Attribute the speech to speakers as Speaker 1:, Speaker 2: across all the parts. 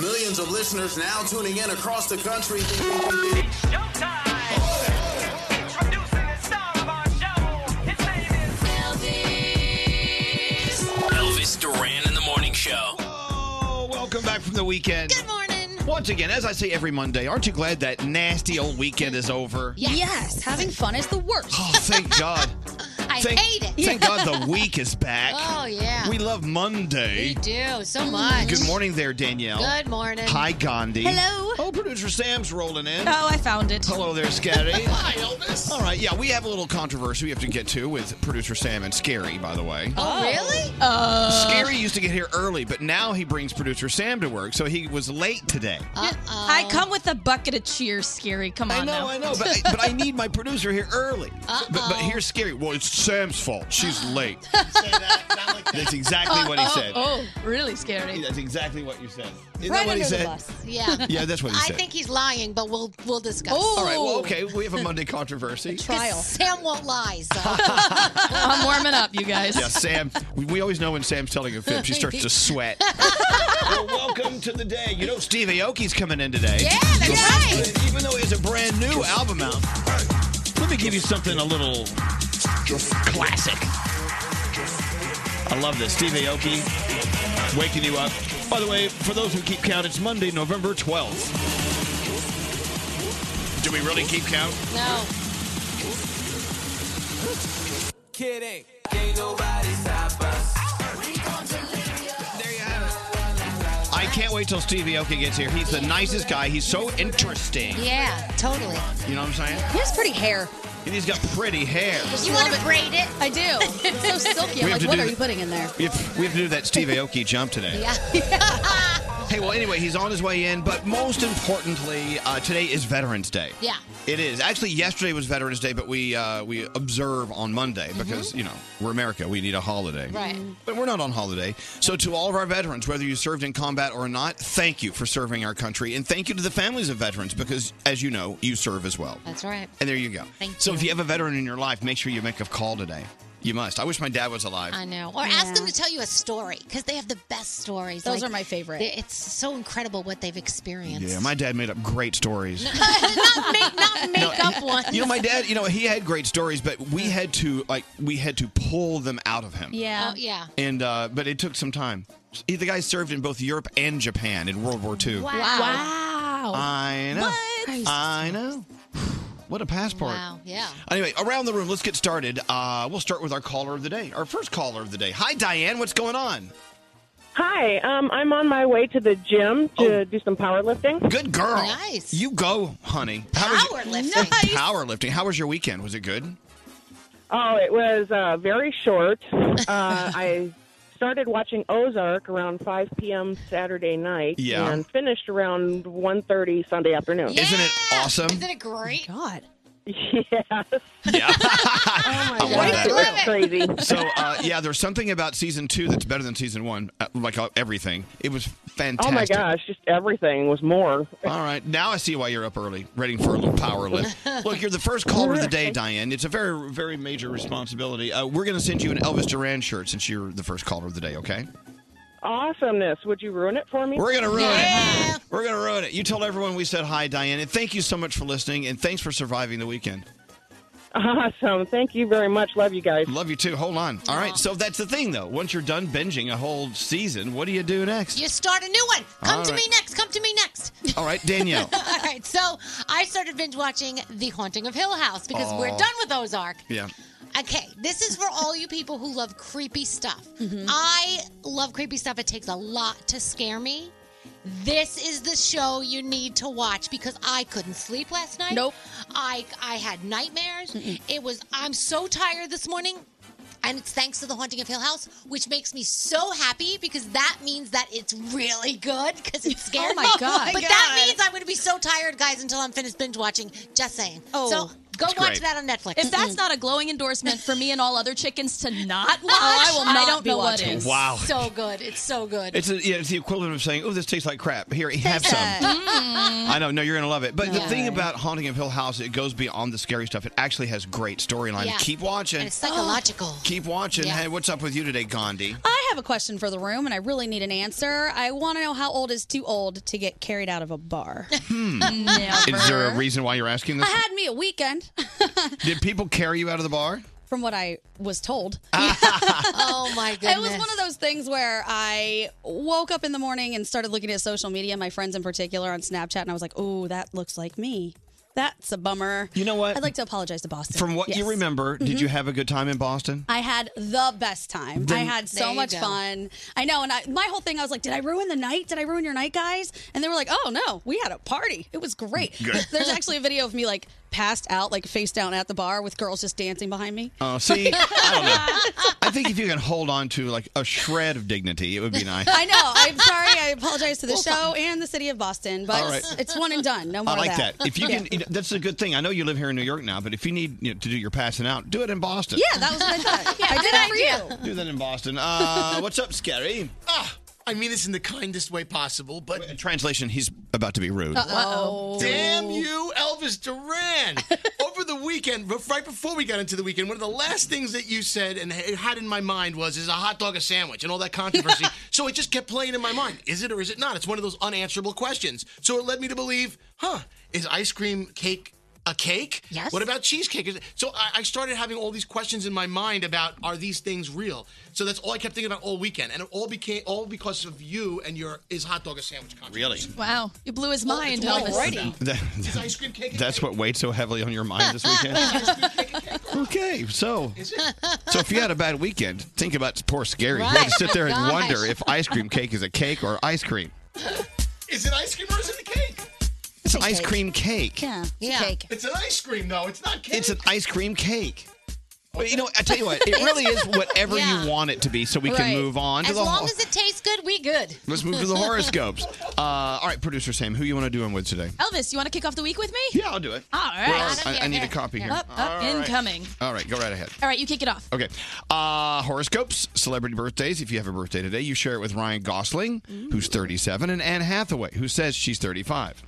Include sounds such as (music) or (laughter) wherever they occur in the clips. Speaker 1: Millions of listeners now tuning in across the country.
Speaker 2: It's showtime! Introducing the star of our show. His name is
Speaker 3: Elvis Duran in the morning show.
Speaker 4: Oh, welcome back from the weekend. Good
Speaker 5: morning.
Speaker 4: Once again, as I say every Monday, aren't you glad that nasty old weekend is
Speaker 5: (laughs)
Speaker 4: over?
Speaker 5: Yes. Having fun is the worst.
Speaker 4: Oh, thank God.
Speaker 5: (laughs) I
Speaker 4: thank,
Speaker 5: hate it. (laughs)
Speaker 4: Thank God the week is back.
Speaker 5: Oh, yeah.
Speaker 4: We love Monday.
Speaker 5: We do so much.
Speaker 4: Good morning there, Danielle.
Speaker 5: Good morning.
Speaker 4: Hi, Gandhi.
Speaker 5: Hello.
Speaker 4: Oh, producer Sam's rolling in.
Speaker 6: Oh, I found it.
Speaker 4: Hello there, Scary.
Speaker 6: Hi,
Speaker 4: Elvis. All right, yeah, we have a little controversy we have to get to with producer Sam and Scary, by the way.
Speaker 5: Oh, really?
Speaker 6: Uh,
Speaker 4: Scary used to get here early, but now he brings producer Sam to work, so he was late today.
Speaker 6: I come with a bucket of cheers, Scary. Come on.
Speaker 4: I know,
Speaker 6: now.
Speaker 4: I know, but I,
Speaker 6: (laughs)
Speaker 4: but I need my producer here early. But, but here's scary. Well, it's Sam's fault. She's late. (laughs) That's exactly what he
Speaker 6: Oh,
Speaker 4: said.
Speaker 6: Oh, really scary.
Speaker 4: That's exactly what you said. Isn't
Speaker 5: Right
Speaker 4: that what
Speaker 5: under the
Speaker 4: he said?
Speaker 5: bus. Yeah.
Speaker 4: (laughs) Yeah, that's what he
Speaker 5: I
Speaker 4: said.
Speaker 5: think he's lying, but we'll we'll discuss.
Speaker 4: All right.
Speaker 6: Oh,
Speaker 4: Well, okay. We have a Monday controversy.
Speaker 5: Sam won't lie. So.
Speaker 6: (laughs) I'm warming up, you guys.
Speaker 4: Yeah, Sam. We, we always know when Sam's telling a fib. She starts to sweat. (laughs) well, welcome to the day. You know, Steve Aoki's coming in today.
Speaker 5: Yeah, that's right.
Speaker 4: And even though it's a brand new album out, let me give you something a little classic. I love this. Steve Aoki waking you up. By the way, for those who keep count, it's Monday, November 12th. Do we really keep count?
Speaker 5: No.
Speaker 7: Kidding. Can't nobody stop us.
Speaker 4: I can't wait till Steve Aoki gets here. He's the nicest guy. He's so interesting.
Speaker 5: Yeah, totally.
Speaker 4: You know what I'm saying?
Speaker 5: He has pretty hair.
Speaker 4: And he's got pretty hair.
Speaker 5: You want to braid it?
Speaker 6: I do. It's
Speaker 5: (laughs)
Speaker 6: so silky.
Speaker 4: We
Speaker 6: I'm like,
Speaker 4: have to
Speaker 6: what
Speaker 4: do
Speaker 6: are
Speaker 4: the-
Speaker 6: you putting in there?
Speaker 4: We have, we have to do that Steve Aoki jump today. Hey, well, anyway, he's on his way in, but most importantly, uh, today is Veterans Day.
Speaker 5: Yeah.
Speaker 4: It is. Actually, yesterday was Veterans Day, but we uh, we observe on Monday because, you know, we're America. We need a holiday.
Speaker 5: Mm-hmm. Right.
Speaker 4: But we're not on holiday. So, to all of our veterans, whether you served in combat or not, thank you for serving our country. And thank you to the families of veterans because, as you know, you serve as well.
Speaker 5: That's right.
Speaker 4: And there you go.
Speaker 5: Thank
Speaker 4: so
Speaker 5: you.
Speaker 4: if you have a veteran in your life, make sure you make a call today. You must. I wish my dad was alive.
Speaker 5: I know. Or ask them to tell you a story because they have the best stories.
Speaker 6: Those
Speaker 5: Like,
Speaker 6: are my favorite.
Speaker 5: they- It's so incredible what they've experienced.
Speaker 4: Yeah, my dad made up great stories.
Speaker 5: not make not make up one.
Speaker 4: You know, my dad, you know, he had great stories, but we had to like we had to pull them out of him.
Speaker 6: Yeah.
Speaker 5: Oh, yeah.
Speaker 4: And uh but it took some time. He, the guy served in both Europe and Japan in World War II.
Speaker 5: Wow.
Speaker 6: Wow.
Speaker 4: I know.
Speaker 6: What?
Speaker 4: I know. (sighs) What a passport.
Speaker 5: Wow, yeah.
Speaker 4: Anyway, around the room, let's get started. Uh, we'll start with our caller of the day, our first caller of the day. Hi, Diane. What's going on?
Speaker 8: Hi, um, I'm on my way to the gym to do some powerlifting.
Speaker 4: Oh. Good girl.
Speaker 5: Nice.
Speaker 4: You go, honey. How was your- (laughs)
Speaker 5: Powerlifting.
Speaker 4: powerlifting? How was your weekend? Was it good?
Speaker 8: Oh, it was uh, very short. Uh, I started watching Ozark around 5 p.m. Saturday night
Speaker 4: Yeah.
Speaker 8: and finished around 1.30 Sunday afternoon.
Speaker 4: Isn't it awesome?
Speaker 5: Isn't it great?
Speaker 6: Oh, God.
Speaker 9: (laughs)
Speaker 8: Yeah.
Speaker 4: Yeah.
Speaker 8: Oh,
Speaker 4: love that.
Speaker 8: It
Speaker 5: Love
Speaker 8: was
Speaker 5: it.
Speaker 8: crazy.
Speaker 4: (laughs)
Speaker 8: (laughs)
Speaker 4: so uh, yeah, there's something about season two that's better than season one. Uh, like uh, everything, it was fantastic.
Speaker 8: Oh, my gosh, just everything was more. (laughs)
Speaker 4: All right, now I see why you're up early, ready for a little
Speaker 10: (laughs)
Speaker 4: power lift. Look, you're the first caller of the day, Diane. It's a very, very major responsibility. Uh, we're going to send you an Elvis Duran shirt since you're the first caller of the day. Okay?
Speaker 8: Awesomeness. Would you ruin it for me?
Speaker 4: We're going to ruin it. We're going to ruin it. You told everyone we said hi, Diane, and thank you so much for listening, and thanks for surviving the weekend.
Speaker 8: Awesome. Thank you very much. Love you guys.
Speaker 4: Love you too. Hold on. All right, so that's the thing though. Once you're done binging a whole season, what do you do next?
Speaker 5: You start a new one. Come
Speaker 4: All
Speaker 5: to me
Speaker 4: right.
Speaker 5: next. Come to me next.
Speaker 4: All right, Danielle.
Speaker 5: (laughs) All right. So I started binge watching The Haunting of Hill House because we're
Speaker 4: Aw.
Speaker 5: done with Ozark.
Speaker 4: Yeah.
Speaker 5: Okay, this is for all you people who love creepy stuff.
Speaker 6: Mm-hmm.
Speaker 5: I love creepy stuff. It takes a lot to scare me. This is the show you need to watch because I couldn't sleep last night.
Speaker 6: Nope.
Speaker 5: I I had nightmares. It was I'm so tired this morning. And it's thanks to The Haunting of Hill House, which makes me so happy because that means that it's really good
Speaker 6: (laughs)
Speaker 5: because it's scary.
Speaker 6: Oh my God.
Speaker 5: But that means I'm going to be so tired, guys, until I'm finished binge watching. Just saying.
Speaker 6: Oh.
Speaker 5: So Go
Speaker 4: It's
Speaker 5: watch
Speaker 4: great.
Speaker 5: that on Netflix.
Speaker 6: If that's not a glowing endorsement for me and all other chickens to not watch,
Speaker 5: Oh, I will not
Speaker 6: I don't
Speaker 5: be
Speaker 6: know
Speaker 5: watching.
Speaker 6: what is.
Speaker 4: Wow.
Speaker 5: so good. It's so good.
Speaker 4: It's, a, yeah, it's the equivalent of saying, "Oh, this tastes like crap." Here, have some.
Speaker 5: (laughs)
Speaker 6: Mm-hmm.
Speaker 4: I know, no, you're gonna love it. But the thing about Haunting of Hill House, it goes beyond the scary stuff. It actually has great storyline.
Speaker 5: Yeah.
Speaker 4: Keep watching.
Speaker 5: And it's psychological.
Speaker 4: (gasps) Keep watching. Hey, what's up with you today, Gandhi?
Speaker 11: (gasps) I have a question for the room, and I really need an answer. I want to know how old is too old to get carried out of a
Speaker 5: (laughs)
Speaker 11: bar?
Speaker 4: Hmm.
Speaker 11: Hmm.
Speaker 4: Is there a reason why you're asking
Speaker 11: I
Speaker 4: this?
Speaker 11: had me a weekend,
Speaker 4: Did people carry you out of the bar?
Speaker 11: from what I was (laughs) told.
Speaker 5: oh my goodness.
Speaker 11: It was one of those things where I woke up in the morning and started looking at social media, my friends in particular on Snapchat, and I was like, "Ooh, that looks like me. That's a bummer."
Speaker 4: You know what?
Speaker 11: I'd like to apologize to Boston.
Speaker 4: From what you
Speaker 11: Yes.
Speaker 4: remember,
Speaker 5: Mm-hmm.
Speaker 4: did you have a good time in Boston?
Speaker 11: I had the best time. I
Speaker 4: Then-
Speaker 11: had
Speaker 5: There
Speaker 11: so
Speaker 5: you
Speaker 11: much
Speaker 5: go.
Speaker 11: fun. I know, and I, my whole thing, I was like, "Did I ruin the night? Did I ruin your night, guys?" And they were like, "Oh no, we had a party. It was great."
Speaker 4: Good.
Speaker 11: (laughs) There's actually a video of me like passed out, like face down at the bar with girls just dancing behind me.
Speaker 5: Uh,
Speaker 4: Oh, see,
Speaker 5: (laughs)
Speaker 11: (laughs)
Speaker 4: I don't know. (laughs) I think if you can hold on to like a shred of dignity, it
Speaker 11: (laughs)
Speaker 4: would be nice.
Speaker 11: I know. I'm sorry. I apologize to the show and the city of Boston, but
Speaker 4: All right.
Speaker 11: it's one and done. No more
Speaker 4: I
Speaker 11: of
Speaker 4: like that.
Speaker 11: that.
Speaker 4: If you
Speaker 11: (laughs)
Speaker 4: can, you know, that's a good thing. I know you live here in New York now, but if you need you know, to do your passing out, do it in Boston.
Speaker 11: Yeah,
Speaker 4: (laughs)
Speaker 11: that was what I thought. I did it for you.
Speaker 4: Do that in Boston. Uh, what's up, Scary?
Speaker 10: Ah, I mean this in the kindest way possible, but
Speaker 4: In translation, he's about to be rude.
Speaker 11: Uh-oh.
Speaker 10: damn you, Elvis Duran! Over the weekend, bef- right before we got into the weekend, one of the last things that you said and h- had in my mind was, "Is a hot dog a sandwich?" and all that controversy. so it just kept playing in my mind: Is it or is it not? It's one of those unanswerable questions. So it led me to believe, huh? Is ice cream cake? A cake?
Speaker 5: Yes.
Speaker 10: What about cheesecake? Is it- So I, I started having all these questions in my mind about are these things real? So that's all I kept thinking about all weekend, and it all became all because of you and your is hot dog a sandwich? Controversy.
Speaker 4: Really?
Speaker 6: Wow. You blew his mind,
Speaker 10: Well,
Speaker 6: Elvis.
Speaker 4: (laughs)
Speaker 10: alrighty.
Speaker 4: That-
Speaker 10: Is ice cream cake? a
Speaker 4: that's
Speaker 10: cake?
Speaker 4: what weighed so heavily on your
Speaker 11: (laughs)
Speaker 4: mind this weekend. okay, so so if you had a bad weekend, think about poor Scary. You had
Speaker 5: Right.
Speaker 4: to sit there and
Speaker 5: Gosh.
Speaker 4: wonder if ice cream cake is a cake or ice cream.
Speaker 10: Is it ice cream or is it a cake?
Speaker 4: It's ice cream cake.
Speaker 11: Yeah. it's a
Speaker 5: Yeah.
Speaker 11: Cake.
Speaker 10: It's an ice cream, though. It's not cake.
Speaker 4: It's an ice cream cake. But you know, I tell you what,
Speaker 5: (laughs)
Speaker 4: it really is whatever
Speaker 5: Yeah.
Speaker 4: you want it to be, so we
Speaker 11: Right.
Speaker 4: can move on to
Speaker 5: as
Speaker 4: the
Speaker 5: long
Speaker 4: ho-
Speaker 5: as it tastes good, we good.
Speaker 4: Let's move
Speaker 5: (laughs)
Speaker 4: to the horoscopes. Uh, all right, producer Sam, who you want to do in with today?
Speaker 6: Elvis, you want to kick off the week with me?
Speaker 4: Yeah, I'll do it.
Speaker 6: All
Speaker 4: Where
Speaker 6: right.
Speaker 4: are- I, I need a copy here.
Speaker 6: Up, up, incoming.
Speaker 4: All right, go right ahead.
Speaker 6: All right, you kick it off.
Speaker 4: Okay. Uh, horoscopes, celebrity birthdays. If you have a birthday today, you share it with Ryan Gosling, who's 37, and Anne Hathaway, who says
Speaker 5: (laughs)
Speaker 4: she's 35.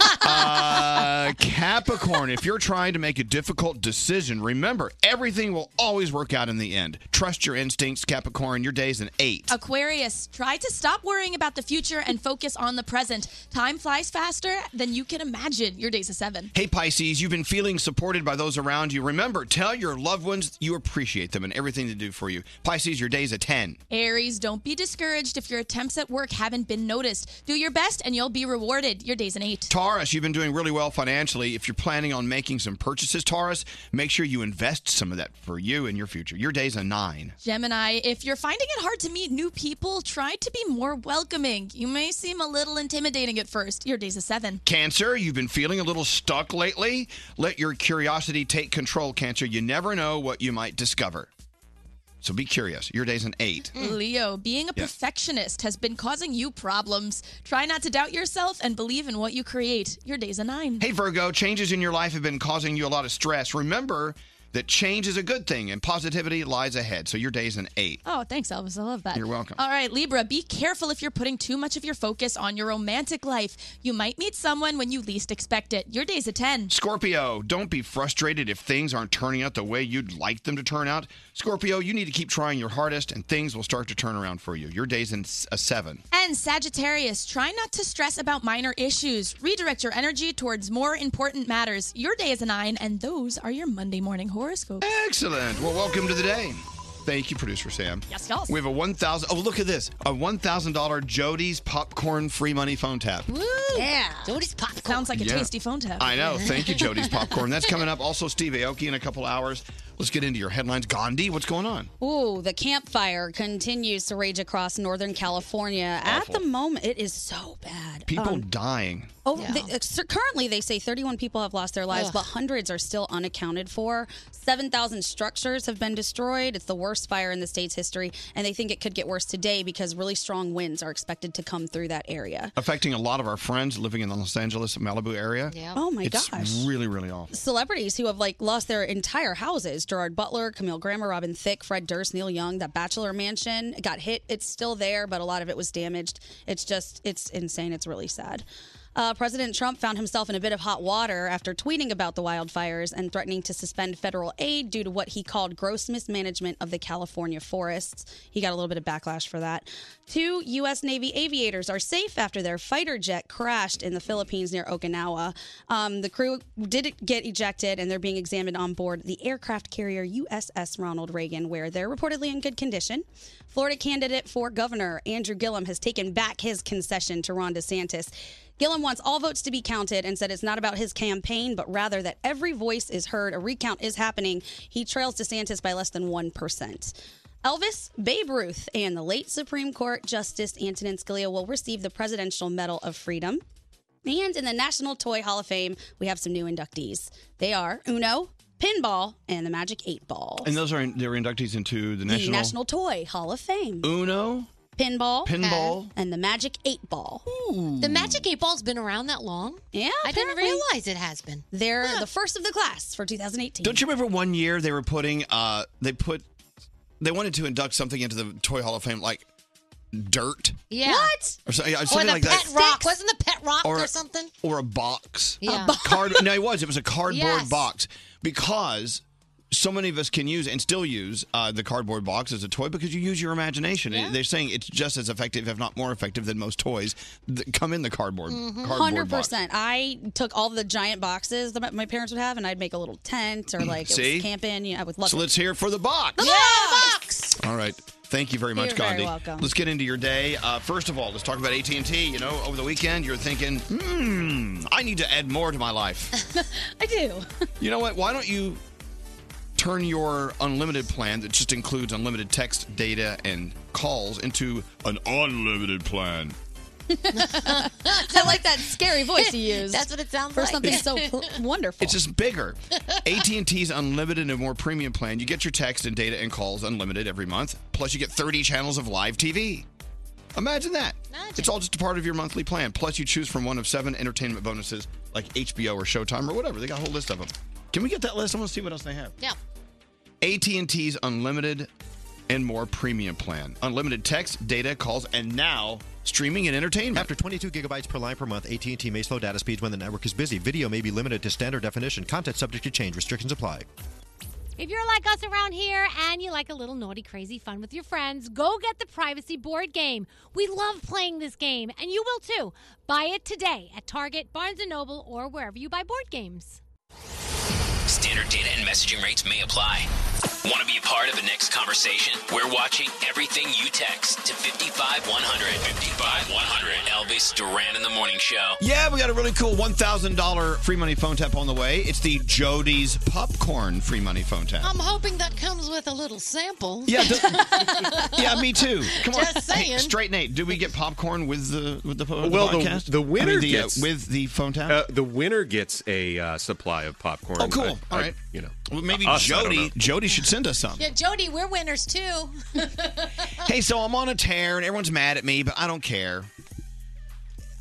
Speaker 4: uh, Capricorn, if you're trying to make a difficult decision, remember everything will always work out in the end. Trust your instincts, Capricorn. Your day's an eight.
Speaker 6: Aquarius, try to stop worrying about the future and focus on the present. Time flies faster than you can imagine. Your day's a seven.
Speaker 4: Hey, Pisces, you've been feeling supported by those around you. Remember, tell your loved ones you appreciate them and everything they do for you. Pisces, your day's a 10.
Speaker 6: Aries, don't be discouraged if your attempts at work haven't been noticed. Do your best and you'll be rewarded. Your day's an eight.
Speaker 4: Taurus, you've been doing really well financially. If you're planning on making some purchases, Taurus, make sure you invest some of that for you and your future. Your day's a nine.
Speaker 6: Gemini, if you're finding it hard to meet new people, try to be more welcoming. You may seem a little intimidating at first. Your day's a seven.
Speaker 4: Cancer, you've been feeling a little stuck lately. Let your curiosity take control, Cancer. You never know what you might discover. So be curious. Your day's an eight.
Speaker 6: Leo, being a
Speaker 4: Yeah.
Speaker 6: perfectionist has been causing you problems. Try not to doubt yourself and believe in what you create. Your day's a nine.
Speaker 4: Hey, Virgo, changes in your life have been causing you a lot of stress. Remember that change is a good thing and positivity lies ahead. So your day's an eight.
Speaker 6: Oh, thanks, Elvis. I love that.
Speaker 4: You're welcome.
Speaker 6: All right, Libra, be careful if you're putting too much of your focus on your romantic life. You might meet someone when you least expect it. Your day's a 10.
Speaker 4: Scorpio, don't be frustrated if things aren't turning out the way you'd like them to turn out. Scorpio, you need to keep trying your hardest and things will start to turn around for you. Your day's in s- a seven.
Speaker 6: And Sagittarius, try not to stress about minor issues. Redirect your energy towards more important matters. Your day is a 9, and those are your Monday morning horoscopes.
Speaker 4: Excellent. Well, welcome to the day. Thank you, producer Sam.
Speaker 6: Yes, y'all.
Speaker 4: We have a 1000 Oh, look at this. A $1,000 Jody's popcorn free money phone tap.
Speaker 5: Woo!
Speaker 11: Yeah.
Speaker 5: Jody's popcorn.
Speaker 6: Sounds like a
Speaker 4: Yeah.
Speaker 6: (laughs) tasty phone tap.
Speaker 11: (laughs)
Speaker 4: I know. Thank you, Jody's popcorn. That's coming up also Steve Aoki in a couple hours. Let's get into your headlines. Gandhi, what's going on?
Speaker 11: Ooh, the campfire continues to rage across Northern California.
Speaker 4: Awful.
Speaker 11: At the moment, it is so bad.
Speaker 4: People
Speaker 11: Um,
Speaker 4: dying.
Speaker 11: Oh, they, uh, so currently they say 31 people have lost their lives,
Speaker 4: Ugh.
Speaker 11: but hundreds are still unaccounted for. 7,000 structures have been destroyed. It's the worst fire in the state's history, and they think it could get worse today because really strong winds are expected to come through that area.
Speaker 4: Affecting a lot of our friends living in the Los Angeles, Malibu area.
Speaker 11: Yeah. Oh, my
Speaker 4: It's
Speaker 11: gosh.
Speaker 4: Really, really awful.
Speaker 11: Celebrities who have like lost their entire houses: Gerard Butler, Camille Grammer, Robin Thicke, Fred Durst, Neil Young. That Bachelor mansion got hit. It's still there, but a lot of it was damaged. It's just, it's insane. It's really sad. Uh, President Trump found himself in a bit of hot water after tweeting about the wildfires and threatening to suspend federal aid due to what he called gross mismanagement of the California forests. He got a little bit of backlash for that. Two U.S. Navy aviators are safe after their fighter jet crashed in the Philippines near Okinawa. Um, the crew did get ejected and they're being examined on board the aircraft carrier USS Ronald Reagan, where they're reportedly in good condition. Florida candidate for governor Andrew Gillum has taken back his concession to Ron DeSantis. Gillum wants all votes to be counted and said it's not about his campaign, but rather that every voice is heard. A recount is happening. He trails DeSantis by less than 1%. Elvis, Babe Ruth, and the late Supreme Court Justice Antonin Scalia will receive the Presidential Medal of Freedom. And in the National Toy Hall of Fame, we have some new inductees. They are Uno, Pinball, and the Magic 8 Ball.
Speaker 4: And those are in, they're inductees into the National,
Speaker 11: The National Toy Hall of Fame.
Speaker 4: Uno.
Speaker 11: Pinball.
Speaker 4: Pinball. Hmm.
Speaker 11: And the Magic 8 Ball.
Speaker 5: The Magic 8 Ball's been around that long?
Speaker 11: Yeah.
Speaker 5: I didn't
Speaker 11: apparently.
Speaker 5: realize it has been.
Speaker 11: They're the first of the class for 2018.
Speaker 4: Don't you remember one year they were putting uh they put they wanted to induct something into the Toy Hall of Fame like dirt
Speaker 5: Yeah.
Speaker 11: What?
Speaker 4: or, so- yeah,
Speaker 5: Or,
Speaker 4: something
Speaker 5: the
Speaker 4: like
Speaker 5: pet
Speaker 4: that.
Speaker 5: rock. Wasn't the pet rock or, something?
Speaker 4: or a box.
Speaker 5: Yeah. A
Speaker 4: Card, no, it was. It was a cardboard
Speaker 5: Yes.
Speaker 4: box because so many of us can use and still use uh, the cardboard box as a toy because you use your imagination. And
Speaker 11: Yeah.
Speaker 4: They're saying it's just as effective, if not more effective, than most toys that come in the cardboard.
Speaker 11: Mm-hmm. Hundred
Speaker 4: cardboard box.
Speaker 11: percent. I took all the giant boxes that my- my parents would have, and I'd make a little tent or like it
Speaker 4: See?
Speaker 11: was camping. Yeah, I would love
Speaker 4: So
Speaker 11: it.
Speaker 4: let's hear it for the box.
Speaker 11: The
Speaker 5: box.
Speaker 4: All right. Thank you very much,
Speaker 11: You're very
Speaker 4: Gandhi.
Speaker 11: welcome.
Speaker 4: Let's get into your day. Uh, first of all, let's talk about AT and T. You know, over the weekend, you're thinking, "Hmm, I need to add more to
Speaker 6: (laughs)
Speaker 4: my life."
Speaker 11: I do.
Speaker 4: you know what? Why don't you turn your unlimited plan that just includes unlimited text, data, and calls into an unlimited plan?
Speaker 11: (laughs) I like that scary voice
Speaker 5: (laughs)
Speaker 11: you used. That's
Speaker 5: what it sounds
Speaker 11: for
Speaker 5: like.
Speaker 11: something
Speaker 5: (laughs)
Speaker 11: so pl- wonderful.
Speaker 4: It's just bigger. AT&T's unlimited and more premium plan. You get your text and data and calls unlimited every month. Plus you get 30 channels of live TV. Imagine that. It's all just a part of your monthly plan. Plus you choose from one of 7 entertainment bonuses like HBO or Showtime or whatever. They got a whole list of them. Can we get that list? I want to see what else they have.
Speaker 5: Yeah.
Speaker 4: AT&T's unlimited and more premium plan. Unlimited text, data, calls, and now streaming and entertainment.
Speaker 12: After 22 gigabytes per line per month, AT&T may slow data speeds when the network is busy. Video may be limited to standard definition. Content subject to change. Restrictions apply.
Speaker 13: If you're like us around here and you like a little naughty, crazy fun with your friends, go get the Privacy Board game. We love playing this game, and you will too. Buy it today at Target, Barnes & Noble, or wherever you buy board games.
Speaker 3: Standard data and messaging rates may apply. Want to be a part of the next conversation? We're watching everything you text to 55100. 55100. Elvis Duran in the Morning Show.
Speaker 4: Yeah, we got a really cool $1,000 free money phone tap on the way. It's the Jody's Popcorn free money phone tap.
Speaker 5: (laughs) I'm hoping that comes with a little sample. (laughs)
Speaker 4: Yeah, yeah, me too. Come on.
Speaker 5: Just saying.
Speaker 4: straight Nate, do we get popcorn with the with the, po-
Speaker 14: well,
Speaker 4: the
Speaker 14: the,
Speaker 4: podcast?
Speaker 14: the
Speaker 4: I mean,
Speaker 14: winner
Speaker 4: the, uh,
Speaker 14: gets
Speaker 4: with the phone tap.
Speaker 14: Uh, the winner gets a uh, supply of popcorn.
Speaker 4: Oh, cool.
Speaker 14: I-
Speaker 4: All
Speaker 14: I-
Speaker 4: right.
Speaker 14: you know,
Speaker 4: well, maybe
Speaker 14: us, I don't
Speaker 4: Jody
Speaker 14: know.
Speaker 4: Jody should send us some.
Speaker 5: Yeah, Jody, we're winners too. (laughs)
Speaker 4: hey, so I'm on a tear and everyone's mad at me, but I don't care.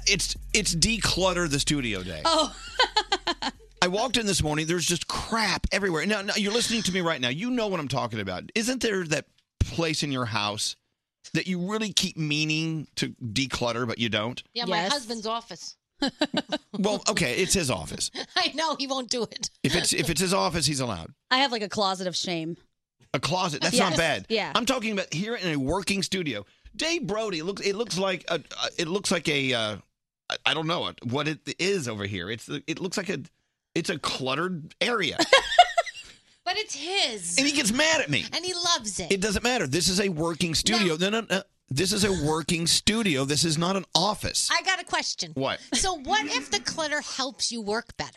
Speaker 4: It's it's declutter the studio day.
Speaker 11: Oh.
Speaker 4: (laughs) I walked in this morning. There's just crap everywhere. Now, now you're listening to me right now. You know what I'm talking about. Isn't there that place in your house that you really keep meaning to declutter, but you don't?
Speaker 5: Yeah, my husband's office.
Speaker 4: Well, okay, it's his office.
Speaker 5: I know he won't do it.
Speaker 4: If it's if it's his office, he's allowed.
Speaker 11: I have like a closet of shame.
Speaker 4: A closet. That's not
Speaker 11: Yes,
Speaker 4: bad.
Speaker 11: yeah.
Speaker 4: I'm talking about here in a working studio. Dave Brody looks. It looks like a. a- It looks like a. Uh, I- I don't know what- what it is over here. It's. It looks like a. It's a cluttered area,
Speaker 5: But it's his.
Speaker 4: and he gets mad at me.
Speaker 5: And he loves it.
Speaker 4: It doesn't matter. This is a working studio. No, no, no. This is a working studio. This is not an office.
Speaker 5: I got a question.
Speaker 4: What?
Speaker 5: So what if the clutter helps you work better?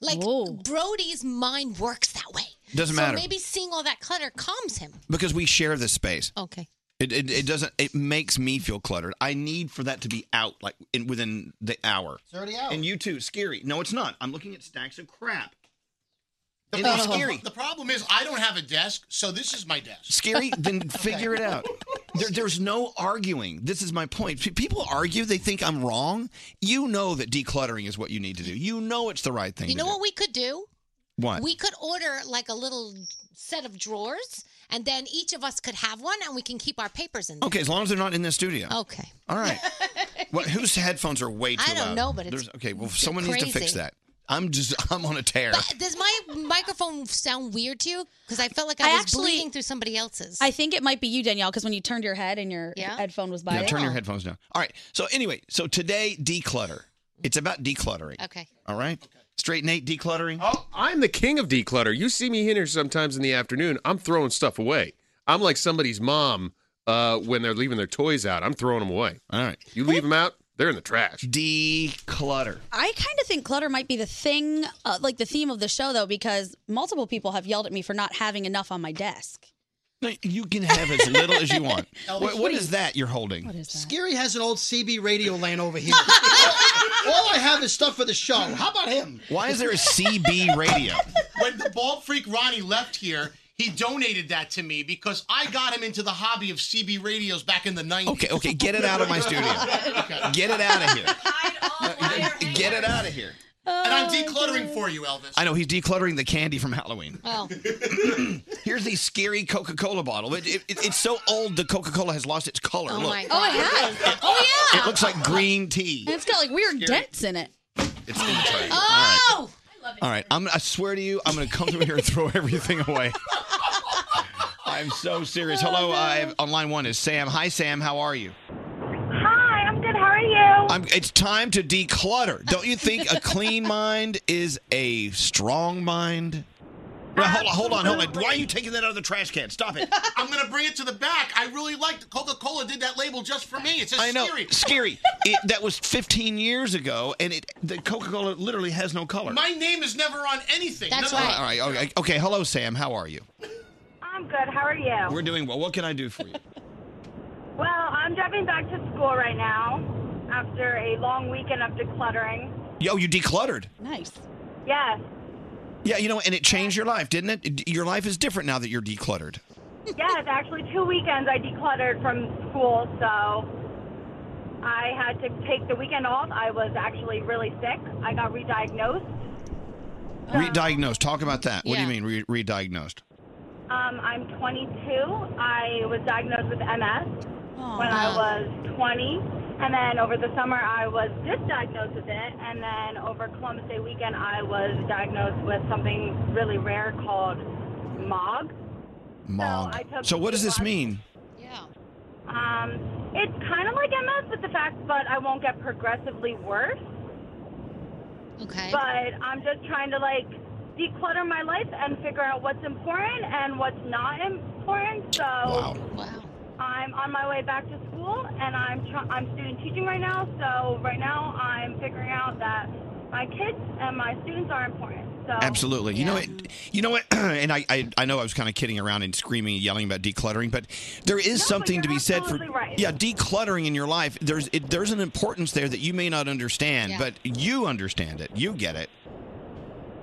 Speaker 5: Like Brody's mind works that way.
Speaker 4: Doesn't
Speaker 5: so
Speaker 4: matter.
Speaker 5: Maybe seeing all that clutter calms him.
Speaker 4: because we share this space.
Speaker 5: Okay.
Speaker 4: It, it, it doesn't. It makes me feel cluttered. I need for that to be out, like in, within the hour. It's
Speaker 10: already out.
Speaker 4: And you too, scary. No, it's not. I'm looking at stacks of crap.
Speaker 10: The,
Speaker 4: It is
Speaker 10: problem,
Speaker 4: scary.
Speaker 10: the problem is I don't have a desk, so this is my desk.
Speaker 4: Scary.
Speaker 5: (laughs)
Speaker 4: Then figure it out. There, there's no arguing. This is my point. P- People argue. They think I'm wrong. You know that decluttering is what you need to do. You know it's the right thing.
Speaker 5: You
Speaker 4: to
Speaker 5: know
Speaker 4: do.
Speaker 5: what we could do?
Speaker 4: What?
Speaker 5: We could order like a little set of drawers, and then each of us could have one, and we can keep our papers in there.
Speaker 4: Okay, as long as they're not in the studio.
Speaker 5: Okay. (laughs)
Speaker 4: All right. what, whose headphones are way too
Speaker 5: I don't
Speaker 4: loud?
Speaker 5: know, but it's
Speaker 4: There's- okay. Well, someone needs to fix
Speaker 5: crazy.
Speaker 4: that. I'm just. (laughs) I'm on a tear.
Speaker 5: Does my microphone sound weird to you? Because I felt like I,
Speaker 11: I
Speaker 5: was
Speaker 11: actually-
Speaker 5: bleeding through somebody else's.
Speaker 11: I think it might be you, Danielle, because when you turned your head and your headphone was by
Speaker 4: Yeah,
Speaker 11: it.
Speaker 5: Oh,
Speaker 4: turn your headphones down. All right. So anyway, so today declutter. It's about decluttering.
Speaker 5: Okay.
Speaker 4: All right. Straight Nate decluttering.
Speaker 14: Oh, I'm the king of declutter. You see me here sometimes in the afternoon. I'm throwing stuff away. I'm like somebody's mom uh, when they're leaving their toys out. I'm throwing them away.
Speaker 4: All right.
Speaker 14: You leave them out, they're in the trash.
Speaker 4: Declutter.
Speaker 11: I kind of think clutter might be the thing, uh, like the theme of the show, though, because multiple people have yelled at me for not having enough on my desk.
Speaker 4: No, you can have as little as you
Speaker 15: (laughs)
Speaker 4: want.
Speaker 11: Elvis,
Speaker 4: What- what
Speaker 11: what
Speaker 4: is that you're holding?
Speaker 15: Scary has an old CB radio laying over here. all, all I have is stuff for the show. How about him?
Speaker 4: Why is there a (laughs) CB radio?
Speaker 10: (laughs) when the bald freak Ronnie left here, he donated that to me because I got him into the hobby of CB radios back in the 90s.
Speaker 4: Okay, okay, get it out of my
Speaker 10: (laughs)
Speaker 4: studio. Get it out of here. Get it out of here.
Speaker 10: And
Speaker 5: Oh,
Speaker 10: I'm decluttering for you, Elvis.
Speaker 4: I know he's decluttering the candy from Halloween.
Speaker 5: Well,
Speaker 10: (laughs)
Speaker 4: Here's the scary Coca-Cola bottle. It, it, it's so old the Coca-Cola has lost its color.
Speaker 11: Oh
Speaker 4: Look,
Speaker 11: my God. Oh, it
Speaker 5: (laughs)
Speaker 11: has. Oh, yeah.
Speaker 4: it looks like green tea.
Speaker 11: And it's got like weird
Speaker 4: Scary.
Speaker 11: dents in it.
Speaker 4: It's in the tray. All right.
Speaker 11: Oh!
Speaker 4: All right. I'm, I swear to you, I'm going to come through here and throw everything
Speaker 11: (laughs)
Speaker 4: away. I'm so serious.
Speaker 11: Oh,
Speaker 4: Hello, I have, on line one is Sam. Hi, Sam. How are you?
Speaker 9: Hi, I'm good. How are you?
Speaker 4: I'm, it's time to declutter. Don't you think a clean mind is a strong mind? Now, hold on, hold on, hold on. Why are you taking that out of the trash can? Stop it.
Speaker 10: I'm going to bring it to the back. I really liked Coca-Cola did that label just for me. It says
Speaker 4: I know,
Speaker 10: Scary.
Speaker 4: scary. It, that was 15 years ago, and it the Coca-Cola literally has no color.
Speaker 10: My name is never on anything. Never-
Speaker 4: All right, all right, okay, okay. Hello, Sam. How are you?
Speaker 9: I'm good. How are you?
Speaker 4: We're doing well. What can I do for you?
Speaker 9: Well, I'm driving back to school right now after a long weekend of decluttering.
Speaker 4: Yo, you decluttered.
Speaker 11: Nice.
Speaker 9: Yes.
Speaker 4: Yeah, you know, and it changed your life, didn't it? It- Your life is different now that you're decluttered.
Speaker 9: Yes, actually, two weekends I decluttered from school, so I had to take the weekend off. I was actually really sick. I got re-diagnosed.
Speaker 4: Rediagnosed. Talk about that. What do you
Speaker 9: Yeah.
Speaker 4: mean re- re-diagnosed?
Speaker 9: Um, I'm 22. I was diagnosed with MS when I was 20. And then over the summer, I was disdiagnosed with it. And then over Columbus Day weekend, I was diagnosed with something really rare called MOG.
Speaker 4: Mom.
Speaker 9: I took
Speaker 4: So what does this
Speaker 9: lots-
Speaker 4: mean?
Speaker 9: Um, it's kind of like MS with the fact, but I won't get progressively worse.
Speaker 5: Okay.
Speaker 9: But I'm just trying to like declutter my life and figure out what's important and what's not important. So I'm on my way back to school and I'm tr- I'm student teaching right now. So right now I'm figuring out that my kids and my students are important. So
Speaker 4: Absolutely. You know it. You know what? (clears throat) and I, I, I know I was kind of kidding around and screaming, and yelling about decluttering, but there is something to be said for
Speaker 9: absolutely right.
Speaker 4: yeah, decluttering in your life. There's it, there's an importance there that you may not understand,
Speaker 9: Yeah.
Speaker 4: but you understand it. You get it.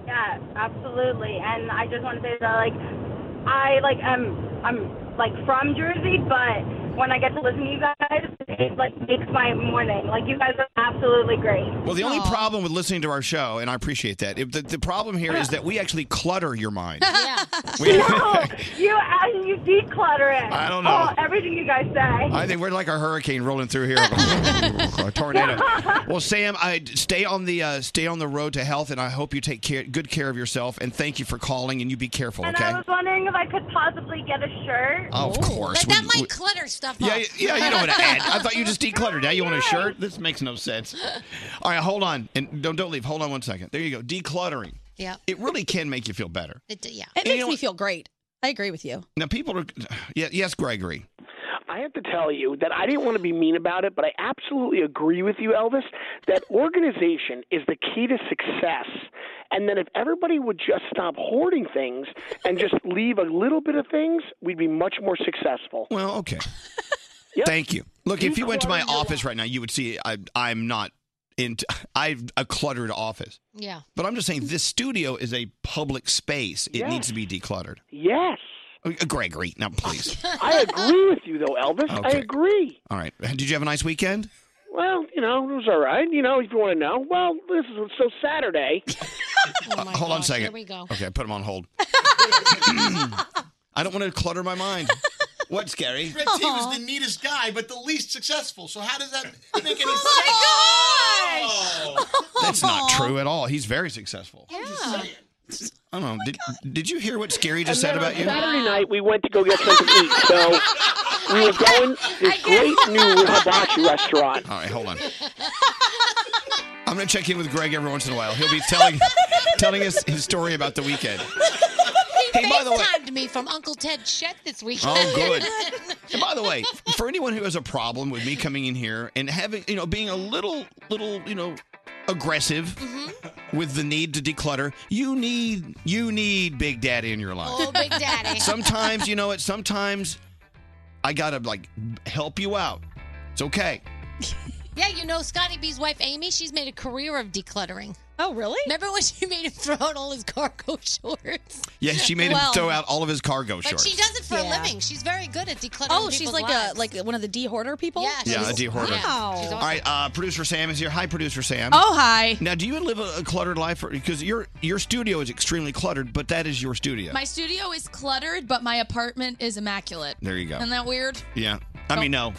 Speaker 9: Yeah, absolutely. And I just want to say that like I like am I'm like from Jersey, but when I get to listen to you guys, it like makes my morning. Like you guys are absolutely great.
Speaker 4: Well, the only problem with listening to our show, and I appreciate that, it, the, the problem here is that we actually clutter your mind.
Speaker 9: yeah. (laughs) (laughs)
Speaker 4: We- (laughs)
Speaker 9: no, you and you declutter it.
Speaker 4: I don't know.
Speaker 9: Oh, everything you guys say.
Speaker 4: I think we're like a hurricane rolling through here, (laughs) a tornado. Well, Sam, I stay on the uh, stay on the road to health, and I hope you take care, good care of yourself. And thank you for calling, and you be careful,
Speaker 9: and
Speaker 4: okay? Oh,
Speaker 9: I was wondering if I could possibly get a shirt.
Speaker 4: Of course. But that We- might we-
Speaker 5: clutter stuff
Speaker 4: Yeah, y- yeah, you know what to (laughs) add. I
Speaker 9: (laughs)
Speaker 4: thought you just decluttered. Now you want a shirt? This makes no sense. All right, hold on, and don't don't leave. Hold on one second. There you go. Decluttering.
Speaker 5: Yeah.
Speaker 4: It really can make you feel better.
Speaker 5: It, yeah.
Speaker 11: It
Speaker 4: You
Speaker 11: makes
Speaker 4: know
Speaker 11: me
Speaker 4: what? (sighs)
Speaker 11: feel great. I agree with you.
Speaker 4: Now people are, yeah, yes, Gregory.
Speaker 16: I have to tell you that I didn't want to be mean about it, but I absolutely agree with you, Elvis, that organization is the key to success. And that if everybody would just stop hoarding things and just leave a little bit of things, we'd be much more successful.
Speaker 4: Well, okay. Thank you. Look, if you went to my office right now, you would see I, I'm not in. (sighs) I've a cluttered office.
Speaker 5: Yeah.
Speaker 4: But I'm just saying this studio is a public space. It
Speaker 16: Yes.
Speaker 4: needs to be decluttered.
Speaker 16: Yes.
Speaker 4: Uh, Gregory, now
Speaker 16: (laughs)
Speaker 4: please.
Speaker 16: I agree with you, though, Elvis. I
Speaker 4: (laughs) Okay.
Speaker 16: agree.
Speaker 4: All right. Did you have a nice weekend?
Speaker 16: Well, you know, it was all right. You know, if you want to know. Well, this is so Saturday.
Speaker 4: Uh, hold on a second.
Speaker 16: Oh, here we go.
Speaker 4: Okay, put him
Speaker 16: (laughs)
Speaker 4: on hold. I don't want to clutter my mind. What's
Speaker 16: (laughs)
Speaker 4: scary?
Speaker 10: Red T was the neatest guy, but the least successful. So how does that make any sense?
Speaker 16: (laughs)
Speaker 4: That's not true at all. He's very successful.
Speaker 10: Yeah.
Speaker 4: I don't know. Did, did you hear what Scary just said
Speaker 16: And then
Speaker 4: about
Speaker 16: on
Speaker 4: you?
Speaker 16: Saturday night, we went to go get something to eat. So we (laughs) were going to this great new hibachi restaurant.
Speaker 4: All right, hold on. I'm gonna check in with Greg every once in a while. He'll be
Speaker 5: (laughs)
Speaker 4: telling telling us his story about the weekend.
Speaker 5: He
Speaker 4: Hey, by the way-
Speaker 5: FaceTimed me from Uncle Ted Chet this weekend. (laughs)
Speaker 4: Oh, good. And by the way, for anyone who has a problem with me coming in here and having you know being a little little you know aggressive
Speaker 5: Mm-hmm.
Speaker 4: with the need to declutter, you need you need Big Daddy in your life.
Speaker 5: Oh, Big Daddy.
Speaker 4: (laughs) Sometimes you know it. Sometimes I gotta like help you out. It's okay.
Speaker 5: Yeah, you know Scotty B's wife Amy, she's made a career of decluttering.
Speaker 11: Oh, really?
Speaker 5: Remember when she made him throw out all his cargo (laughs) shorts?
Speaker 4: Yeah, she made him throw out all of his cargo
Speaker 5: But
Speaker 4: shorts.
Speaker 5: she does it for
Speaker 11: Yeah.
Speaker 5: a living. She's very good at decluttering.
Speaker 11: Oh, she's
Speaker 5: people's
Speaker 11: like
Speaker 5: lives.
Speaker 11: a like one of the de-hoarder people.
Speaker 4: Yeah, a dehorder.
Speaker 11: Wow.
Speaker 4: All right, uh, producer Sam is here. Hi, producer Sam.
Speaker 11: Oh, hi.
Speaker 4: Now, do you live a, a cluttered life? Because your your studio is extremely cluttered, but that is your studio.
Speaker 6: My studio is cluttered, but my apartment is immaculate.
Speaker 4: there you go.
Speaker 6: Isn't that weird?
Speaker 4: yeah. I
Speaker 6: (laughs)
Speaker 4: mean, no.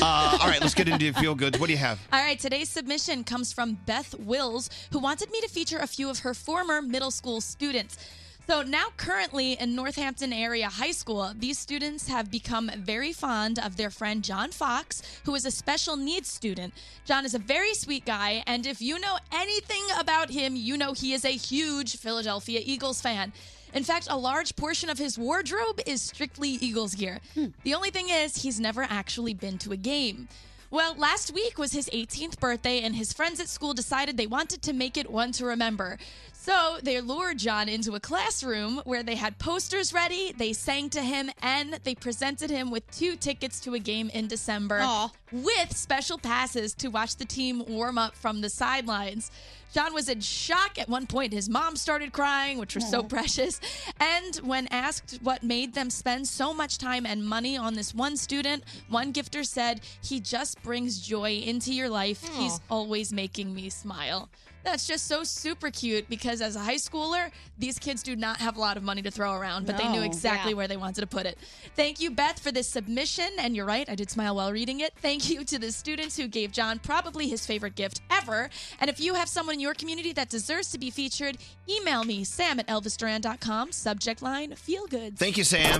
Speaker 4: uh, all right, let's get into feel goods. What do you have?
Speaker 6: All right, today's submission comes from Beth Wills, who wanted me to feature a few of her former middle school students. So now currently in Northampton area high school, these students have become very fond of their friend John Fox, who is a special needs student. John is a very sweet guy, and if you know anything about him, you know he is a huge Philadelphia Eagles fan. In fact, a large portion of his wardrobe is strictly Eagles gear. The only thing is, he's never actually been to a game. Well, last week was his 18th birthday, and his friends at school decided they wanted to make it one to remember. So they lured John into a classroom where they had posters ready, they sang to him, and they presented him with two tickets to a game in December
Speaker 17: Aw.
Speaker 6: with special passes to watch the team warm up from the sidelines. John was in shock. At one point, his mom started crying, which was so precious. And when asked what made them spend so much time and money on this one student, one gifter said, He just brings joy into your life.
Speaker 17: Hmm.
Speaker 6: He's always making me smile. That's just so super cute because as a high schooler, these kids do not have a lot of money to throw around, but they
Speaker 17: No.
Speaker 6: knew exactly
Speaker 17: Yeah.
Speaker 6: where they wanted to put it. Thank you, Beth, for this submission. And you're right, I did smile while reading it. Thank you to the students who gave John probably his favorite gift ever. And if you have someone in your community that deserves to be featured, email me, sam at elvisduran.com, subject line, feel good.
Speaker 5: (laughs)
Speaker 4: Thank you, Sam.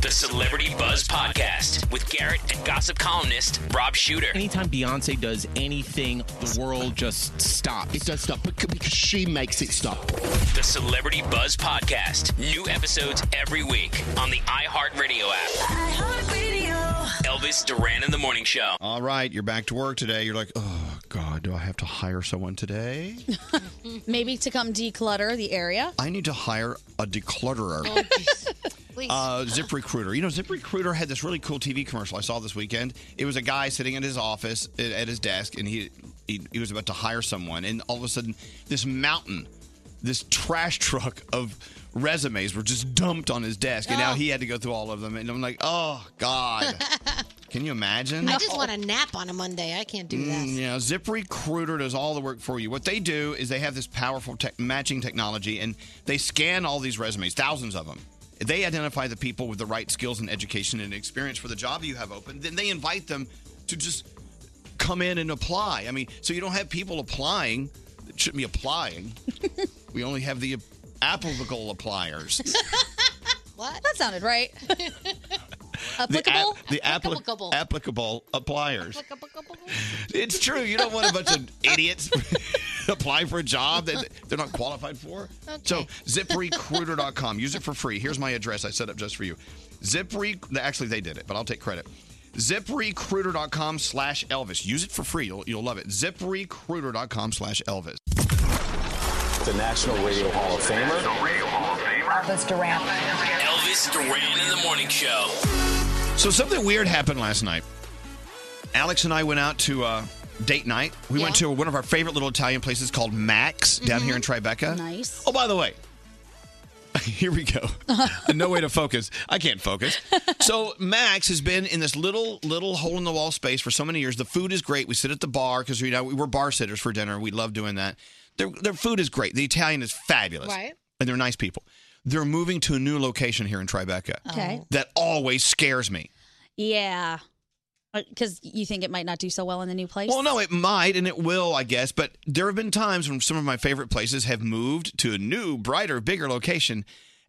Speaker 3: The Celebrity Buzz Podcast with Garrett and gossip columnist Rob Shooter.
Speaker 18: Anytime Beyonce does anything, the world just stops. It does stop bec- because she makes it stop.
Speaker 3: The Celebrity Buzz Podcast. New episodes every week on the iHeartRadio app. Elvis Duran in the Morning Show.
Speaker 4: All right, you're back to work today. You're like, oh God, do I have to hire someone today?
Speaker 5: (laughs)
Speaker 11: Maybe to come declutter the area.
Speaker 4: I need to hire a declutterer.
Speaker 5: Oh,
Speaker 4: (laughs)
Speaker 11: Please.
Speaker 4: Uh, ZipRecruiter. You know, ZipRecruiter had this really cool TV commercial I saw this weekend. It was a guy sitting at his office at- at his desk, and he, he he was about to hire someone, and all of a sudden, this mountain, this trash truck of resumes were just dumped on his desk, and now
Speaker 5: Oh.
Speaker 4: he had to go through all of them. And I'm like, oh
Speaker 5: (laughs)
Speaker 4: God, can you imagine?
Speaker 5: I just want a nap on a Monday. I can't do that.
Speaker 4: Mm, yeah, ZipRecruiter does all the work for you. What they do is they have this powerful tech matching technology, and they scan all these resumes, thousands of them. They identify the people with the right skills and education and experience for the job you have open. Then they invite them to just come in and apply. I mean, so you don't have people applying that shouldn't be applying. we only have the applicable appliers.
Speaker 11: What? That sounded
Speaker 5: (laughs)
Speaker 11: right. (laughs)
Speaker 4: Applicable? The, app- the appli-
Speaker 11: Applicable.
Speaker 4: applicable appliers. It's true. You don't want a bunch of idiots (laughs) apply for a job that they're not qualified for. So, ziprecruiter.com. Use it for free. Here's my address I set up just for you ZipRec actually they did it, but I'll take credit. ZipRecruiter.com slash Elvis. Use it for free. You'll, you'll love it. ZipRecruiter.com slash Elvis.
Speaker 12: The National Radio Hall of
Speaker 3: Elvis Duran. Elvis Duran in the morning show.
Speaker 4: So something weird happened last night. Alex and I went out to uh, date night. We went to one of our favorite little Italian places called Max down here in Tribeca.
Speaker 11: Nice.
Speaker 4: Oh, by the way, (laughs) here we go. no way to focus. I can't focus. So Max has been in this little little hole in the wall space for so many years. The food is great. We sit at the bar because you know we were bar sitters for dinner. We love doing that. Their their food is great. The Italian is fabulous.
Speaker 19: Right.
Speaker 4: And they're nice people. They're moving to a new location here in Tribeca.
Speaker 5: Oh.
Speaker 11: Okay.
Speaker 4: That always scares me.
Speaker 11: Yeah. Because you think it might not do so well in the new place.
Speaker 4: Well, no, it might and it will, I guess. But there have been times when some of my favorite places have moved to a new, brighter, bigger location,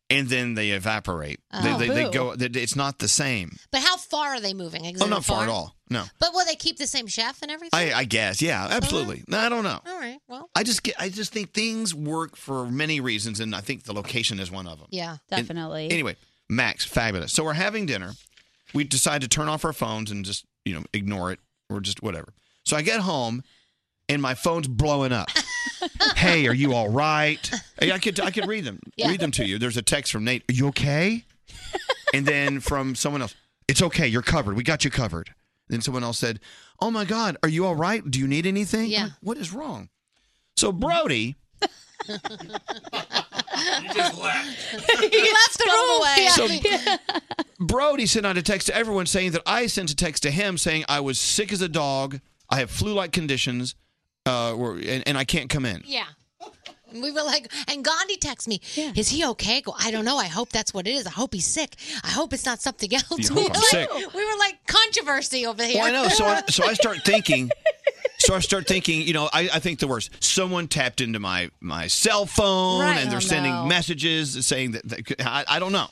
Speaker 4: and then they evaporate.
Speaker 5: Oh,
Speaker 4: they, they, they
Speaker 5: boo.
Speaker 4: go. they- It's not the same.
Speaker 5: But how far are they moving?
Speaker 4: Oh,
Speaker 5: Exactly.
Speaker 4: not far at all. No,
Speaker 5: But will they keep the same chef and everything?
Speaker 4: I, I guess. Yeah, absolutely. No, I don't know.
Speaker 5: All right. Well,
Speaker 4: I just get. I just think things work for many reasons, and I think the location is one of them.
Speaker 5: yeah,
Speaker 4: And- anyway, Max, fabulous. So we're having dinner. We decide to turn off our phones and just, you know, ignore it or just whatever. So I get home and my phone's blowing up. hey, are you all right? Hey, I could I could read them.
Speaker 19: Yeah.
Speaker 4: Read them to you. There's a text from Nate. Are you okay? And then from someone else, it's okay, you're covered. We got you covered. Then someone else said, Oh my God, are you all right? Do you need anything? Yeah. What is wrong? So Brody
Speaker 19: He
Speaker 11: left the room.
Speaker 4: So- Brody sent out a text to everyone saying that I sent a text to him saying I was sick as a dog. I have flu-like conditions, uh, or, and, and I can't come in.
Speaker 5: Yeah. And we were like, and Gandhi texts me, "Is he okay?" I go, I don't know. I hope that's what it is. I hope he's sick. I hope it's not something else.
Speaker 4: You
Speaker 5: we, (laughs)
Speaker 4: hope
Speaker 5: were
Speaker 4: I'm
Speaker 5: like,
Speaker 4: sick.
Speaker 5: we were like controversy over here.
Speaker 4: Well, I know. So I, so I start thinking. So I start thinking. You know, I, I think the worst. Someone tapped into my my cell phone,
Speaker 11: Right.
Speaker 4: and they're
Speaker 11: Oh,
Speaker 4: sending
Speaker 11: no.
Speaker 4: messages saying that. that could- I, I don't know.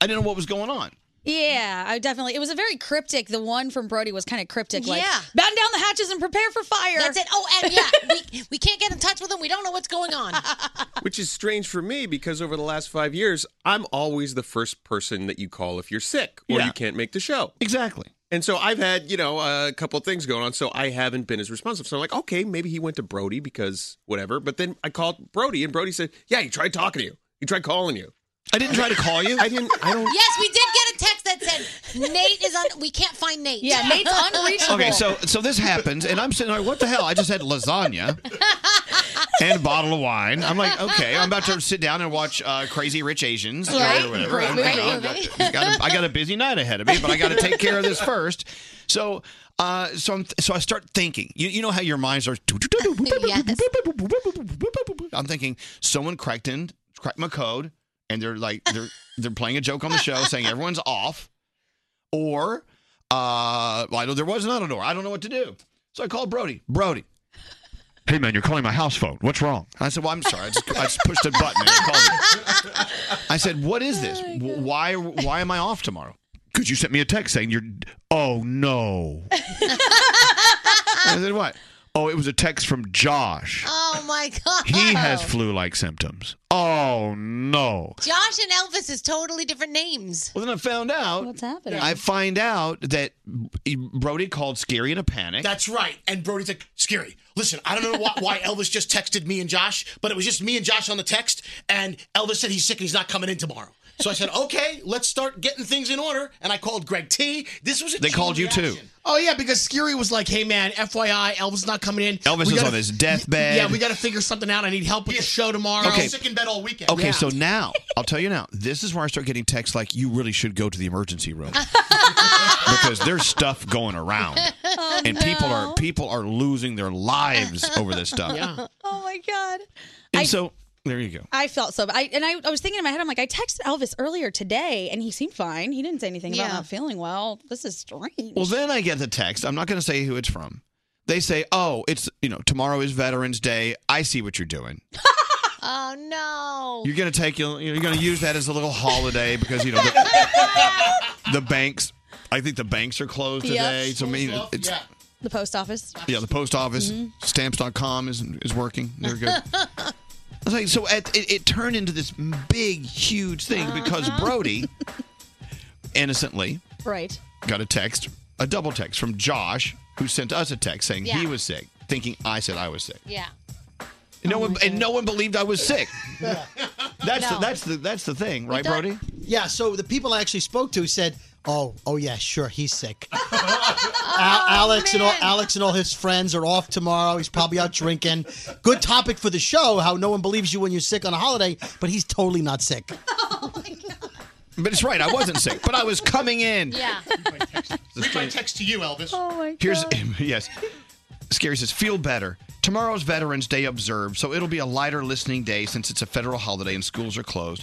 Speaker 4: I didn't know what was going on.
Speaker 11: Yeah, I definitely. It was a very cryptic. The one from Brody was kind of cryptic. Like,
Speaker 5: Yeah.
Speaker 11: Batten down the hatches and prepare for fire.
Speaker 5: That's it. Oh, and yeah, we, we can't get in touch with him. We don't know what's going on.
Speaker 14: Which is strange for me because over the last five years, I'm always the first person that you call if you're sick or you can't make the show.
Speaker 4: Exactly.
Speaker 14: And so I've had, you know, a couple of things going on, so I haven't been as responsive. So I'm like, okay, maybe he went to Brody because whatever. But then I called Brody, and Brody said, "Yeah, he tried talking to you. He tried calling you.
Speaker 4: I didn't try to call you.
Speaker 14: I didn't.
Speaker 5: (laughs)
Speaker 14: I don't.
Speaker 5: Yes, we did get a text that said Nate is on. We can't find Nate. (laughs) Yeah,
Speaker 11: Nate's unreachable.
Speaker 4: Okay, so so this happens, and I'm sitting there, what the hell? I just had lasagna and a bottle of wine. I'm like, okay, I'm about to sit down and watch uh, Crazy Rich Asians. or
Speaker 19: Right,
Speaker 4: whatever.
Speaker 19: great
Speaker 4: I'm, you know,
Speaker 19: movie.
Speaker 4: I've got- I've got a- I got a busy night ahead of me, but I got to take care of this first. So. Uh, so I'm so I start thinking. You, you know how your mind starts. I'm thinking someone cracked in, cracked my code, and they're like they're they're playing a joke on the show, saying everyone's off or uh, well, I know there was not an or. I don't know what to do. So I called Brody. Brody. Hey man, you're calling my house phone. What's wrong? I said, well, I'm sorry. I just, I just pushed a button and it called you. I said, what is this? W- why why am I off tomorrow? Because you sent me a text saying you're. Oh no. (laughs) I said what? Oh, it was a text from Josh.
Speaker 5: Oh my god.
Speaker 10: (laughs)
Speaker 4: He has flu-like symptoms. Oh no.
Speaker 5: Josh and Elvis is totally different names.
Speaker 4: Well, then I found out.
Speaker 5: What's happening?
Speaker 4: I find out that Brody called Scary in a panic.
Speaker 10: That's right. And Brody's like, Scary, listen, I don't know why, why Elvis just texted me and Josh, but it was just me and Josh on the text, and Elvis said he's sick and he's not coming in tomorrow. So I
Speaker 4: (laughs)
Speaker 10: said, okay, let's start getting things in order. And I called Greg T. This was a
Speaker 4: They
Speaker 10: chain
Speaker 4: called you too.
Speaker 10: reaction. Oh yeah, because Scary was like, "Hey man, FYI, Elvis not coming in.
Speaker 4: Elvis
Speaker 10: We
Speaker 4: is
Speaker 10: gotta-
Speaker 4: on his deathbed.
Speaker 10: Yeah, we got to figure something out. I need help with the show tomorrow.
Speaker 4: Okay.
Speaker 10: sick in bed all weekend.
Speaker 4: Okay, so now I'll tell you now. This is where I start getting texts like, "You really should go to the
Speaker 10: (laughs)
Speaker 4: emergency room because there's stuff going
Speaker 5: (laughs)
Speaker 4: around,
Speaker 5: Oh,
Speaker 4: and people are people are losing
Speaker 10: (laughs)
Speaker 4: their lives over this stuff."
Speaker 11: Oh my god.
Speaker 4: And so there you go.
Speaker 11: I felt so. I and I, I was thinking in my head, I'm like, I texted Elvis earlier today, and he seemed fine. He didn't say anything
Speaker 4: Yeah.
Speaker 11: about not feeling well. This is strange.
Speaker 4: Well, then I get the text. I'm not going to say who it's from. They say, "Oh, it's you know tomorrow is Veterans Day. I see what you're doing.
Speaker 5: Oh no.
Speaker 4: You're going to take you're going to use that as a little holiday because you know the, the banks. I think the banks are closed
Speaker 11: Yeah.
Speaker 4: today. So I mean, it's
Speaker 11: The post office.
Speaker 4: Yeah, the post office, stamps.com is is working. They're good.
Speaker 10: (laughs)
Speaker 4: I was like,
Speaker 10: Uh-huh.
Speaker 4: so at, it, it turned into this big, huge thing because Brody innocently
Speaker 20: Right.
Speaker 4: got a text, a double text from Josh, who sent us a text saying
Speaker 20: Yeah.
Speaker 4: he was sick, thinking I said I was sick.
Speaker 5: Yeah.
Speaker 4: No one and no one believed I was sick. That's
Speaker 15: No.
Speaker 4: the, that's the that's the thing, right,
Speaker 15: That-
Speaker 4: Brody?
Speaker 15: Yeah, so the people I actually spoke to said, "Oh, oh yeah, sure, he's sick." Al- Alex and all Alex and all his friends are off tomorrow. He's probably out drinking. Good topic for the show: how no one believes you when you're sick on a holiday, but he's totally not sick.
Speaker 4: But it's right, I wasn't
Speaker 15: (laughs)
Speaker 4: sick, but I was coming in.
Speaker 5: Yeah.
Speaker 10: Read my text to you, Elvis.
Speaker 20: Oh my
Speaker 4: Here's (laughs) yes. Scary says, feel better. Tomorrow's Veterans Day observed, so it'll be a lighter listening day since it's a federal holiday and schools are closed.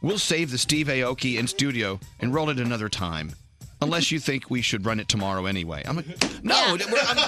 Speaker 4: We'll save the Steve Aoki in studio and roll it another time. Unless you think we should run it tomorrow anyway. I'm like, no, we're- I'm,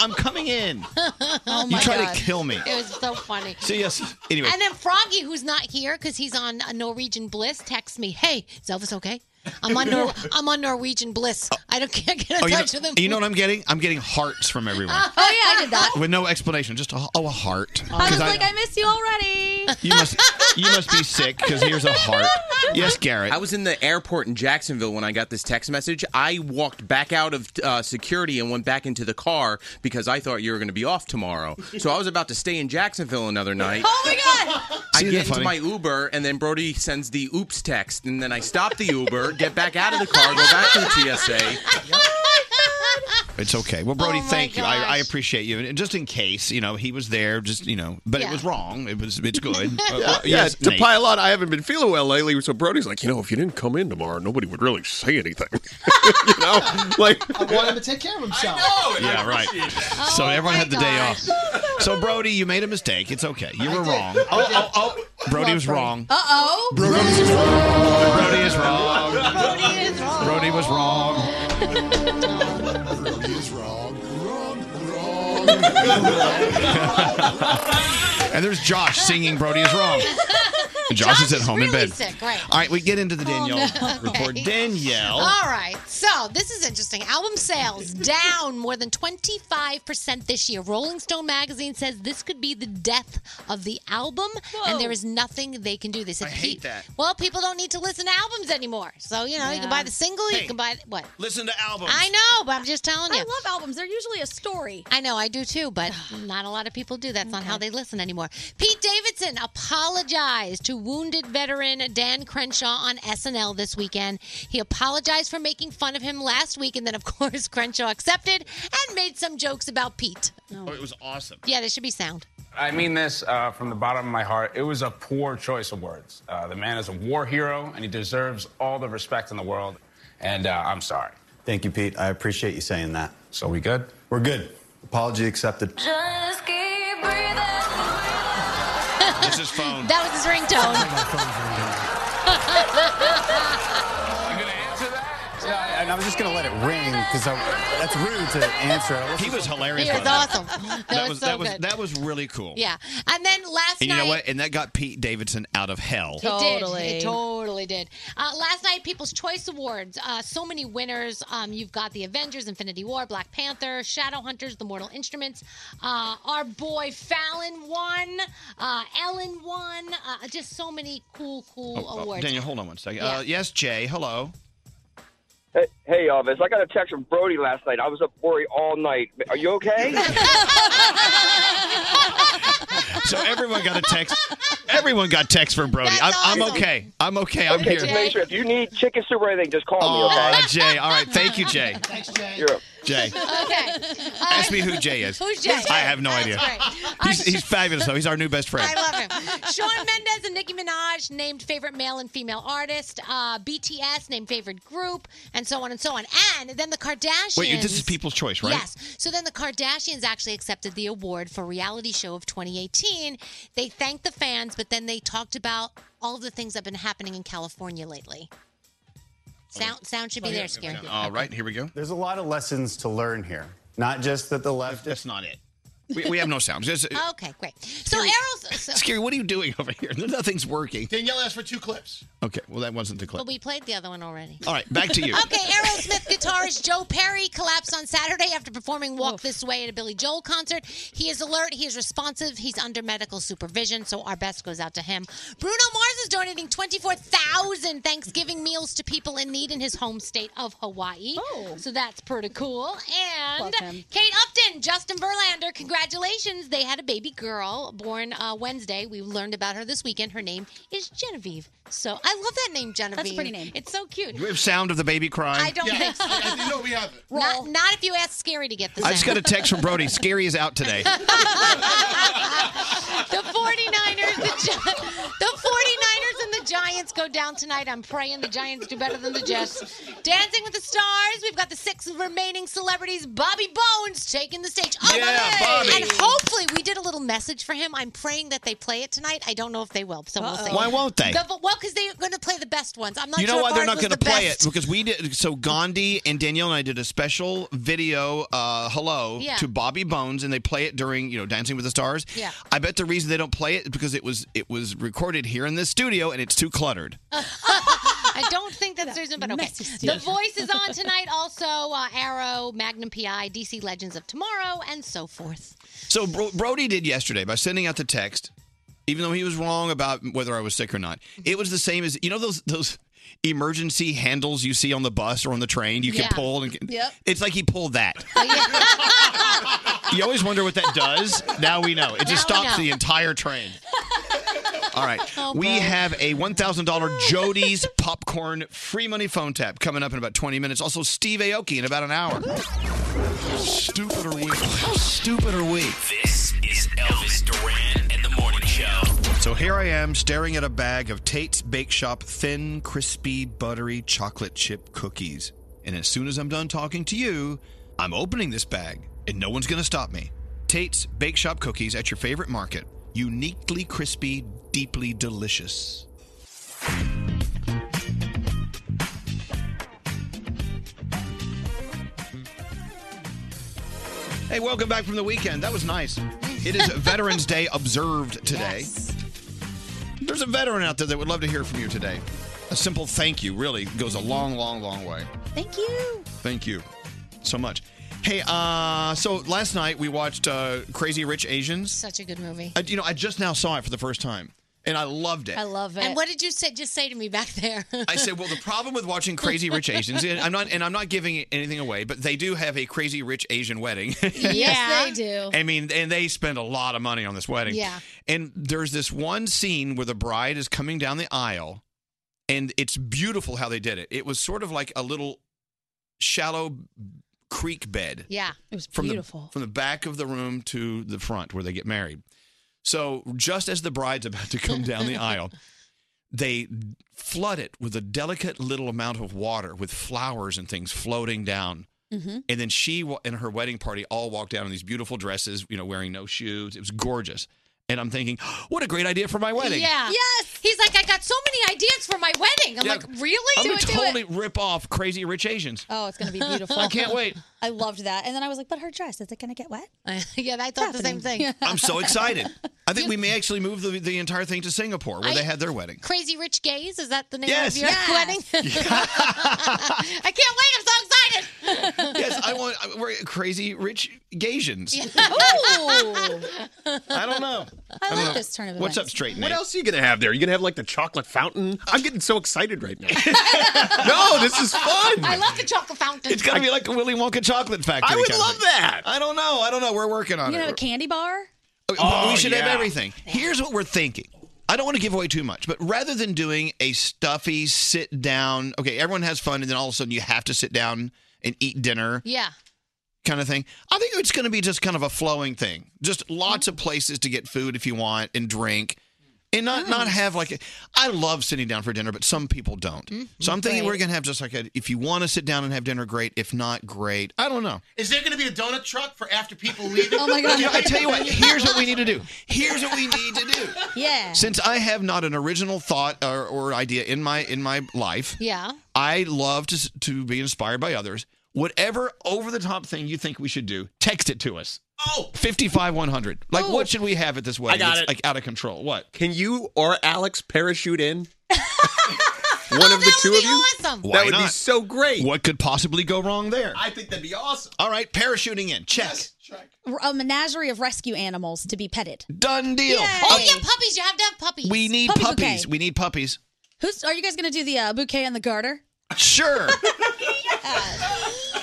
Speaker 4: I'm coming in.
Speaker 5: (laughs) oh
Speaker 4: You
Speaker 5: my
Speaker 4: try to
Speaker 5: God.
Speaker 4: kill me.
Speaker 5: It was so funny.
Speaker 4: So yes. Anyway,
Speaker 5: And then Froggy, who's not here because he's on a Norwegian Bliss, texts me, "Hey, is Elvis okay? I'm on
Speaker 4: (laughs)
Speaker 5: Nor- I'm on Norwegian Bliss. I don't can't get in
Speaker 4: oh, you, know,
Speaker 5: touch with him."
Speaker 4: you know what I'm getting? I'm getting hearts from everyone
Speaker 5: Oh yeah, I did that. (laughs)
Speaker 4: with no explanation. Just a, oh, a heart.
Speaker 11: I
Speaker 4: 'Cause
Speaker 11: was like, I miss you
Speaker 5: (laughs)
Speaker 11: already.
Speaker 4: you must you must be sick because here's a heart. (laughs) Yes, Garrett.
Speaker 21: I was in the airport in Jacksonville when I got this text message. I walked back out of uh, security and went back into the car because I thought you were going to be off
Speaker 18: (laughs)
Speaker 21: tomorrow. So I was about to stay in Jacksonville another night.
Speaker 11: Oh my God.
Speaker 21: I
Speaker 4: See,
Speaker 21: get
Speaker 4: that's
Speaker 21: into my
Speaker 4: funny.
Speaker 21: Uber and then Brody sends the oops text and then I stop the Uber, get back out of the car, go back to the TSA.
Speaker 4: It's okay. Well, Brody,
Speaker 21: Oh, my
Speaker 4: thank you.
Speaker 21: gosh.
Speaker 4: I, I appreciate you. And just in case, you know, he was there. Just you know, but it was wrong. It was
Speaker 5: (laughs)
Speaker 4: it's good. Uh,
Speaker 14: Yeah,
Speaker 4: well,
Speaker 14: yeah,
Speaker 4: yes,
Speaker 14: to
Speaker 4: Nate.
Speaker 14: pile on, I haven't been feeling well lately, so Brody's like, you know, if you didn't come in tomorrow, nobody would really say anything. (laughs) you know, like
Speaker 15: I want him to take care of himself.
Speaker 4: Yeah, right.
Speaker 15: (laughs)
Speaker 4: so
Speaker 5: Oh
Speaker 4: everyone had the day off. So Brody, you made a mistake. It's okay. You were wrong. Oh, oh, oh. Brody was wrong.
Speaker 11: Uh oh.
Speaker 4: Brody is wrong. Brody is wrong. Brody was wrong. and there's Josh singing Brody is
Speaker 5: (laughs)
Speaker 4: wrong. And Josh, is at home in
Speaker 5: really
Speaker 4: bed.
Speaker 5: sick, right.
Speaker 4: All right, we get into the Danielle
Speaker 5: no.
Speaker 4: report.
Speaker 5: Okay.
Speaker 4: Danielle.
Speaker 5: All right. So this is interesting. Album
Speaker 4: (laughs)
Speaker 5: sales down more than 25% this year. Rolling Stone magazine says this could be the death of the album, and there is nothing they can do. They said, I hate
Speaker 4: that.
Speaker 5: Well, people don't need to listen to albums anymore. So, you know, you
Speaker 4: Yeah.
Speaker 5: can buy the single,
Speaker 4: Hey,
Speaker 5: you can buy what?
Speaker 4: Listen to albums.
Speaker 5: I know, but I'm just telling you.
Speaker 11: I love albums. They're usually a story.
Speaker 5: I know, I do
Speaker 11: (sighs)
Speaker 5: too, but not a lot of people do. That's not how they listen anymore. Pete Davidson apologized to wounded veteran Dan Crenshaw on SNL this weekend. He apologized for making fun of him last week, and then, of (laughs) course, Crenshaw accepted and made some jokes about Pete.
Speaker 4: Oh, it was awesome.
Speaker 5: Yeah, there should be sound.
Speaker 7: I mean this uh, from the bottom of my heart. It was a poor choice of words. Uh, the man is a war hero, and he deserves all the respect in the world. And uh, I'm sorry.
Speaker 22: Thank you, Pete. I appreciate you saying that.
Speaker 7: So we good?
Speaker 22: We're good. Apology accepted.
Speaker 9: Just keep breathing.
Speaker 4: This is phone.
Speaker 5: That was his ringtone.
Speaker 4: (laughs)
Speaker 5: (laughs)
Speaker 19: And I was just gonna let it ring because that's rude to answer.
Speaker 4: He was hilarious.
Speaker 5: He was
Speaker 4: on that.
Speaker 5: awesome. That,
Speaker 4: That
Speaker 5: was,
Speaker 4: was
Speaker 5: so
Speaker 4: that was
Speaker 5: good.
Speaker 4: that was really cool.
Speaker 5: yeah. And then last
Speaker 4: And
Speaker 5: night.
Speaker 4: you know what? And that got Pete Davidson out of hell.
Speaker 5: It did. It totally did. Uh, last night, People's Choice Awards. Uh, so many winners. Um, you've got the Avengers, Infinity War, Black Panther, Shadowhunters, The Mortal Instruments. Uh, our boy Fallon won. Uh, Ellen won. Uh, just so many cool, cool
Speaker 4: Oh,
Speaker 5: awards.
Speaker 4: Daniel, hold on one second.
Speaker 5: Yeah.
Speaker 4: Uh, yes, Jay. Hello.
Speaker 8: Hey, hey, Elvis, I got a text from Brody last night. I was up worry all night. Are you
Speaker 5: (laughs)
Speaker 8: okay?
Speaker 4: So everyone got a text. Everyone got text from Brody. I'm, I'm okay. I'm okay. I'm
Speaker 8: Okay,
Speaker 4: here.
Speaker 8: just make sure if you need chicken soup or anything, just call me, okay?
Speaker 4: Aw, (laughs) Jay. All right. Thank you, Jay. Thanks, Jay. Jay.
Speaker 5: Okay. Uh,
Speaker 4: Ask me who Jay is.
Speaker 5: Who's Jay?
Speaker 4: I have no idea. He's, he's fabulous, though. He's our new best friend.
Speaker 5: I love him. Sean Mendez and Nicki Minaj named favorite male and female artist. Uh, BTS named favorite group, and so on and so on. And then the Kardashians.
Speaker 4: Wait, this is People's Choice, right?
Speaker 5: Yes. So then the Kardashians actually accepted the award for reality show of 2018. They thanked the fans, but then they talked about all of the things that have been happening in California lately. Sound, sound should be there, Scary.
Speaker 4: All right, here we go.
Speaker 22: There's a lot of lessons to learn here. Not just that the left.
Speaker 4: That's not it. We, we have no sound. Just,
Speaker 5: Okay, great. So Errol, so,
Speaker 4: Scary, what are you doing over here? (laughs) Nothing's working.
Speaker 10: Danielle asked for two clips.
Speaker 4: Okay, well, that wasn't the clip.
Speaker 5: but we played the other one already.
Speaker 4: All right, back to you.
Speaker 5: (laughs) Okay, Aerosmith guitarist Joe Perry collapsed on Saturday after performing Walk This Way at a Billy Joel concert. He is alert, he is responsive, he's under medical supervision, so our best goes out to him. Bruno Mars is donating 24,000 Thanksgiving meals to people in need in his home state of Hawaii. Oh. So that's pretty cool. And
Speaker 7: Love him.
Speaker 5: Kate Upton, Justin Verlander, congratulations. They had a baby girl born uh, Wednesday. We learned about her this weekend. Her name is Genevieve. So I love that name, Genevieve.
Speaker 11: pretty name.
Speaker 5: It's so cute.
Speaker 4: Do we have sound of the baby crying?
Speaker 5: I don't think so.
Speaker 10: no, we haven't.
Speaker 5: Not, not if you ask Scary to get the
Speaker 4: I just got
Speaker 5: sound.
Speaker 4: a
Speaker 5: (laughs)
Speaker 4: text from Brody. Scary is out today.
Speaker 5: the 49ers, the, Gi- the 49ers and the Giants go down tonight. I'm praying the Giants do better than the Jets. Dancing with the Stars, we've got the six remaining celebrities. Bobby Bones taking the stage. Oh,
Speaker 19: Yeah, Bobby.
Speaker 5: And hopefully, we did a little message for him. I'm praying that they play it tonight. I don't know if they will, so we'll see.
Speaker 4: Why won't they?
Speaker 5: The- well, because they're going to play the best ones. I'm not
Speaker 4: you
Speaker 5: sure
Speaker 4: know why
Speaker 5: if
Speaker 4: they're
Speaker 5: ours
Speaker 4: not
Speaker 5: was
Speaker 4: going to
Speaker 5: the
Speaker 4: play
Speaker 5: best.
Speaker 4: it because we did. So Gandhi and Danielle and I did a special video, uh, hello
Speaker 5: Yeah.
Speaker 4: to Bobby Bones, and they play it during you know Dancing with the Stars.
Speaker 5: Yeah.
Speaker 4: I bet the reason they don't play it is because it was it was recorded here in this studio and it's too cluttered.
Speaker 5: I don't think that's the reason, but okay.
Speaker 4: studio.
Speaker 5: The voice is on tonight. Also, uh, Arrow, Magnum PI, DC Legends of Tomorrow, and so forth.
Speaker 4: So Bro- Brody did yesterday by sending out the text, even though he was wrong about whether I was sick or not. It was the same as you know those those emergency handles you see on the bus or on the train you can
Speaker 19: Yeah.
Speaker 4: pull and
Speaker 19: Yep. Oh,
Speaker 4: it's like he
Speaker 19: (laughs)
Speaker 4: pulled that. You always wonder what that does. Now we know. It just
Speaker 19: Now we
Speaker 4: stops
Speaker 19: know.
Speaker 4: the entire train. All (laughs) right.
Speaker 19: (laughs) Oh,
Speaker 4: we
Speaker 19: bro.
Speaker 4: have a $1,000 Jody's popcorn free money phone tap coming up in about 20 minutes. Also, Steve Aoki in about an hour. Stupid or weak? How stupid are we?
Speaker 3: This is Elvis Duran and the Morning Show.
Speaker 4: So here I am staring at a bag of Tate's Bake Shop thin, crispy, buttery chocolate chip cookies. And as soon as I'm done talking to you, I'm opening this bag and no one's going to stop me. Tate's Bake Shop cookies at your favorite market. Uniquely crispy, deeply delicious. Hey, welcome back from the weekend. That was nice. It is Veterans Day observed today. There's a veteran out there that would love to hear from you today. A simple thank you really goes a long, long, long way.
Speaker 11: Thank you.
Speaker 4: Thank you so much. Hey, uh, so last night we watched uh, Crazy Rich Asians.
Speaker 5: Such a good movie.
Speaker 4: I, you know, I just now saw it for the first time, and I loved it.
Speaker 5: love it. And what did you say? Just say to me back there.
Speaker 4: I said, well, the problem with watching Crazy Rich Asians, and I'm not, and I'm not giving anything away, but they do have a Crazy Rich Asian wedding.
Speaker 7: Yes, they do.
Speaker 4: I mean, and they spend a lot of money on this wedding.
Speaker 7: Yeah.
Speaker 4: And there's this one scene where the bride is coming down the aisle, and it's beautiful how they did it. It was sort of like a little shallow creek bed
Speaker 5: (laughs) yeah, it was
Speaker 4: from the from the back of the room to the front where they get married. So just as the bride's about to come down the aisle, they flood it with a delicate little amount of water with flowers and things floating down.
Speaker 19: Mhm.
Speaker 4: Mm-hmm. And then she wa- and her wedding party all walked down in these beautiful dresses, you know, wearing no shoes. It was gorgeous. And I'm thinking, (gasps) what a great idea for my wedding.
Speaker 5: Yeah. Yes. He's like, I got so many ideas for my wedding. I'm
Speaker 4: Yeah.
Speaker 5: like, really?
Speaker 4: I'm gonna totally rip off Crazy
Speaker 5: (laughs)
Speaker 4: Rich Asians.
Speaker 11: Oh, it's gonna be beautiful.
Speaker 4: I can't wait.
Speaker 11: I loved that, and then I was like, "But her dress is it gonna get wet?"
Speaker 5: (laughs) yeah, I thought the same thing.
Speaker 4: (laughs) I'm so excited. I think we may actually move the, the entire thing to Singapore where
Speaker 5: I-
Speaker 4: they had
Speaker 5: (laughs)
Speaker 4: their wedding.
Speaker 5: Crazy Rich Gays? Is that the name
Speaker 4: Yes.
Speaker 5: of your
Speaker 4: Yes. (laughs)
Speaker 5: wedding? (laughs) I can't wait. I'm so excited.
Speaker 4: yes,
Speaker 5: (laughs)
Speaker 4: I want I- we're crazy rich Gaysians. I don't know.
Speaker 11: I
Speaker 4: don't
Speaker 11: like
Speaker 4: know.
Speaker 11: this turn of
Speaker 4: What's
Speaker 11: events.
Speaker 4: up, straight
Speaker 14: What
Speaker 4: Nate?
Speaker 14: else are you gonna have there? You gonna have like the chocolate fountain? I'm getting so
Speaker 11: (laughs)
Speaker 14: excited right now. no, this is fun.
Speaker 5: I love the (laughs) chocolate fountain.
Speaker 4: It's gonna be like a Willy Wonka chocolate factory.
Speaker 14: I would
Speaker 4: kind of
Speaker 14: love
Speaker 4: thing.
Speaker 14: that.
Speaker 4: I don't know. I don't know. We're working on
Speaker 11: You
Speaker 4: it.
Speaker 11: have a candy bar.
Speaker 4: Okay,
Speaker 14: Oh,
Speaker 4: we should have
Speaker 14: yeah.
Speaker 4: everything. Here's what we're thinking. I don't want to give away too much, but rather than doing a stuffy sit down, okay, everyone has fun, and then all of a sudden you have to sit down and eat dinner
Speaker 5: Yeah.
Speaker 4: kind of thing. I think it's going to be just kind of a flowing thing. Just lots of places to get food if you want and drink. And not, not have like a, I love sitting down for dinner, but some people don't. So I'm thinking we're
Speaker 10: Right.
Speaker 4: gonna have just like a if you want to sit down and have dinner, great. If not, great. I don't know.
Speaker 10: Is there going to be a donut truck for after people
Speaker 15: Oh
Speaker 10: leaving? (laughs)
Speaker 4: You know, I tell you what. Here's what we need to do. Here's what we need to
Speaker 15: (laughs)
Speaker 4: do.
Speaker 11: Yeah.
Speaker 4: Since I have not an original thought or, or idea in my in my life,
Speaker 5: Yeah.
Speaker 4: I love to s- to be inspired by others. Whatever over the top thing you think we should do, text it to us. Oh. 55 100. Like,
Speaker 11: Oh.
Speaker 4: what should we have at this wedding?
Speaker 14: got
Speaker 4: It's,
Speaker 14: it.
Speaker 4: Like, out of control. What?
Speaker 14: Can you or Alex
Speaker 11: (laughs)
Speaker 14: parachute in? One of the two of you?
Speaker 4: Why
Speaker 14: that would be
Speaker 4: not?
Speaker 14: so great.
Speaker 4: What could possibly go wrong there?
Speaker 14: I think that'd be awesome.
Speaker 4: All right, parachuting in. Check.
Speaker 11: A menagerie of rescue animals to be petted.
Speaker 4: Done deal.
Speaker 11: Oh,
Speaker 4: Uh,
Speaker 11: yeah, puppies. You have to have puppies.
Speaker 4: We need
Speaker 11: Puppy
Speaker 4: puppies.
Speaker 11: bouquet.
Speaker 4: We need puppies.
Speaker 11: Who's? Are you guys gonna do the uh, bouquet in the garter? (laughs)
Speaker 4: Sure. (laughs)
Speaker 11: You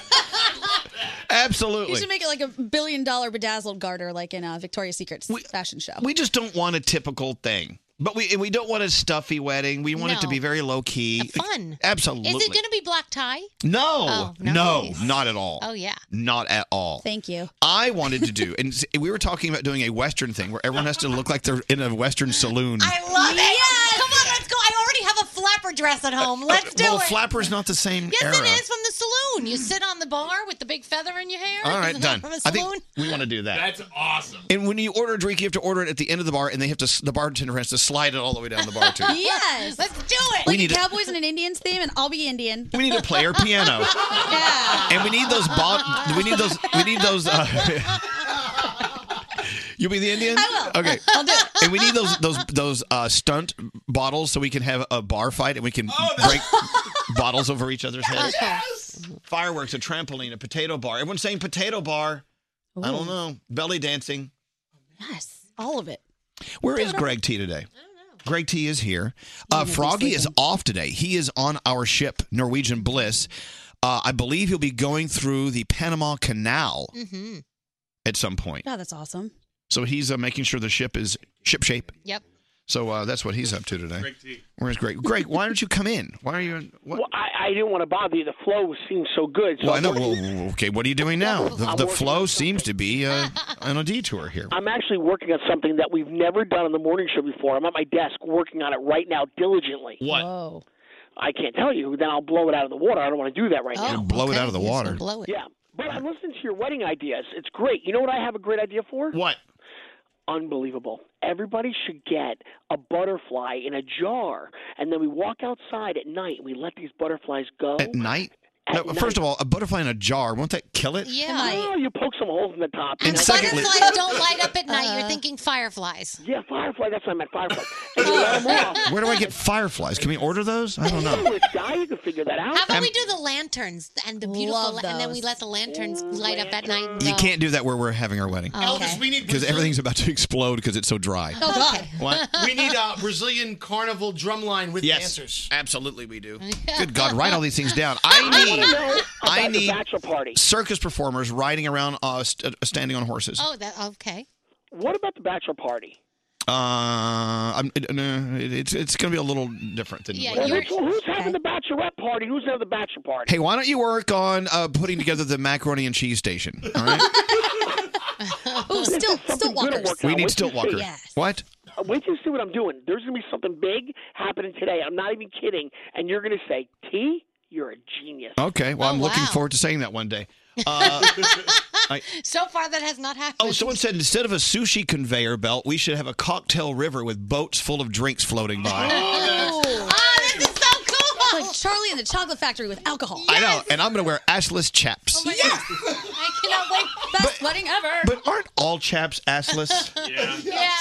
Speaker 4: Absolutely.
Speaker 11: should make it like a billion dollar bedazzled garter, like in a Victoria's Secret fashion show.
Speaker 4: we just don't want a typical thing. But we we don't want a stuffy wedding. We want it to
Speaker 5: No.
Speaker 4: be very low key.
Speaker 5: Fun.
Speaker 4: Absolutely.
Speaker 5: Is it going to be black tie?
Speaker 4: No,
Speaker 5: Oh,
Speaker 4: no,
Speaker 5: nice.
Speaker 4: not at all.
Speaker 5: Oh, yeah.
Speaker 4: Not at all.
Speaker 11: Thank you.
Speaker 4: I wanted to do, and s- we were talking about doing a Western thing where everyone has to look like they're in a Western saloon.
Speaker 5: I love it. Come on, let's go. I already have a flapper dress at home. Let's do
Speaker 4: Uh, well,
Speaker 5: it.
Speaker 4: flapper's not the same
Speaker 5: yes,
Speaker 4: era.
Speaker 5: it is from the saloon. You sit on the bar with the big feather in your hair.
Speaker 4: All right,
Speaker 5: Isn't that
Speaker 4: done.
Speaker 5: From a
Speaker 4: I
Speaker 5: saloon.
Speaker 4: think we want to do that.
Speaker 3: That's awesome.
Speaker 4: and when you order a drink, you have to order it at the end of the bar, and they have to s- the bartender has to slide it all the way down the bar
Speaker 5: (laughs)
Speaker 4: too.
Speaker 11: (laughs) yes,
Speaker 5: let's do it.
Speaker 4: We
Speaker 11: Like
Speaker 4: need
Speaker 11: a
Speaker 4: a-
Speaker 11: Cowboys and an Indians theme, and I'll be Indian.
Speaker 4: We need a player piano. And we need those bo- we need those we need those uh, (laughs) You'll be the Indian?
Speaker 11: I will.
Speaker 4: Okay.
Speaker 11: I'll do it.
Speaker 4: And we need those those those uh, stunt bottles so we can have a bar fight and we can break bottles over each other's heads. Fireworks, a trampoline, a potato bar. Everyone's saying potato bar. I don't
Speaker 11: Ooh.
Speaker 4: know. Belly dancing.
Speaker 11: Yes, all of it.
Speaker 4: Where is Greg T today? I don't know. Greg T is here. Uh, Froggy is off today. He is on our ship, Norwegian Bliss. Uh, I believe he'll be going through the Panama Canal
Speaker 11: Mm-hmm.
Speaker 4: at some point.
Speaker 11: Oh, that's awesome.
Speaker 4: So he's uh, making sure the ship is ship shape.
Speaker 11: Yep.
Speaker 4: So uh, that's what he's up to today. Greg T. Where's Greg? Greg, why don't you come in? Why are you? What?
Speaker 8: Well, I, I didn't want to bother you. The flow seemed so good. So
Speaker 4: Well, I know.
Speaker 8: I'm
Speaker 4: Well,
Speaker 8: working-
Speaker 4: well, okay, what are you doing now? The,
Speaker 8: I'm
Speaker 4: the
Speaker 8: working
Speaker 4: flow seems to
Speaker 8: (laughs)
Speaker 4: be uh, on a detour here.
Speaker 8: I'm actually working on something that we've never done on the morning show before. I'm at my desk working on it right now diligently.
Speaker 4: What?
Speaker 8: I can't tell you. Then I'll blow it out of the water. I don't want to do that right now.
Speaker 4: Oh, blow it out of the water.
Speaker 8: Yeah. But I'm listening to your wedding ideas. It's great. You know what I have a great idea for?
Speaker 4: What?
Speaker 8: Unbelievable. Everybody should get a butterfly in a jar, and then we walk outside at night and we let these butterflies go.
Speaker 4: At night?
Speaker 8: At
Speaker 4: no,
Speaker 8: night.
Speaker 4: First of all, a butterfly in a jar won't that kill it?
Speaker 8: Oh, you poke some holes in the top. you
Speaker 4: And
Speaker 8: know?
Speaker 4: secondly-
Speaker 5: Fireflies don't light up at night.
Speaker 11: Uh.
Speaker 5: You're thinking fireflies.
Speaker 8: Yeah, firefly. That's what I meant.
Speaker 5: (laughs)
Speaker 8: Firefly. And you let 'em off.
Speaker 4: Where do I get fireflies? Can we order those? I don't know.
Speaker 8: With dye, you can figure that out.
Speaker 5: How about
Speaker 4: Um,
Speaker 5: we do the lanterns and the beautiful,
Speaker 11: Love
Speaker 5: la- and then we
Speaker 11: those.
Speaker 5: let the lanterns light up at night? And
Speaker 4: You
Speaker 5: go. (laughs)
Speaker 4: can't do that where we're having our wedding
Speaker 5: Oh, okay.
Speaker 10: we need
Speaker 4: because everything's about to explode because it's so dry.
Speaker 5: Oh, God.
Speaker 15: (laughs)
Speaker 4: What?
Speaker 5: (laughs)
Speaker 10: we need a Brazilian carnival drumline with
Speaker 4: Yes.
Speaker 10: dancers.
Speaker 4: Absolutely, we do. Good God, write all these things
Speaker 15: (laughs)
Speaker 4: down. I
Speaker 8: I
Speaker 4: need.
Speaker 8: wanna know
Speaker 4: I
Speaker 8: about the
Speaker 4: need
Speaker 8: bachelor party.
Speaker 4: circus performers riding around, uh, st- standing on horses.
Speaker 5: Oh, that okay.
Speaker 8: What about the bachelor party?
Speaker 4: Uh, I'm, it- no, it- it's it's going to be a little different than.
Speaker 8: Well, who's, who's having the bachelorette party? Who's having the bachelor
Speaker 5: (laughs)
Speaker 8: party?
Speaker 4: Hey, why don't you work on uh, putting together the macaroni and cheese station?
Speaker 8: (laughs)
Speaker 4: All right,
Speaker 11: Oh, still, still walkers.
Speaker 4: we need stilt walker. What?
Speaker 8: Uh, Wait till you see what I'm doing. There's gonna be something big happening today. I'm not even kidding. And you're gonna say, T, you're a genius.
Speaker 4: Okay.
Speaker 8: Oh,
Speaker 4: Well, I'm looking
Speaker 5: Oh, wow.
Speaker 4: forward to saying that one day. (laughs)
Speaker 8: (laughs)
Speaker 4: Uh, I-
Speaker 5: So far, that has not happened.
Speaker 4: Oh, someone said instead of a sushi conveyor belt, we should have a cocktail river with boats full of drinks floating by.
Speaker 11: Ah, this is so cool. Like Charlie and the Chocolate Factory with alcohol.
Speaker 4: I know, and I'm going to wear assless chaps.
Speaker 11: yeah. I cannot wait. Best wedding ever.
Speaker 4: But aren't all chaps
Speaker 11: (laughs)
Speaker 4: assless?
Speaker 11: yeah.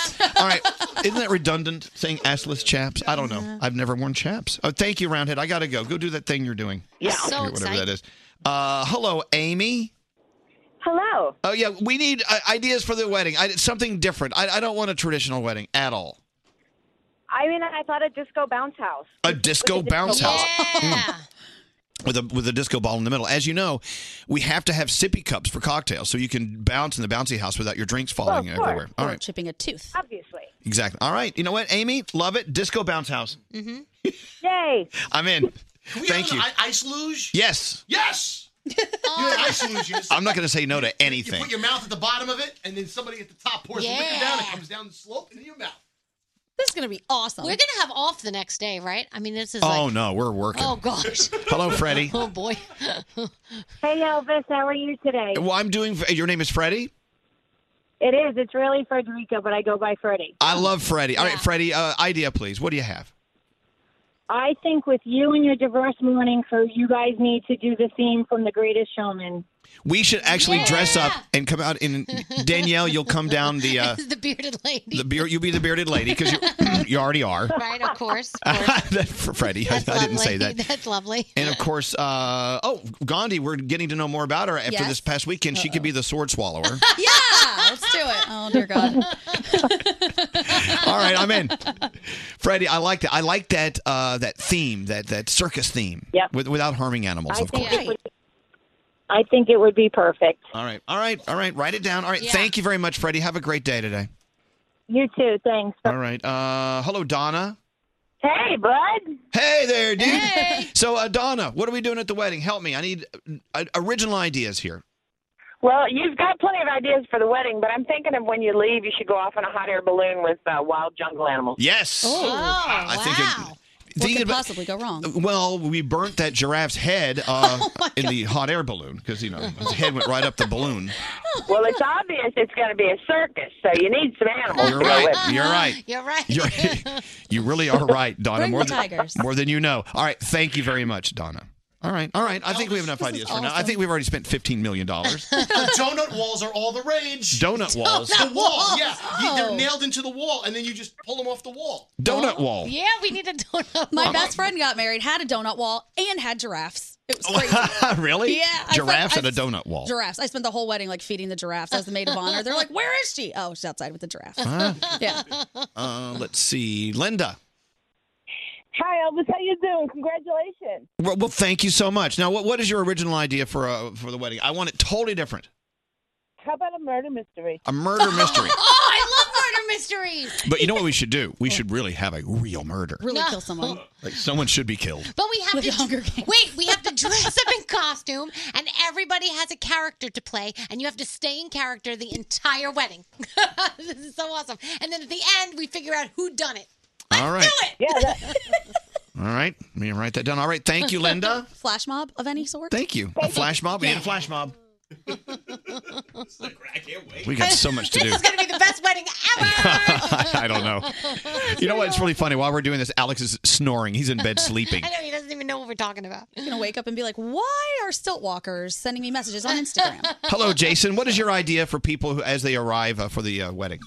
Speaker 4: all right, isn't that redundant saying assless chaps? I don't know. I've never worn chaps. Oh, thank you, Roundhead. I got to go. Go do that thing you're doing.
Speaker 8: Yeah.
Speaker 23: So
Speaker 4: Or whatever that
Speaker 23: excited.
Speaker 4: is. Uh, hello, Amy.
Speaker 9: Hello.
Speaker 4: Oh yeah, we need uh, ideas for the wedding. I, something different. I, I don't want a traditional wedding at all.
Speaker 9: I mean, I thought a disco bounce house.
Speaker 4: A disco bounce house. Mm. With a with a disco ball in the middle. As you know, we have to have sippy cups for cocktails, so you can bounce in the bouncy house without your drinks falling everywhere. All
Speaker 11: Or
Speaker 4: right,
Speaker 11: chipping a tooth.
Speaker 9: Obviously.
Speaker 4: exactly. All right, you know what, Amy? Love it. Disco bounce house.
Speaker 9: Mm-hmm. Yay.
Speaker 4: I'm in. Thank you.
Speaker 10: I- ice luge?
Speaker 4: yes,
Speaker 15: (laughs)
Speaker 10: Yes! You had ice luge. You, just,
Speaker 4: I'm not going to say no to
Speaker 10: you
Speaker 4: anything.
Speaker 10: put your mouth at the bottom of it, and then somebody at the top pours the liquor down. It comes down the slope into your mouth.
Speaker 11: This is gonna be awesome.
Speaker 5: We're gonna have off the next day, right? I mean, this is
Speaker 4: oh
Speaker 5: like,
Speaker 4: no, we're working.
Speaker 5: oh
Speaker 4: (laughs)
Speaker 5: gosh.
Speaker 4: Hello, Freddie.
Speaker 5: Oh boy.
Speaker 9: Hey, Elvis, how are you today?
Speaker 4: Well, I'm doing. Your name is Freddie.
Speaker 9: It is. It's really Frederica, but I go by Freddie.
Speaker 4: I love Freddie. All right, Freddie. Uh, idea, please. What do you have?
Speaker 24: I think with you and your diverse morning crew, you guys need to do the theme from The Greatest Showman.
Speaker 4: We should actually dress up and come out. And Danielle, you'll come down the uh,
Speaker 5: the bearded lady.
Speaker 4: the beard. You'll be the bearded lady because you, you already are.
Speaker 5: Right, of course.
Speaker 4: For Freddie, I, (laughs) I didn't say that.
Speaker 5: (laughs) That's lovely.
Speaker 4: And of course, uh, oh Gandhi, we're getting to know more about her after
Speaker 11: Yes.
Speaker 4: this past weekend. She could be the sword swallower.
Speaker 11: (laughs) Yeah, let's do it. Oh dear God.
Speaker 4: (laughs) All right, I'm in. Freddie, I like that. I like that uh, that theme, that that circus theme.
Speaker 24: Yep.
Speaker 4: With, without harming animals,
Speaker 24: I
Speaker 4: of course.
Speaker 24: think it would. I think it would be perfect.
Speaker 4: All right, all right, all right. Write it down. All right. Thank you very much, Freddie. Have a great day today.
Speaker 24: You too. Thanks.
Speaker 4: All right. Uh, hello, Donna.
Speaker 24: Hey, bud.
Speaker 4: Hey there, dude. (laughs) So, uh, Donna, what are we doing at the wedding? Help me. I need uh, original ideas here.
Speaker 25: Well, you've got plenty of ideas for the wedding, but I'm thinking of when you leave, you should go off in a hot air balloon with uh, wild jungle animals.
Speaker 4: Yes.
Speaker 25: Oh,
Speaker 4: I think it,
Speaker 11: What could possibly go wrong? Oh
Speaker 4: Well, we burnt that giraffe's head
Speaker 11: (laughs)
Speaker 4: uh, in the hot air balloon because you know his head went right up the balloon.
Speaker 25: Well, it's obvious it's going to be a circus, so you need some animals.
Speaker 4: You're
Speaker 25: to go
Speaker 4: right.
Speaker 25: with it.
Speaker 4: You're right.
Speaker 25: (laughs) You're right.
Speaker 4: You're- you really are right, Donna.
Speaker 25: Bring
Speaker 4: more
Speaker 25: the
Speaker 4: than
Speaker 25: tigers.
Speaker 4: more than you know. All right. Thank you very much, Donna. All right. All right. I think we have enough ideas for now. I
Speaker 10: awesome.
Speaker 4: think we've already spent fifteen
Speaker 11: (laughs)
Speaker 4: million dollars.
Speaker 10: the donut walls are all the rage.
Speaker 4: Donut walls.
Speaker 10: The wall, yeah. You-
Speaker 11: Oh.
Speaker 10: They're nailed into the wall, and then you just pull them off the wall.
Speaker 4: Donut wall.
Speaker 11: Yeah, we need a donut. My best friend got married, had a donut wall, and had giraffes. It
Speaker 4: Oh,
Speaker 11: was crazy.
Speaker 4: (laughs) really?
Speaker 11: Yeah, I
Speaker 4: Giraffes
Speaker 11: spent-
Speaker 4: at a donut wall.
Speaker 11: Giraffes. I spent the whole wedding like feeding the giraffes. I was the maid
Speaker 4: (laughs)
Speaker 11: of honor. They're like, "Where is she?" Oh, she's outside with the giraffe.
Speaker 4: Wow.
Speaker 11: (laughs) Yeah.
Speaker 4: Uh, let's see, Linda.
Speaker 25: (laughs) Hi, Elvis. How you doing? Congratulations.
Speaker 4: Well, well, thank you so much. Now, what, what is your original idea for uh, for the wedding? I want it totally different.
Speaker 25: How about a murder mystery?
Speaker 4: A murder mystery.
Speaker 5: Oh, I love murder mysteries.
Speaker 4: But you know what we should do? We should really have a real murder.
Speaker 5: Really kill someone.
Speaker 4: (laughs) Like someone should be killed.
Speaker 5: But we have to wait. We
Speaker 11: (laughs)
Speaker 5: have to dress up in costume, and everybody has a character to play, and you have to stay in character the entire wedding. (laughs) this is so awesome. And then at the end, we figure out who done it.
Speaker 4: All right.
Speaker 5: (laughs)
Speaker 25: Yeah.
Speaker 4: All right. Let me write that down. All right. Thank you, Linda.
Speaker 11: (laughs) Flash mob of any sort.
Speaker 4: Thank you. A flash mob. We need a flash mob. (laughs) We got so much to do.
Speaker 5: This is going to be the best wedding
Speaker 4: (laughs)
Speaker 5: ever.
Speaker 4: I don't know. You know what? It's really funny. While we're doing this, Alex is snoring. Oh. He's
Speaker 11: (laughs)
Speaker 4: in bed
Speaker 5: (laughs)
Speaker 4: sleeping.
Speaker 5: I know he doesn't even know what we're talking about.
Speaker 11: I'm gonna wake up and be like, "Why are stilt walkers sending me messages on Instagram?"
Speaker 4: (laughs) Hello, Jason. What is your idea for people who, as they arrive uh, for the uh, wedding?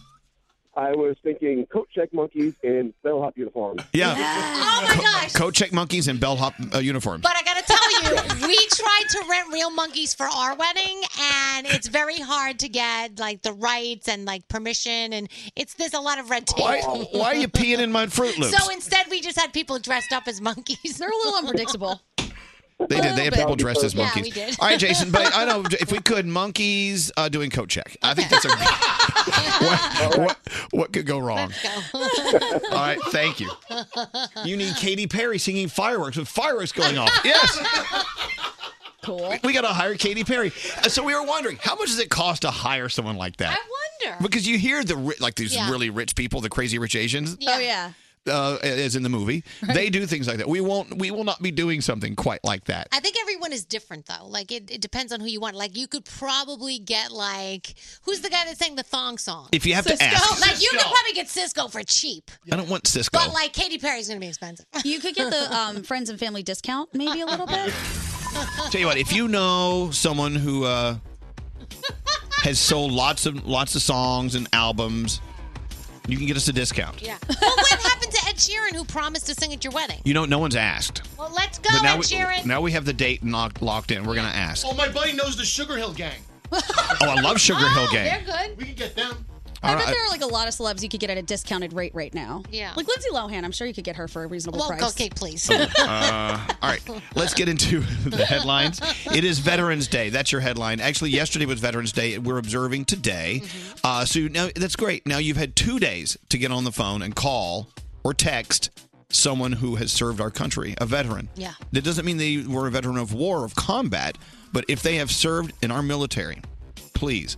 Speaker 26: I was thinking coat check monkeys and bellhop uniforms.
Speaker 25: (laughs)
Speaker 4: Yeah.
Speaker 5: (laughs) Oh my gosh.
Speaker 4: Coat check monkeys and bellhop uh, uniforms.
Speaker 5: But I gotta tell you, we tried to rent real monkeys for our wedding, and it's very hard to get like the rights and like permission, and it's there's a lot of red tape.
Speaker 4: Why, why
Speaker 5: (laughs)
Speaker 4: are you peeing in my Fruit Loops?
Speaker 5: So instead, we just had people dressed up as monkeys.
Speaker 11: They're a little
Speaker 5: (laughs)
Speaker 11: unpredictable.
Speaker 4: they did. They had
Speaker 5: bit.
Speaker 4: people dressed as
Speaker 5: Yeah,
Speaker 4: monkeys.
Speaker 5: we did.
Speaker 4: All right, Jason. But
Speaker 5: (laughs)
Speaker 4: I know if we could, monkeys uh, doing coat check. I think that's a what, (laughs) what what could go wrong. (laughs) All right, thank you. You need Katy Perry singing fireworks with fireworks
Speaker 5: (laughs)
Speaker 4: going off. Yes.
Speaker 11: Cool.
Speaker 4: We got to hire Katy Perry. Uh, so we were wondering, how much does it cost to hire someone like that?
Speaker 5: wonder.
Speaker 4: Because you hear the ri- like these
Speaker 11: Yeah.
Speaker 4: really rich people, the crazy rich Asians,
Speaker 11: Oh yeah.
Speaker 4: uh, as in the movie, they do things like that. We won't. We will not be doing something quite like that.
Speaker 5: I think everyone is different though. Like it, it depends on who you want. Like you could probably get like who's the guy that sang the thong song?
Speaker 4: If you have to Cisco. ask.
Speaker 5: like you could
Speaker 4: Cisco.
Speaker 5: probably get Cisco for cheap,
Speaker 4: I don't want Cisco.
Speaker 5: but like Katy Perry's gonna be expensive.
Speaker 11: You could get the um, friends and family discount, maybe a little
Speaker 4: (laughs)
Speaker 11: bit.
Speaker 4: Tell you what, if you know someone who uh, has sold lots of lots of songs and albums, you can get us a discount.
Speaker 5: Yeah. well, what happened to Ed Sheeran who promised to sing at your wedding?
Speaker 4: You know, no one's asked.
Speaker 5: Well, let's go,
Speaker 4: but now
Speaker 5: Ed Sheeran.
Speaker 4: we, now we have the date knocked, locked in. We're gonna ask.
Speaker 10: Oh, my buddy knows the Sugar Hill Gang.
Speaker 4: Oh, I love Sugar Hill Gang.
Speaker 11: good.
Speaker 10: We can get them.
Speaker 11: I
Speaker 4: All
Speaker 11: bet
Speaker 4: right.
Speaker 11: there are like a lot of celebs you could get at a discounted rate right now. Yeah. Like Lindsay Lohan, I'm sure you could get her for a reasonable
Speaker 5: Well,
Speaker 11: price.
Speaker 5: okay, please.
Speaker 4: Uh, all right, let's get into (laughs) the headlines. It is Veterans Day. That's your headline. Actually, yesterday was Veterans Day. We're observing today. Uh, so now that's great. Now you've had two days to get on the phone and call or text someone who has served our country, a veteran.
Speaker 5: Yeah.
Speaker 4: That doesn't mean they were a veteran of war, of combat, but if they have served in our military, please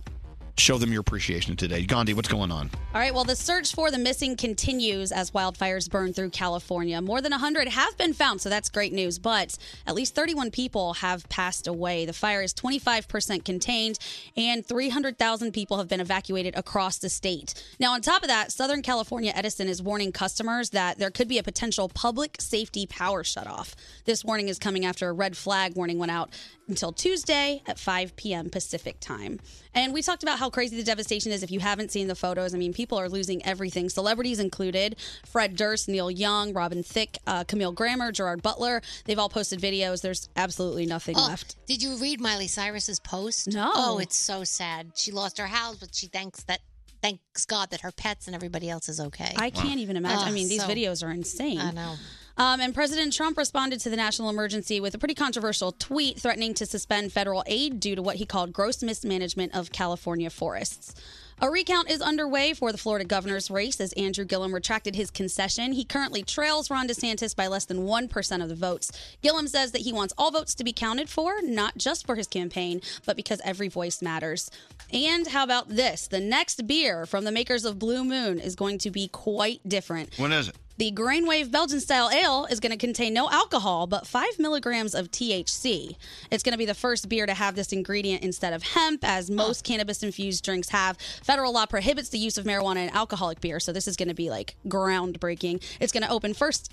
Speaker 4: Show them your appreciation today. Gandhi, what's going on?
Speaker 11: All right, well, the search for the missing continues as wildfires burn through California. More than 100 have been found, so that's great news, but at least 31 people have passed away. The fire is 25% contained, and 300,000 people have been evacuated across the state. Now, on top of that, Southern California Edison is warning customers that there could be a potential public safety power shutoff. This warning is coming after a red flag warning went out until Tuesday at 5 p.m. Pacific time. And we talked about how crazy the devastation is. If you haven't seen the photos, I mean, people are losing everything, celebrities included. Fred Durst, Neil Young, Robin Thicke, uh, Camille Grammer, Gerard Butler. They've all posted videos. There's absolutely nothing left.
Speaker 5: Did you read Miley Cyrus's post?
Speaker 11: No.
Speaker 5: Oh, it's so sad. She lost her house, but she thanks that thanks God that her pets and everybody else is okay.
Speaker 11: I can't even imagine. I
Speaker 5: Oh,
Speaker 11: mean, these
Speaker 5: so-
Speaker 11: videos are insane.
Speaker 5: I know.
Speaker 11: Um, and President Trump responded to the national emergency with a pretty controversial tweet threatening to suspend federal aid due to what he called gross mismanagement of California forests. A recount is underway for the Florida governor's race as Andrew Gillum retracted his concession. He currently trails Ron DeSantis by less than 1% of the votes. Gillum says that he wants all votes to be counted for, not just for his campaign, but because every voice matters. And how about this? The next beer from the makers of Blue Moon is going to be quite different.
Speaker 4: When is it?
Speaker 11: The Grainwave Belgian style ale is going to contain no alcohol, but 5 milligrams of THC. It's going to be the first beer to have this ingredient instead of hemp, as most cannabis infused drinks have. Federal law prohibits the use of marijuana in alcoholic beer, so this is going to be like groundbreaking. It's going to open first.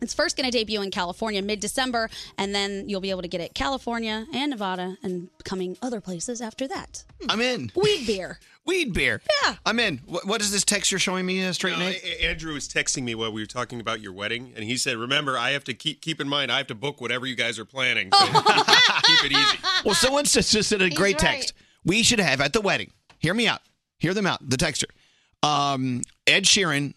Speaker 11: It's first going to debut in California mid December, and then you'll be able to get it California and Nevada and coming other places after that.
Speaker 4: I'm in.
Speaker 11: Weed beer.
Speaker 4: Weed beer.
Speaker 11: Yeah.
Speaker 4: I'm in. What, what is this text you're showing me, uh, Straight Nate?
Speaker 14: Andrew was texting me while we were talking about your wedding, and he said, "Remember, I have to keep keep in mind I have to book whatever you guys are planning. So
Speaker 11: Oh.
Speaker 14: (laughs) keep it easy."
Speaker 5: (laughs)
Speaker 4: Well, someone just just sent a
Speaker 14: He's
Speaker 4: great
Speaker 14: right.
Speaker 4: text. We should have at the wedding. Hear me out. Hear them out. The texter. Um, Ed Sheeran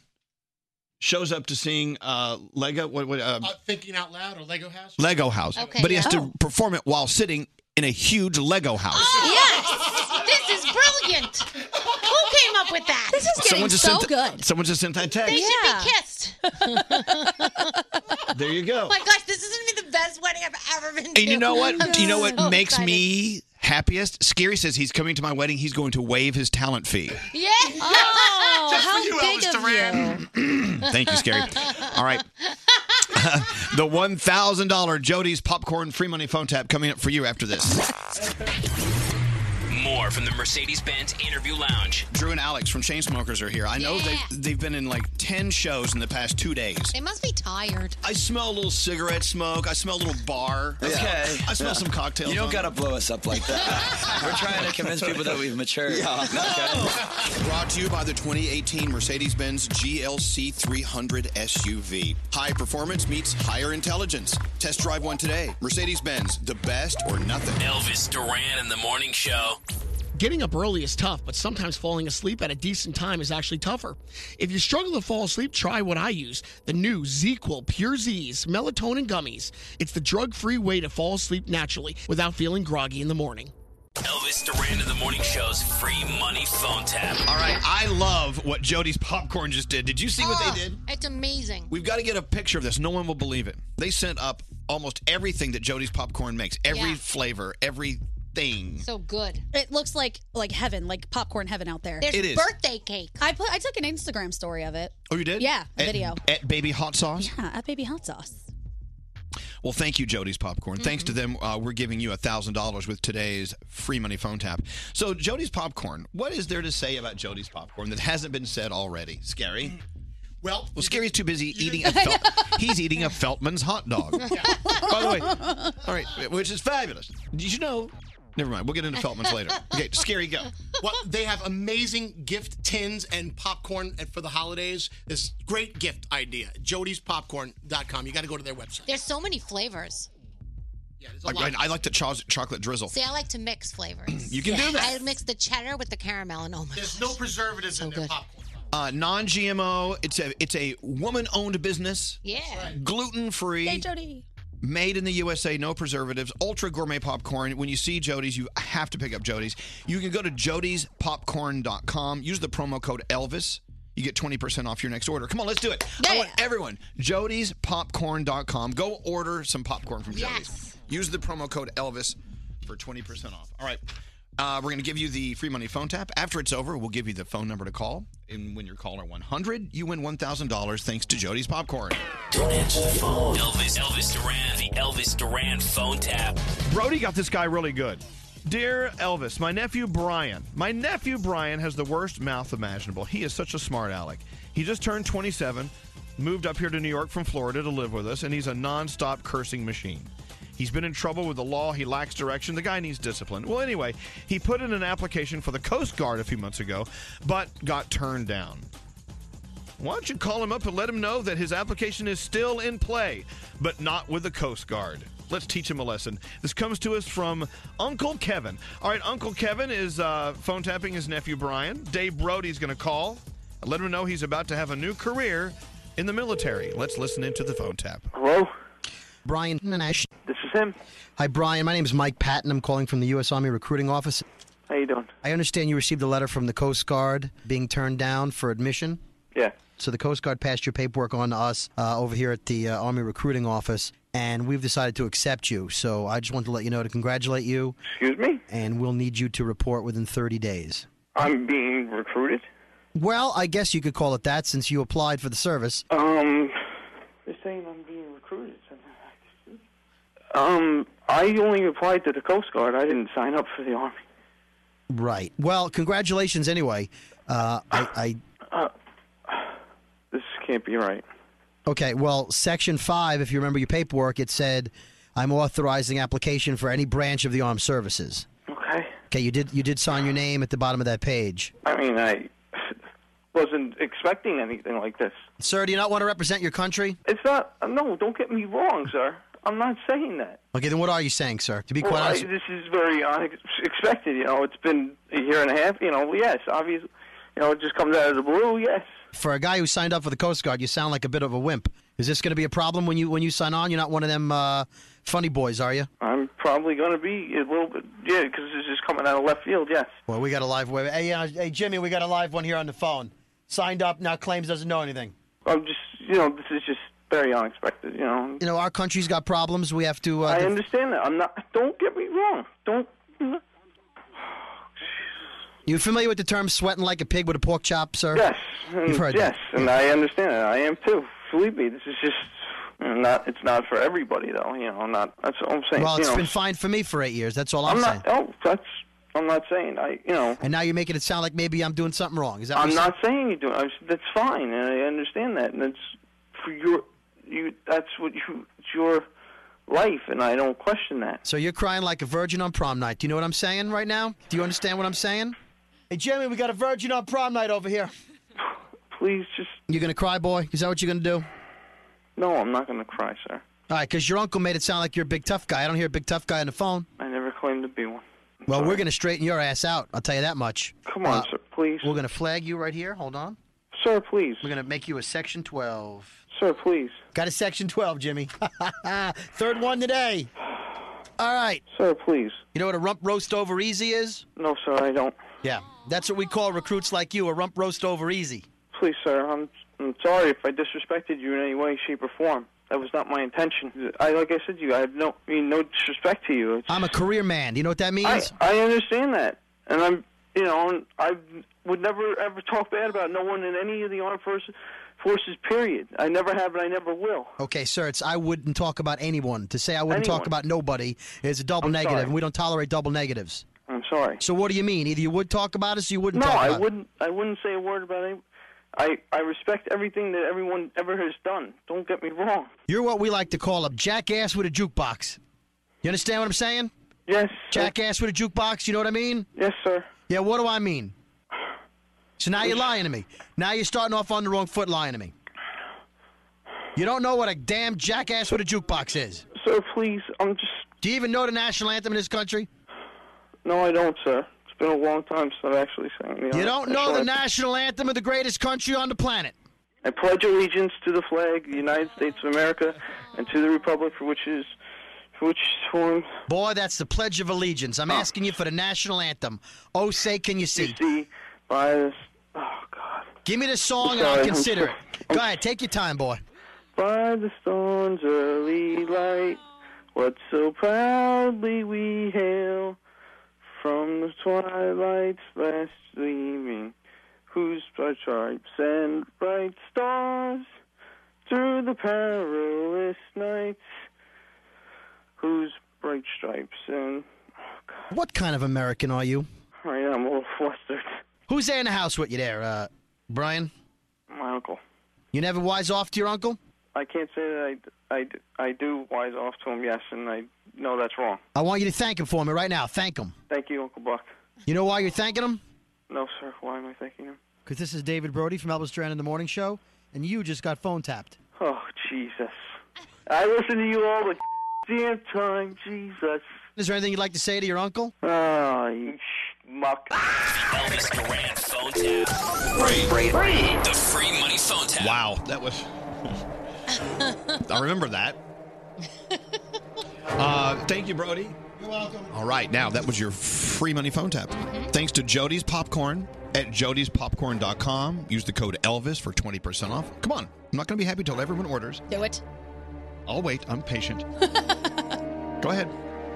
Speaker 4: shows up to sing uh, Lego. What? what uh,
Speaker 17: Um,
Speaker 10: Uh, thinking out loud or Lego House?
Speaker 4: Lego House.
Speaker 10: Okay,
Speaker 4: but he
Speaker 10: yeah.
Speaker 4: has
Speaker 10: Oh.
Speaker 4: to perform it while sitting in a huge Lego house.
Speaker 5: (laughs) Oh, Yes, this is brilliant. Who came up with that? This
Speaker 4: sent th- Someone just sent that
Speaker 5: They
Speaker 4: text.
Speaker 5: should be
Speaker 11: (laughs)
Speaker 5: kissed.
Speaker 4: There you go.
Speaker 5: Oh my gosh, this is gonna be the best wedding I've ever been to.
Speaker 4: And you know what?
Speaker 5: I'm
Speaker 4: Do you know what
Speaker 5: so
Speaker 4: makes
Speaker 5: excited.
Speaker 4: me happiest? Scary says he's coming to my wedding. He's going to waive his talent fee.
Speaker 5: Yeah.
Speaker 11: Oh,
Speaker 19: Just for
Speaker 11: how
Speaker 19: you,
Speaker 11: big
Speaker 19: Elvis
Speaker 11: of you.
Speaker 4: (clears throat) Thank you, Scary. All right. (laughs) the $1,000 Jody's Popcorn Free Money Phone Tap coming up for you after this.
Speaker 3: More from the Mercedes Benz Interview Lounge.
Speaker 4: Drew and Alex from Chainsmokers are here. I know they've, they've been in like 10 shows in the past two days.
Speaker 5: They must be tired.
Speaker 4: I smell a little cigarette smoke. I smell a little bar.
Speaker 12: Okay.
Speaker 4: I smell
Speaker 12: Yeah.
Speaker 4: some cocktails.
Speaker 12: You don't
Speaker 4: on
Speaker 12: got to blow us up
Speaker 22: (laughs)
Speaker 12: like that. We're trying to convince people that we've matured. Yeah.
Speaker 22: Brought to you by the 2018 Mercedes Benz GLC 300 SUV. High performance meets higher intelligence. Test drive one today. Mercedes Benz, the best or nothing.
Speaker 3: Elvis Duran in the morning show.
Speaker 17: Getting up early is tough, but sometimes falling asleep at a decent time is actually tougher. If you struggle to fall asleep, try what I use the new ZQL Pure Z's melatonin gummies. It's the drug free way to fall asleep naturally without feeling groggy in the morning.
Speaker 3: Elvis Duran in the morning show's free money phone tap.
Speaker 4: All right, I love what Jody's popcorn just did. Did you see
Speaker 22: Ah.
Speaker 4: what they did?
Speaker 5: Ah, It's amazing.
Speaker 4: We've got to get a picture of this. No one will believe it. They sent up almost everything that Jody's popcorn makes. Every
Speaker 11: Yeah.
Speaker 4: flavor, everything.
Speaker 5: So good.
Speaker 11: It looks like like heaven, like popcorn heaven out there.
Speaker 4: There's It is. birthday
Speaker 5: cake.
Speaker 11: I put I took an Instagram story of it.
Speaker 4: Oh, you did?
Speaker 11: Yeah, a
Speaker 4: At-
Speaker 11: video.
Speaker 4: At Baby Hot Sauce?
Speaker 11: Yeah, at Baby Hot Sauce. (laughs)
Speaker 4: Well, thank you, Jody's Popcorn. Thanks to
Speaker 11: Mm-hmm.
Speaker 4: them, uh, we're giving you $1,000 with today's free money phone tap. So, Jody's Popcorn, what is there to say about Jody's Popcorn that hasn't been said already? Scary?
Speaker 10: Well,
Speaker 4: Mm. well, Scary's too busy eating a (laughs) Fel- he's eating a Feltman's hot dog. (laughs) By the way, all right, which is fabulous. Did you know? Never mind. We'll get into Feltman's later. Okay, Scary, go.
Speaker 10: Well, they have amazing gift tins and popcorn and- for the holidays. This great gift idea. Jody'sPopcorn.com. You got to go to their website.
Speaker 5: There's so many flavors.
Speaker 4: I, I- I like the cho- chocolate drizzle.
Speaker 5: See, I like to mix flavors.
Speaker 4: (clears throat) You can do that.
Speaker 5: I mix the cheddar with the caramel, and oh my
Speaker 10: There's no preservatives in their popcorn.
Speaker 4: Uh, non-GMO. It's a it's a woman-owned business.
Speaker 5: Yeah.
Speaker 4: Gluten-free.
Speaker 11: Hey, Jody.
Speaker 4: Made in the USA, no preservatives, ultra gourmet popcorn. When you see Jody's, you have to pick up Jody's. You can go to jody'spopcorn.com. Use the promo code Elvis. You get 20% off your next order. Come on, let's do it. I want everyone. jody'spopcorn.com. Go order some popcorn from Jody's. Use the promo code Elvis for 20% off. All right.
Speaker 27: Uh, we're going to give you the free money phone tap. After it's over, we'll give you the phone number to call. And when you're caller 100, you win $1,000 thanks to Jody's Popcorn.
Speaker 3: Don't answer the phone. Elvis, Elvis Duran, the Elvis Duran phone tap.
Speaker 4: Brody got this guy really good. Dear Elvis, my nephew Brian. My nephew Brian has the worst mouth imaginable. He is such a smart aleck. He just turned 27, moved up here to New York from Florida to live with us, and he's a nonstop cursing machine. He's been in trouble with the law. He lacks direction. The guy needs discipline. Well, anyway, he put in an application for the Coast Guard a few months ago, but got turned down. Why don't you call him up and let him know that his application is still in play, but not with the Coast Guard? Let's teach him a lesson. This comes to us from Uncle Kevin. All right, Uncle Kevin is uh, phone tapping his nephew Brian. Dave Brody's going to call. Let him know he's about to have a new career in the military. Let's listen into the phone tap.
Speaker 24: Hello?
Speaker 15: Brian Nanesh.
Speaker 24: This is him.
Speaker 15: Hi, Brian. My name is Mike Patton. I'm calling from the U.S. Army Recruiting Office.
Speaker 24: How you doing?
Speaker 15: I understand you received a letter from the Coast Guard being turned down for admission.
Speaker 24: Yeah.
Speaker 15: So the Coast Guard passed your paperwork on to us uh, over here at the uh, Army Recruiting Office, and we've decided to accept you. So I just wanted to let you know to congratulate you.
Speaker 24: Excuse me?
Speaker 15: And we'll need you to report within 30 days.
Speaker 24: I'm being recruited.
Speaker 15: Well, I guess you could call it that since you applied for the service.
Speaker 24: Um, they're saying I'm being recruited. Um, I only applied to the Coast Guard. I didn't sign up for the Army.
Speaker 15: Right. Well, congratulations anyway. Uh, I, I
Speaker 24: Uh, This can't be right.
Speaker 15: okay. Well, Section Five, if you remember your paperwork, it said, "I'm authorizing application for any branch of the armed services."
Speaker 24: Okay.
Speaker 15: Okay. You did you did sign your name at the bottom of that page,
Speaker 24: I mean, I (laughs) wasn't expecting anything like this.
Speaker 15: sir. Do you not want to represent your country?
Speaker 24: It's not. No, don't get me wrong, sir. I'm not saying that.
Speaker 15: Okay. Then what are you saying, sir? To be
Speaker 24: Well,
Speaker 15: quite
Speaker 24: I-
Speaker 15: honest,
Speaker 24: this is very unexpected. You know, it's been a year and a half. You know, yes, obviously. You know, it just comes out of the blue. Yes.
Speaker 15: for a guy who signed up for the Coast Guard, you sound like a bit of a wimp. Is this going to be a problem when you when you sign on? You're not one of them uh, funny boys, are you?
Speaker 24: I'm probably going to be a little bit, yeah, because it's just coming out of left field, yes.
Speaker 15: Well, we got a live wave. Hey, uh, hey, Jimmy, we got a live one here on the phone. Signed up now, claims doesn't know anything.
Speaker 24: I'm just, you know, this is just very unexpected, you know.
Speaker 15: You know, our country's got problems. We have to. Uh,
Speaker 24: I
Speaker 15: def-
Speaker 24: understand that. I'm not, don't get me wrong. Don't,
Speaker 15: (sighs) You familiar with the term "sweating like a pig with a pork chop," sir?
Speaker 24: yes.
Speaker 15: You've heard
Speaker 24: yes,
Speaker 15: that.
Speaker 24: and I understand that. I am too. Believe me, this is just, you know, not, it's not for everybody, though, you know, not, that's what I'm saying.
Speaker 15: Well,
Speaker 24: you
Speaker 15: it's
Speaker 24: know.
Speaker 15: been fine for me for eight years. That's all I'm,
Speaker 24: I'm
Speaker 15: saying.
Speaker 24: not, oh, that's, I'm not saying, I, you know.
Speaker 15: And now you're making it sound like maybe I'm doing something wrong. Is that? what
Speaker 24: I'm
Speaker 15: you're
Speaker 24: not saying you do. I'm, that's fine, and I understand that, and it's for your you. That's what you. It's your life, and I don't question that.
Speaker 15: So you're crying like a virgin on prom night. Do you know what I'm saying right now? Do you understand what I'm saying? Hey, Jimmy, we got a virgin on prom night over here.
Speaker 24: Please just.
Speaker 15: You're gonna cry, boy. Is that what you're gonna do?
Speaker 24: No, I'm not going to cry, sir.
Speaker 15: All right, because your uncle made it sound like you're a big tough guy. I don't hear a big tough guy on the phone.
Speaker 24: I never claimed to be one.
Speaker 15: Well, we're going to straighten your ass out. I'll tell you that much. Uh,
Speaker 24: Come on, sir, please.
Speaker 15: We're going to flag you right here. Hold on.
Speaker 24: Sir, please.
Speaker 15: We're going to make you a Section 12.
Speaker 24: Sir, please.
Speaker 15: Got a Section 12, Jimmy. (laughs) Third one today. All right.
Speaker 24: Sir, please.
Speaker 15: You know what a rump roast over easy is?
Speaker 24: No, sir, I don't.
Speaker 15: Yeah. That's what we call recruits like you a rump roast over easy.
Speaker 24: Please, sir. I'm. I'm sorry if I disrespected you in any way, shape, or form. That was not my intention. I, like I said to you, I have no, I mean, no disrespect to you. It's
Speaker 15: I'm a career man. Do you know what that
Speaker 24: I,
Speaker 15: means?
Speaker 24: I understand that, and I'm, you know, and I would never ever talk bad about no one in any of the armed forces. Forces. Period. I never have, and I never will.
Speaker 15: Okay, sir, it's I wouldn't talk about anyone. To say I wouldn't talk
Speaker 24: Anyone.
Speaker 15: about nobody is a double
Speaker 24: I'm
Speaker 15: negative,
Speaker 24: sorry.
Speaker 15: and we don't tolerate double negatives.
Speaker 24: I'm sorry.
Speaker 15: So what do you mean? Either you would talk about us or you wouldn't
Speaker 24: No,
Speaker 15: talk about
Speaker 24: I wouldn't. I wouldn't say a word about it. I I respect everything that everyone ever has done. Don't get me wrong.
Speaker 15: You're what we like to call a jackass with a jukebox. You understand what I'm saying?
Speaker 24: Yes.
Speaker 15: Jackass with a jukebox, you know what I mean?
Speaker 24: Yes, sir.
Speaker 15: Yeah, what do I mean? So now you're lying to me. Now you're starting off on the wrong foot lying to me. You don't know what a damn jackass with a jukebox is.
Speaker 24: Sir, please, I'm just.
Speaker 15: Do you even know the national anthem in this country?
Speaker 24: No, I don't, sir. It's been a long time since I've actually sang. The
Speaker 15: You don't know the
Speaker 24: national.
Speaker 15: national anthem of the greatest country on the planet.
Speaker 24: I pledge allegiance to the flag, of the United States of America, and to the republic for which is, for which is formed.
Speaker 15: Boy, that's the Pledge of Allegiance. I'm asking you for the national anthem. Oh, say, can you see?
Speaker 24: by this.
Speaker 15: Give me the song and
Speaker 24: Sorry,
Speaker 15: I'll
Speaker 24: I'm
Speaker 15: consider
Speaker 24: sorry.
Speaker 15: it. Go ahead, take your time, boy.
Speaker 24: By the storm's early light, what so proudly we hail
Speaker 8: from the twilight's last gleaming, whose bright stripes and bright stars through the perilous nights, whose bright stripes and
Speaker 15: What kind of American are you?
Speaker 8: I am all (laughs) flustered.
Speaker 15: Who's there in the house with you there, uh, Brian?
Speaker 8: My uncle.
Speaker 15: You never wise off to your uncle?
Speaker 8: I can't say that I, I, I do wise off to him, yes, and I know that's wrong.
Speaker 15: I want you to thank him for me right now. Thank him.
Speaker 8: Thank you, Uncle Buck.
Speaker 15: You know why you're thanking him?
Speaker 8: No, sir. Why am I thanking him?
Speaker 14: Because this is David Brody from Elvis Duran in the Morning Show, and you just got phone tapped.
Speaker 8: Oh, Jesus. I listen to you all the damn time, Jesus.
Speaker 15: Is there anything you'd like to say to your uncle?
Speaker 8: Oh, you schmuck.
Speaker 3: Elvis Duran phone tap.
Speaker 4: Free. Free. Free.
Speaker 3: The free money phone tap.
Speaker 4: Wow, that was. (laughs) I remember that. Uh, thank you, Brody.
Speaker 15: You're welcome.
Speaker 4: All right, now that was your free money phone tap. Thanks to Jody's Popcorn at jody'spopcorn.com. Use the code Elvis for 20% off. Come on, I'm not going to be happy till everyone orders.
Speaker 11: Do it.
Speaker 4: I'll wait, I'm (laughs) patient. Go ahead.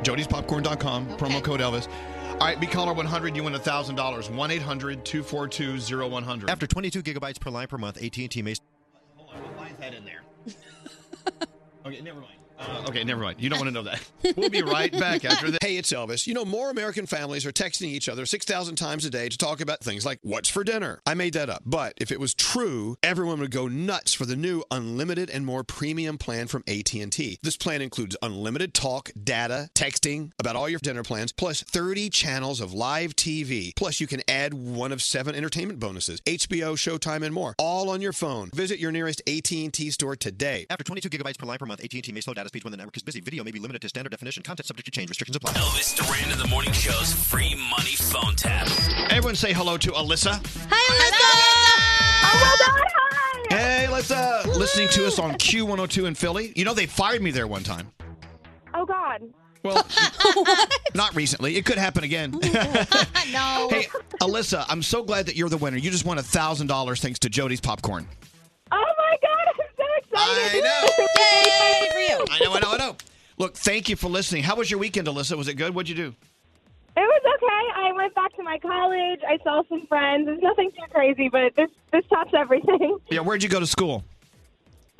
Speaker 4: jody'spopcorn.com, promo code Elvis. All right, be caller 100, you win $1,000. 1 800 242 0100.
Speaker 10: After 22 gigabytes per line per month, AT&T may...
Speaker 4: that in (laughs) there. okay, never mind. Uh, okay, never mind. You don't want to
Speaker 14: (laughs)
Speaker 4: know that. We'll be right back after this.
Speaker 22: Hey, it's Elvis. You know, more American families are texting each other 6,000 times a day to talk about things like what's for dinner. I made that up, but if it was true, everyone would go nuts for the new unlimited and more premium plan from AT&T. This plan includes unlimited talk, data, texting about all your dinner plans, plus 30 channels of live TV. Plus, you can add one of seven entertainment bonuses, HBO, Showtime, and more, all on your phone. Visit your nearest AT&T store today.
Speaker 10: After 22 gigabytes per line per month, AT&T may slow data speeds when the network is busy. Video may be limited to standard definition. Content subject to change. Restrictions apply.
Speaker 3: Elvis Duran in the Morning Show's free money phone tap.
Speaker 4: Everyone say hello to Alyssa. Hey, Alyssa. Listening to us on Q102 in Philly. You know, they fired me there one time.
Speaker 9: Oh God.
Speaker 25: (laughs)
Speaker 4: Well, not recently. It could happen again. (laughs)
Speaker 9: no.
Speaker 4: hey, Alyssa, I'm so glad that you're the winner. You just won $1,000 thanks to Jody's Popcorn.
Speaker 9: Oh my God! I'm so excited. I know. Yay for you.
Speaker 4: I know, I know, I know. Look, thank you for listening. How was your weekend, Alyssa? Was it good? What'd you do?
Speaker 9: It was okay. I went back to my college. I saw some friends. It's nothing too crazy, but this this tops everything.
Speaker 4: Yeah, where'd you go to school?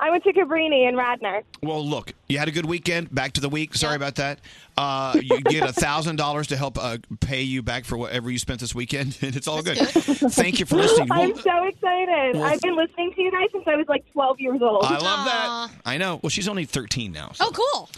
Speaker 9: I went to Cabrini in Radnor.
Speaker 4: Well, look, you had a good weekend. Back to the week. Sorry about that. Uh, you get a thousand dollars to help uh, pay you back for whatever you spent this weekend, (laughs) and it's all good. Thank you for listening.
Speaker 9: (laughs)
Speaker 4: (laughs)
Speaker 9: I'm
Speaker 4: Well,
Speaker 9: so excited.
Speaker 4: Well-
Speaker 9: I've been listening to you guys since I was like 12 years old.
Speaker 4: I love that. Uh, I know. Well, she's only thirteen now. so-
Speaker 9: Oh, cool.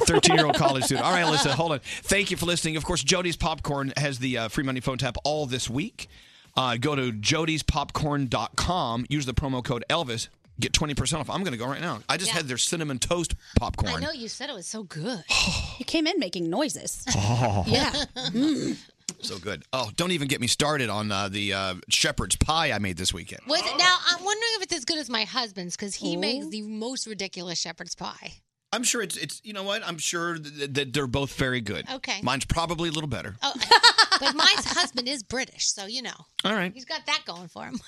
Speaker 9: (laughs)
Speaker 4: 13 year old college student. All right, Alyssa, hold on. Thank you for listening. Of course, Jody's Popcorn has the uh, free money phone tap all this week. Uh, go to jody'spopcorn.com, use the promo code Elvis, get 20% off. I'm going to go right now. I just had their cinnamon toast popcorn.
Speaker 11: you said it was so good. (gasps) you came in making noises.
Speaker 4: (laughs) Oh.
Speaker 11: Yeah. Mm-hmm. (laughs)
Speaker 4: So good. Oh, don't even get me started on uh, the uh, shepherd's pie I made this weekend.
Speaker 5: Was it, now I'm wondering if it's as good as my husband's because he makes the most ridiculous shepherd's pie.
Speaker 4: I'm sure it's, it's you know what? I'm sure th- that they're both very good.
Speaker 5: Okay.
Speaker 4: Mine's probably a
Speaker 5: (laughs)
Speaker 4: little better.
Speaker 5: Oh, but my husband is British, so you know.
Speaker 4: All right.
Speaker 5: He's got that going for him.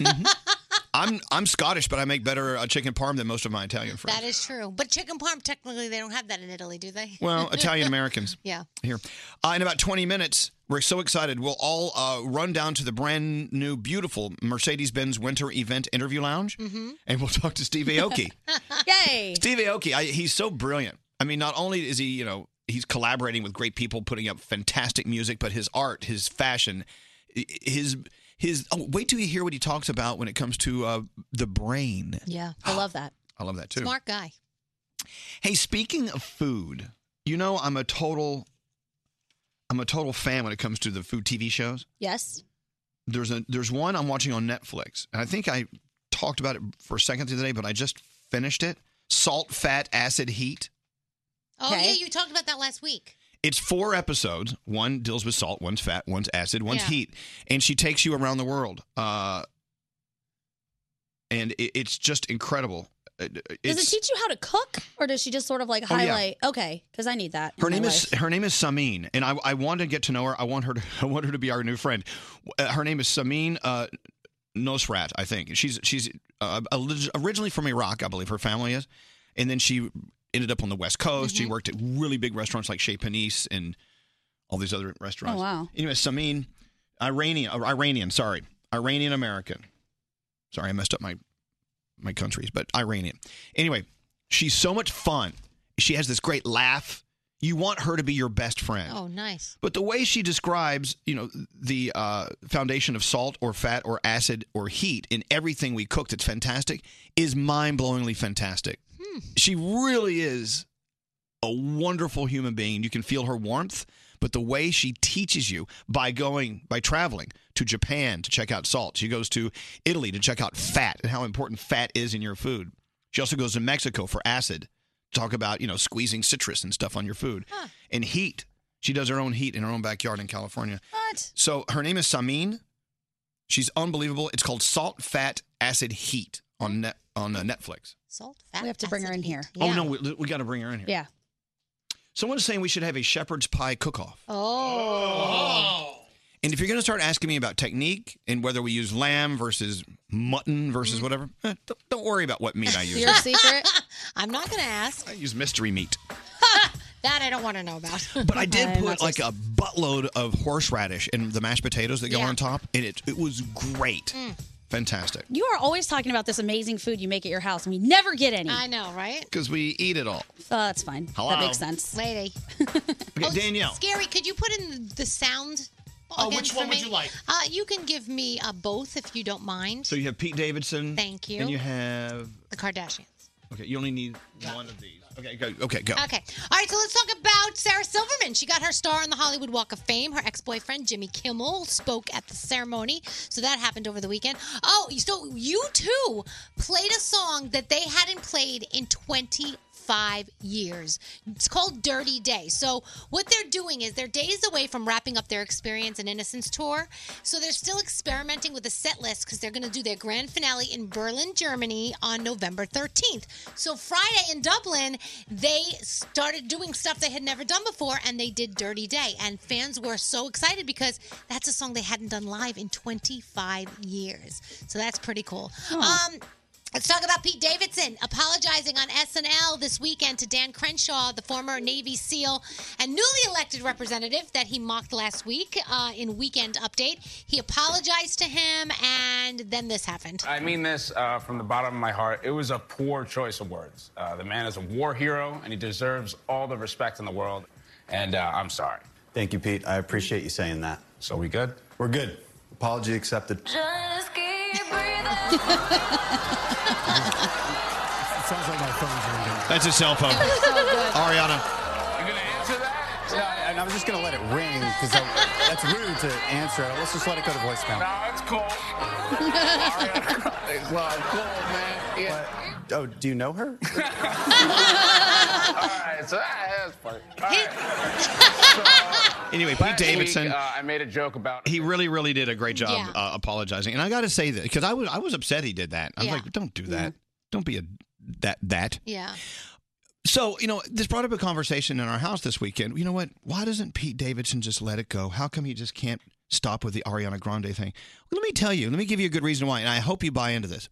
Speaker 4: I'm I'm Scottish, but I make better uh, chicken parm than most of my Italian friends.
Speaker 5: That is true. But chicken parm, technically, they don't have that in Italy, do they? (laughs)
Speaker 4: Well, Italian Americans.
Speaker 5: yeah.
Speaker 4: here. Uh, in about 20 minutes, we're so excited. We'll all uh, run down to the brand new, beautiful Mercedes Benz Winter Event Interview Lounge,
Speaker 11: Mm-hmm.
Speaker 19: Mhm.
Speaker 4: and we'll talk to
Speaker 11: (laughs)
Speaker 4: Steve Aoki.
Speaker 11: Yay.
Speaker 4: Steve Aoki, I, he's so brilliant. I mean, not only is he, you know, he's collaborating with great people, putting up fantastic music, but his art, his fashion, i- his his. Oh, wait till you hear what he talks about when it comes to uh, the brain.
Speaker 5: Yeah. I love that.
Speaker 4: I love that too.
Speaker 5: Smart guy.
Speaker 4: Hey, speaking of food, you know I'm a total I'm a total fan when it comes to the food TV shows.
Speaker 11: Yes.
Speaker 4: There's a there's one I'm watching on Netflix, and I think I talked about it for a second the other day, but I just finished it. Salt, fat, acid, heat.
Speaker 5: Oh, yeah. You talked about that last week.
Speaker 4: It's four episodes. One deals with salt, one's fat, one's acid, one's
Speaker 5: Yeah.
Speaker 4: heat, and she takes you around the world. Uh, and it, it's just incredible. It-
Speaker 11: Does it
Speaker 4: it's-
Speaker 11: teach you how to cook, or does she just sort of like
Speaker 4: Oh, yeah.
Speaker 11: highlight? Okay, because I need that.
Speaker 4: Her
Speaker 11: in my
Speaker 4: name
Speaker 11: life.
Speaker 4: is her name is Samin, and I I want to get to know her. I want her to (laughs) I want her to be our new friend. Uh, her name is Samin uh, Nosrat, I think. She's she's uh, orig- originally from Iraq, I believe her family is,
Speaker 11: Mm-hmm.
Speaker 4: and then she ended up on the West Coast. She worked at really big restaurants like Chez Panisse and all these other restaurants.
Speaker 11: Oh, wow.
Speaker 4: Anyway, Samin, Iranian, or Iranian, sorry, Iranian American. Sorry, I messed up my my countries, but Iranian. Anyway, she's so much fun. She has this great laugh. You want her to be your best friend.
Speaker 5: Oh, nice.
Speaker 4: But the way she describes, you know, the uh, foundation of salt or fat or acid or heat in everything we cook that's fantastic is mind-blowingly fantastic. She really is a wonderful human being. You can feel her warmth, but the way she teaches you by going by traveling to Japan to check out salt. She goes to Italy to check out fat and how important fat is in your food. She also goes to Mexico for acid. Talk about, you know, squeezing citrus and stuff on your food. And heat. She does her own heat in her own backyard in California.
Speaker 11: What?
Speaker 4: So her name is Samin. She's unbelievable. It's called Salt, Fat, Acid, Heat on net, on uh, Netflix.
Speaker 5: Salt,
Speaker 11: We have to bring her in here.
Speaker 4: Oh no, we, we got to bring her in here.
Speaker 11: Yeah.
Speaker 4: Someone's saying we should have a shepherd's pie cook-off.
Speaker 5: Oh.
Speaker 4: And if you're going to start asking me about technique and whether we use lamb versus mutton versus whatever, eh, don't, don't worry about what meat
Speaker 5: (laughs)
Speaker 4: I use.
Speaker 5: Your secret? I'm not going to ask.
Speaker 4: (laughs) I use mystery meat.
Speaker 5: That I don't want to know about.
Speaker 4: But I did put like a buttload of horseradish in the mashed potatoes that go
Speaker 11: Yeah.
Speaker 4: on top, and it it was great,
Speaker 11: Mm.
Speaker 4: fantastic.
Speaker 11: You are always talking about this amazing food you make at your house, and we never get any. I
Speaker 5: know, right?
Speaker 4: Because we eat it all.
Speaker 11: Uh, that's fine.
Speaker 4: Hello?
Speaker 11: That makes sense.
Speaker 5: Lady.
Speaker 4: Okay, Danielle.
Speaker 5: Scary, could you put in the sound?
Speaker 4: Oh,
Speaker 5: again
Speaker 4: which
Speaker 5: for
Speaker 4: one would
Speaker 5: me?
Speaker 4: you like?
Speaker 5: Uh, you can give me uh, both if you don't mind.
Speaker 4: So you have Pete Davidson.
Speaker 5: Thank you.
Speaker 4: And you have
Speaker 5: The Kardashians.
Speaker 4: okay. You only need one of these. Okay, go. Okay, go.
Speaker 5: Okay. All right, so let's talk about Sarah Silverman. She got her star on the Hollywood Walk of Fame. Her ex boyfriend, Jimmy Kimmel, spoke at the ceremony. So that happened over the weekend. Oh, so you too played a song that they hadn't played in 25 years. It's called Dirty Day. So what they're doing is they're days away from wrapping up their Experience and Innocence tour. So they're still experimenting with a set list because they're going to do their grand finale in Berlin, Germany on November 13th. So Friday in Dublin, they started doing stuff they had never done before and they did Dirty Day. And fans were so excited because that's a song they hadn't done live in 25 years. So that's pretty cool. Um, Let's talk about Pete Davidson apologizing on SNL this weekend to Dan Crenshaw, the former Navy SEAL and newly elected representative that he mocked last week uh, in Weekend Update. He apologized to him, and then this happened.
Speaker 7: I mean this uh, from the bottom of my heart. It was a poor choice of words. Uh, the man is a war hero, and he deserves all the respect in the world. And uh, I'm sorry.
Speaker 28: Thank you, Pete. I appreciate you saying that. So we good? We're good. Apology accepted.
Speaker 19: Just
Speaker 4: (laughs)
Speaker 19: keep
Speaker 15: Sounds like my phone's ringing.
Speaker 4: That's a cell phone.
Speaker 15: It was so good.
Speaker 4: Ariana.
Speaker 7: You're gonna answer that?
Speaker 28: No, and I was just going to let it ring because that's rude to answer it. Let's just let it go to voicemail.
Speaker 7: No, it's
Speaker 11: (laughs)
Speaker 7: cool. well, cool, man. Yeah.
Speaker 28: Oh, do you know her?
Speaker 7: all right, so that, that's funny. All right.
Speaker 4: Anyway, Pete
Speaker 7: Last
Speaker 4: Davidson-
Speaker 7: Week, uh, I made a joke about
Speaker 4: He really, really did a great job
Speaker 7: Yeah.
Speaker 4: uh, apologizing, and I got to say that because I was I was upset he did that. I was
Speaker 7: Yeah. Mm-hmm.
Speaker 4: like, don't do that. Don't be a that that.
Speaker 5: Yeah.
Speaker 4: So, you know, this brought up a conversation in our house this weekend. You know what? Why doesn't Pete Davidson just let it go? How come he just can't stop with the Ariana Grande thing? Let me tell you, let me give you a good reason why, and I hope you buy into this.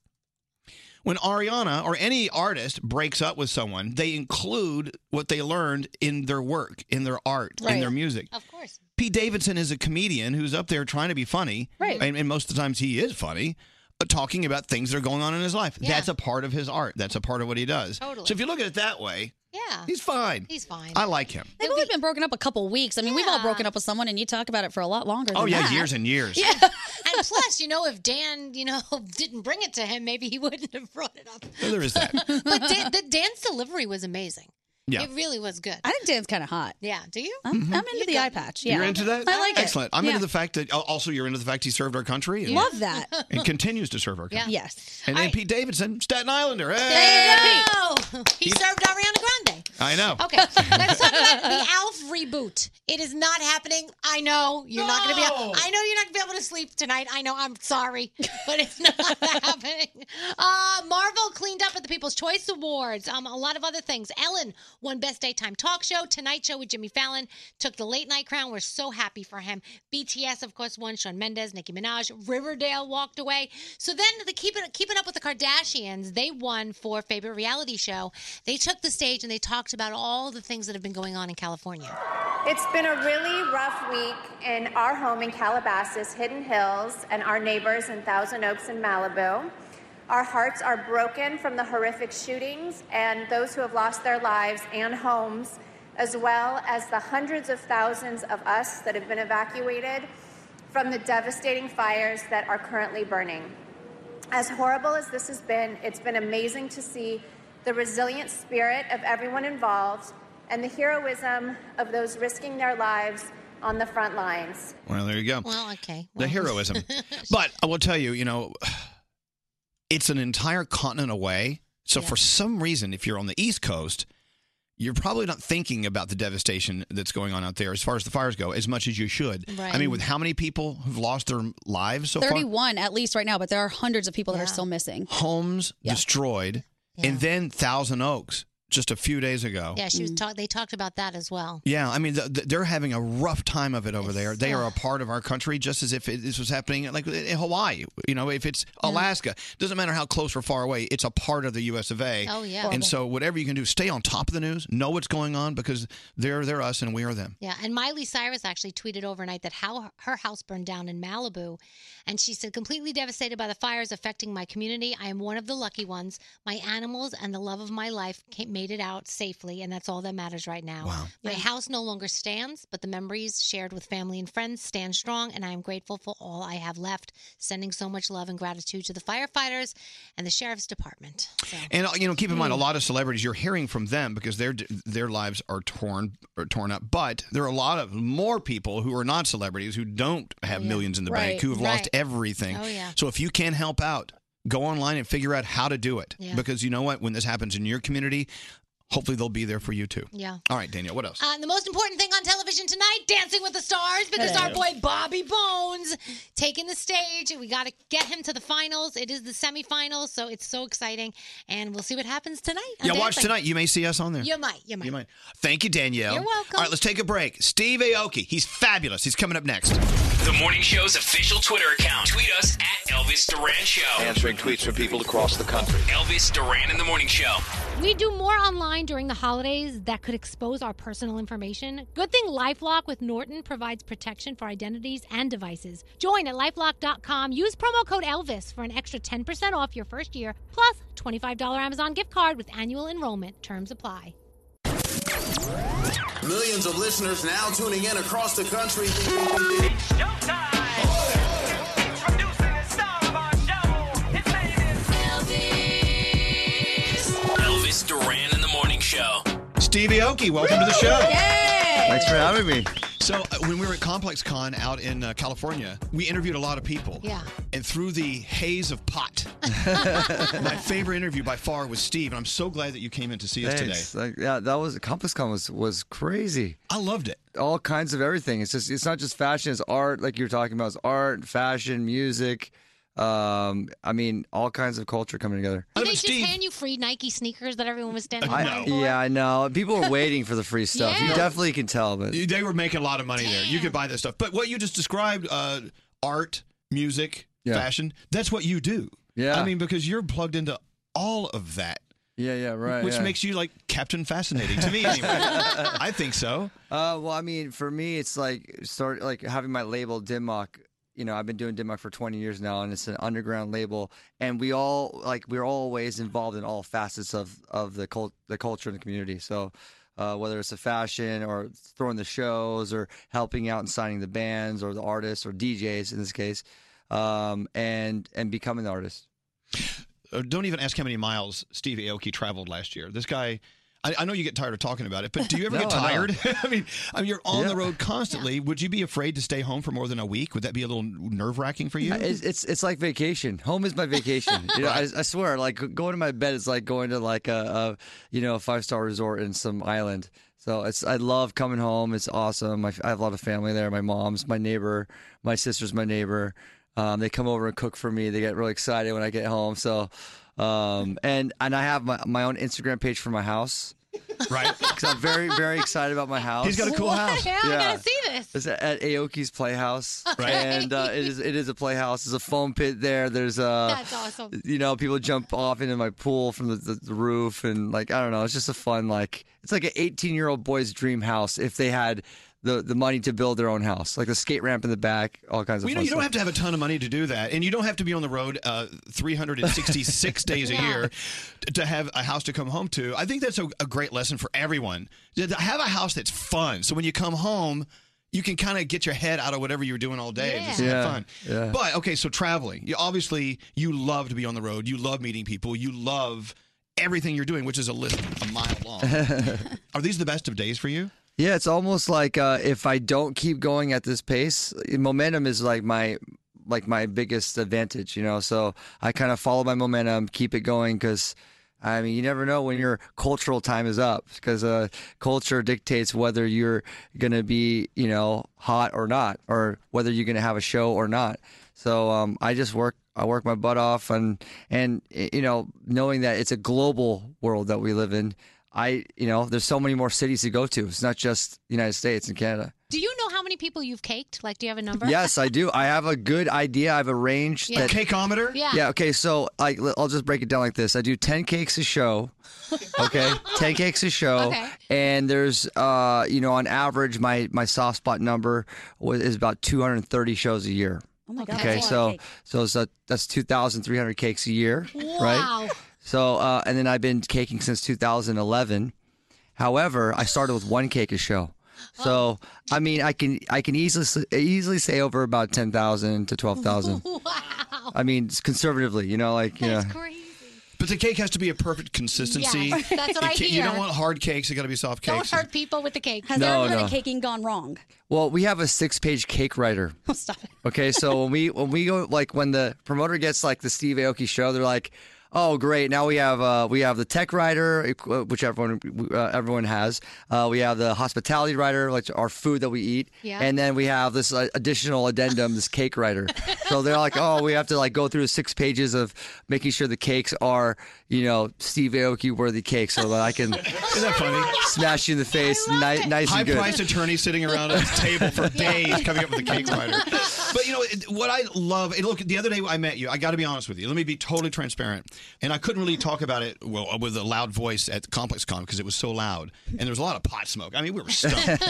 Speaker 4: When Ariana or any artist breaks up with someone, they include what they learned in their work, in their art, in their music.
Speaker 5: Of course.
Speaker 4: Pete Davidson is a comedian who's up there trying to be funny,
Speaker 5: Right.
Speaker 4: And, and most of the times he is funny, uh, talking about things that are going on in his life. That's a part of his art. That's a part of what he does.
Speaker 11: Totally.
Speaker 4: So if you look at it that way,
Speaker 5: yeah,
Speaker 4: he's fine.
Speaker 5: He's fine.
Speaker 4: I like him.
Speaker 11: They've only been broken up a couple weeks. I mean, we've all broken up with someone, and you talk about it for a lot longer.
Speaker 4: Oh
Speaker 11: than
Speaker 4: yeah,
Speaker 11: that.
Speaker 4: years and years.
Speaker 5: Yeah. and plus, you know, if Dan, you know, (laughs) didn't bring it to him, maybe he wouldn't have brought it up.
Speaker 4: So there is
Speaker 5: (laughs)
Speaker 4: that.
Speaker 5: But Dan, the Dan's delivery was amazing.
Speaker 4: Yeah.
Speaker 5: It really was good.
Speaker 11: I think Dan's kind of hot.
Speaker 5: Yeah. Do you?
Speaker 11: I'm, I'm into the eye patch. Yeah.
Speaker 4: Mm-hmm. You're into that?
Speaker 11: I like
Speaker 4: Excellent.
Speaker 11: it.
Speaker 4: I'm
Speaker 11: Yeah.
Speaker 4: into the fact that al- also you're into the fact he served our country. And,
Speaker 11: Love that.
Speaker 4: (laughs) And continues to serve our country.
Speaker 5: Yeah.
Speaker 11: Yes.
Speaker 4: And then Pete Davidson, Staten Islander. Hey!
Speaker 5: There you go. He served Ariana Grande.
Speaker 4: I know.
Speaker 5: Okay, let's talk about the Alf reboot. It is not happening. I know you're not going to be.
Speaker 19: No!
Speaker 5: I know you're not going to be able to sleep tonight. I know. I'm sorry, but it's (laughs) not happening. Uh, Marvel cleaned up at the People's Choice Awards. Um, a lot of other things. Ellen won Best Daytime Talk Show. Tonight Show with Jimmy Fallon took the late night crown. We're so happy for him. BTS, of course, won. Sean Mendes, Nicki Minaj, Riverdale walked away. So then the keep it keeping up with the Kardashians. They won for favorite reality show. They took the stage and they talked talked about all the things that have been going on in California.
Speaker 16: It's been a really rough week in our home in Calabasas, Hidden Hills, and our neighbors in Thousand Oaks and Malibu. Our hearts are broken from the horrific shootings and those who have lost their lives and homes, as well as the hundreds of thousands of us that have been evacuated from the devastating fires that are currently burning. As horrible as this has been, it's been amazing to see the resilient spirit of everyone involved and the heroism of those risking their lives on the front lines.
Speaker 4: Well, there you go.
Speaker 5: Well, okay. (laughs)
Speaker 4: the heroism. but I will tell you, you know, it's an entire continent away. So for some reason, if you're on the East Coast, you're probably not thinking about the devastation that's going on out there as far as the fires go as much as you should.
Speaker 11: Right.
Speaker 4: I mean, with how many people who've lost their lives so far?
Speaker 11: 31 at least right now, but there are hundreds of people that are still missing.
Speaker 4: Homes destroyed. And then Thousand Oaks just a few days ago.
Speaker 5: Yeah, she was talk. They talked about that as well.
Speaker 4: Yeah, I mean, th th they're having a rough time of it over there. They are a part of our country, just as if it, this was happening, like in Hawaii. You know, if it's Alaska, doesn't matter how close or far away, it's a part of the U.S. of A.
Speaker 5: Oh, yeah.
Speaker 4: And so, whatever you can do, stay on top of the news, know what's going on, because they're they're us and we are them.
Speaker 5: Yeah, and Miley Cyrus actually tweeted overnight that how her house burned down in Malibu, and she said, "Completely devastated by the fires affecting my community. I am one of the lucky ones. My animals and the love of my life came, made it out safely, and that's all that matters right now.
Speaker 4: Wow.
Speaker 5: My house no longer stands, but the memories shared with family and friends stand strong, and I am grateful for all I have left. Sending so much love and gratitude to the firefighters and the sheriff's department." So-
Speaker 4: And uh, you know, keep in mind, a
Speaker 5: Mm.
Speaker 4: lot of celebrities you're hearing from them because their their lives are torn or torn up. But there are a lot of more people who are not celebrities who don't have millions in the
Speaker 18: Right,
Speaker 4: bank who have
Speaker 18: right.
Speaker 4: lost everything.
Speaker 18: Oh, yeah.
Speaker 4: So if you can help out, go online and figure out how to do it
Speaker 5: Yeah.
Speaker 4: because you know what, when this happens in your community, hopefully they'll be there for you too.
Speaker 5: Yeah.
Speaker 4: All right, Danielle, what else?
Speaker 5: Uh, and the most important thing on television tonight, Dancing with the Stars, because
Speaker 4: Yeah.
Speaker 5: our boy Bobby Bones taking the stage. We got to get him to the finals. It is the semifinals, so it's so exciting. And we'll see what happens tonight. on
Speaker 4: yeah, watch
Speaker 5: Dancing.
Speaker 4: tonight. You may see us on there.
Speaker 5: You might. You might.
Speaker 4: You might. Thank you, Danielle.
Speaker 5: You're welcome.
Speaker 4: All right, let's take a break. Steve Aoki, he's fabulous. He's coming up next.
Speaker 3: The morning show's official Twitter account. Tweet us at Elvis Duran Show.
Speaker 29: Answering tweets from people across the country.
Speaker 3: Elvis Duran in the morning show.
Speaker 30: We do more online during the holidays that could expose our personal information. Good thing Lifelock with Norton provides protection for identities and devices. Join at lifelock.com. Use promo code Elvis for an extra 10% off your first year, plus $25 Amazon gift card with annual enrollment. Terms apply.
Speaker 1: Millions of listeners now tuning in across the country.
Speaker 3: Elvis Duran in the morning show.
Speaker 4: Stevie Aoki, welcome to the show.
Speaker 3: Yay!
Speaker 4: Thanks for having me. So, uh, when we were at Complex Con out in uh, California, we interviewed a lot of people.
Speaker 5: Yeah.
Speaker 4: And through the haze of pot, my favorite interview by far was Steve. And I'm so glad that you came in to see us today.
Speaker 28: Thanks. Like, yeah, that was CompassCon was was crazy.
Speaker 4: I loved it.
Speaker 28: All kinds of everything. It's just it's not just fashion. It's art, like you were talking about. It's art, fashion, music. Um, I mean, all kinds of culture coming together.
Speaker 5: Did they just hand you free Nike sneakers that everyone was standing in
Speaker 28: I,
Speaker 5: line for?
Speaker 28: yeah, I know. People are waiting for the free stuff.
Speaker 5: Yeah.
Speaker 28: You definitely can tell, but
Speaker 4: They were making a lot of money there. You could buy this stuff. But what you just described uh, art, music, fashion that's what you do.
Speaker 28: Yeah.
Speaker 4: I mean, because you're plugged into all of that.
Speaker 28: Yeah, yeah, right.
Speaker 4: Which
Speaker 28: yeah.
Speaker 4: makes you like Captain Fascinating to me, anyway. I think so.
Speaker 28: Uh, well, I mean, for me, it's like start like having my label Dimmock. You know, I've been doing Dimmock for 20 years now, and it's an underground label. And we all like we're always involved in all facets of of the cult, the culture and the community. So. Uh, whether it's the fashion or throwing the shows or helping out and signing the bands or the artists or DJs in this case, um, and and becoming the artist.
Speaker 4: Uh, don't even ask how many miles Steve Aoki traveled last year. This guy, I, I know you get tired of talking about it, but
Speaker 28: (laughs)
Speaker 4: do you ever
Speaker 28: No,
Speaker 4: get
Speaker 28: I know.
Speaker 4: tired? (laughs) I mean, I mean, you're on
Speaker 28: Yeah.
Speaker 4: the road constantly. Would you be afraid to stay home for more than a week? Would that be a little nerve wracking for you?
Speaker 28: Uh, It's, it's it's like vacation. (laughs) Home is my vacation. You know, I, I swear, like going to my bed is like going to like a, a you know five star resort in some island. So it's I love coming home. It's awesome. My, I have a lot of family there. My mom's my neighbor. My sister's my neighbor. Um, they come over and cook for me. They get really excited when I get home. So, um, and and I have my my own Instagram page for my house. (laughs)
Speaker 4: right?
Speaker 28: Because I'm very, very excited about my house.
Speaker 4: He's got a cool What the house.
Speaker 5: hell? (laughs) I gotta see this.
Speaker 28: It's a- at Aoki's Playhouse,
Speaker 5: Right.
Speaker 28: and uh, it is it is a playhouse. There's a foam pit there. There's a
Speaker 5: That's awesome.
Speaker 28: You know, people jump off into my pool from the, the, the roof, and like I don't know, it's just a fun like it's like an 18 year old boy's dream house if they had the the money to build their own house, like a skate ramp in the back, all kinds of.
Speaker 4: Well, you know,
Speaker 28: fun
Speaker 4: you don't
Speaker 28: stuff.
Speaker 4: have to have a ton of money to do that, and you don't have to be on the road uh, 366
Speaker 28: (laughs)
Speaker 4: days a year t- to have a house to come home to. I think that's a, a great lesson for everyone. To to have a house that's fun, so when you come home, you can kind of get your head out of whatever you were doing all day and just
Speaker 28: Yeah.
Speaker 4: have
Speaker 28: Yeah,
Speaker 4: fun.
Speaker 28: yeah.
Speaker 4: But okay, so traveling. You, obviously, you love to be on the road. You love meeting people. You love everything you're doing, which is a list a mile (laughs) long. Are these the best of days for you?
Speaker 28: Yeah, it's almost like uh, if I don't keep going at this pace, momentum is like my like my biggest advantage, you know. So I kind of follow my momentum, keep it going because. I mean, you never know when your cultural time is up because uh, culture dictates whether you're going to be, you know, hot or not, or whether you're going to have a show or not. So um, I just work, I work my butt off, and and y- you know, knowing that it's a global world that we live in, I, you know, there's so many more cities to go to. It's not just the United States and Canada.
Speaker 5: Do you know how many people you've caked? Like, do you have a number?
Speaker 28: Yes, I do. I have a good idea. I've arranged
Speaker 5: Yeah.
Speaker 28: that
Speaker 5: A cakeometer? Yeah.
Speaker 28: Yeah. Okay. So I, I'll just break it down like this. I do ten cakes a show.
Speaker 26: (laughs)
Speaker 28: Okay, ten cakes a show.
Speaker 15: Okay.
Speaker 28: And there's, uh, you know, on average, my my soft spot number wa- is about 230 shows a year.
Speaker 26: Oh my God,
Speaker 28: Okay.
Speaker 26: that's a lot of
Speaker 28: So so it's a, that's 2,300 cakes a year. Right.
Speaker 26: Wow.
Speaker 28: So uh, and then I've been caking since 2011. However, I started with one cake a show. So I mean, I can I can easily easily say over about 10,000 to 12,000.
Speaker 5: (laughs) Wow.
Speaker 28: I mean, it's conservatively, you know, like you know.
Speaker 4: But the cake has to be a perfect consistency.
Speaker 5: Yes, that's what
Speaker 4: You
Speaker 5: I
Speaker 4: can't- You don't
Speaker 5: hear.
Speaker 4: want hard cakes; they got to be soft
Speaker 5: Don't
Speaker 4: cakes.
Speaker 5: hurt people with the cake.
Speaker 28: Has No, everyone no. at
Speaker 5: caking gone wrong?
Speaker 28: Well, we have a six-page
Speaker 26: (laughs)
Speaker 28: cake writer.
Speaker 26: Oh, Stop it.
Speaker 28: Okay, so when we when we go like when the promoter gets like the Steve Aoki show, they're like, "Oh, great! Now we have uh, we have the tech writer, uh, which everyone uh, everyone has. Uh, we have the hospitality writer, like our food that we eat,
Speaker 15: Yeah.
Speaker 28: and then we have this uh, additional addendum, this
Speaker 26: (laughs)
Speaker 28: cake writer. so they're like, "Oh, we have to like go through six pages of making sure the cakes are you know Steve Aoki worthy cakes, so that I
Speaker 26: (laughs)
Speaker 28: can
Speaker 4: Isn't that funny?
Speaker 28: smash you in the face, ni- nice and good."
Speaker 4: High-priced attorney sitting around at his table (laughs)
Speaker 28: (laughs)
Speaker 4: for days, coming up with a cake writer. But you know it- what I love? And look, the other day I met you. I got to be honest with you. Let me be totally transparent. And I couldn't really talk about it well uh, with a loud voice at Complex Con because it was so loud, and there was a lot of pot smoke. I mean, we were (laughs) stoned.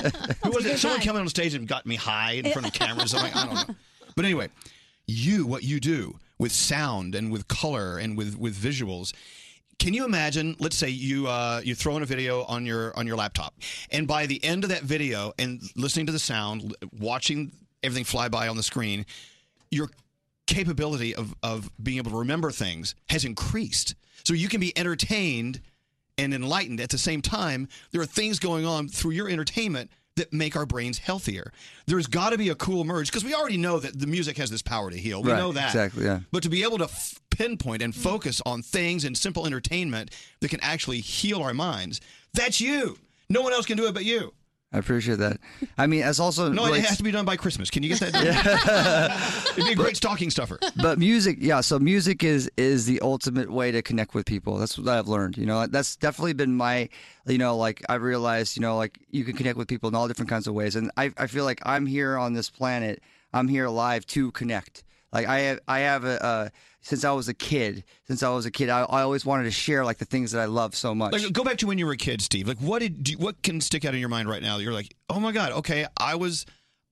Speaker 4: Who was it? Someone came on stage and got me high in front of cameras. I'm like, I don't know. But anyway, you, what you do with sound and with color and with with visuals. Can you imagine? Let's say you uh, you throw in a video on your on your laptop, and by the end of that video, and listening to the sound, l- watching everything fly by on the screen, your capability of of being able to remember things has increased. So you can be entertained and enlightened at the same time. There are things going on through your entertainment that make our brains healthier. There's got to be a cool merge because we already know that the music has this power to heal. We
Speaker 28: Right,
Speaker 4: know that
Speaker 28: exactly, yeah.
Speaker 4: But to be able to f- pinpoint and focus on things and simple entertainment that can actually heal our minds, that's you. No one else can do it but you.
Speaker 28: I appreciate that. I mean, that's also
Speaker 4: No, it
Speaker 28: relates-
Speaker 4: has to be done by Christmas. Can you
Speaker 28: (laughs)
Speaker 4: get that? Done? It'd be a great stocking stuffer.
Speaker 28: but music yeah so music is is the ultimate way to connect with people that's what i've learned you know that's definitely been my you know like i realized you know like you can connect with people in all different kinds of ways and i, I feel like i'm here on this planet i'm here alive to connect like i have i have a, uh since i was a kid since i was a kid I, I always wanted to share like the things that i love so much
Speaker 4: Like, go back to when you were a kid, Steve. Like, what did do you, what can stick out in your mind right now? that You're like, oh my god, okay, I was,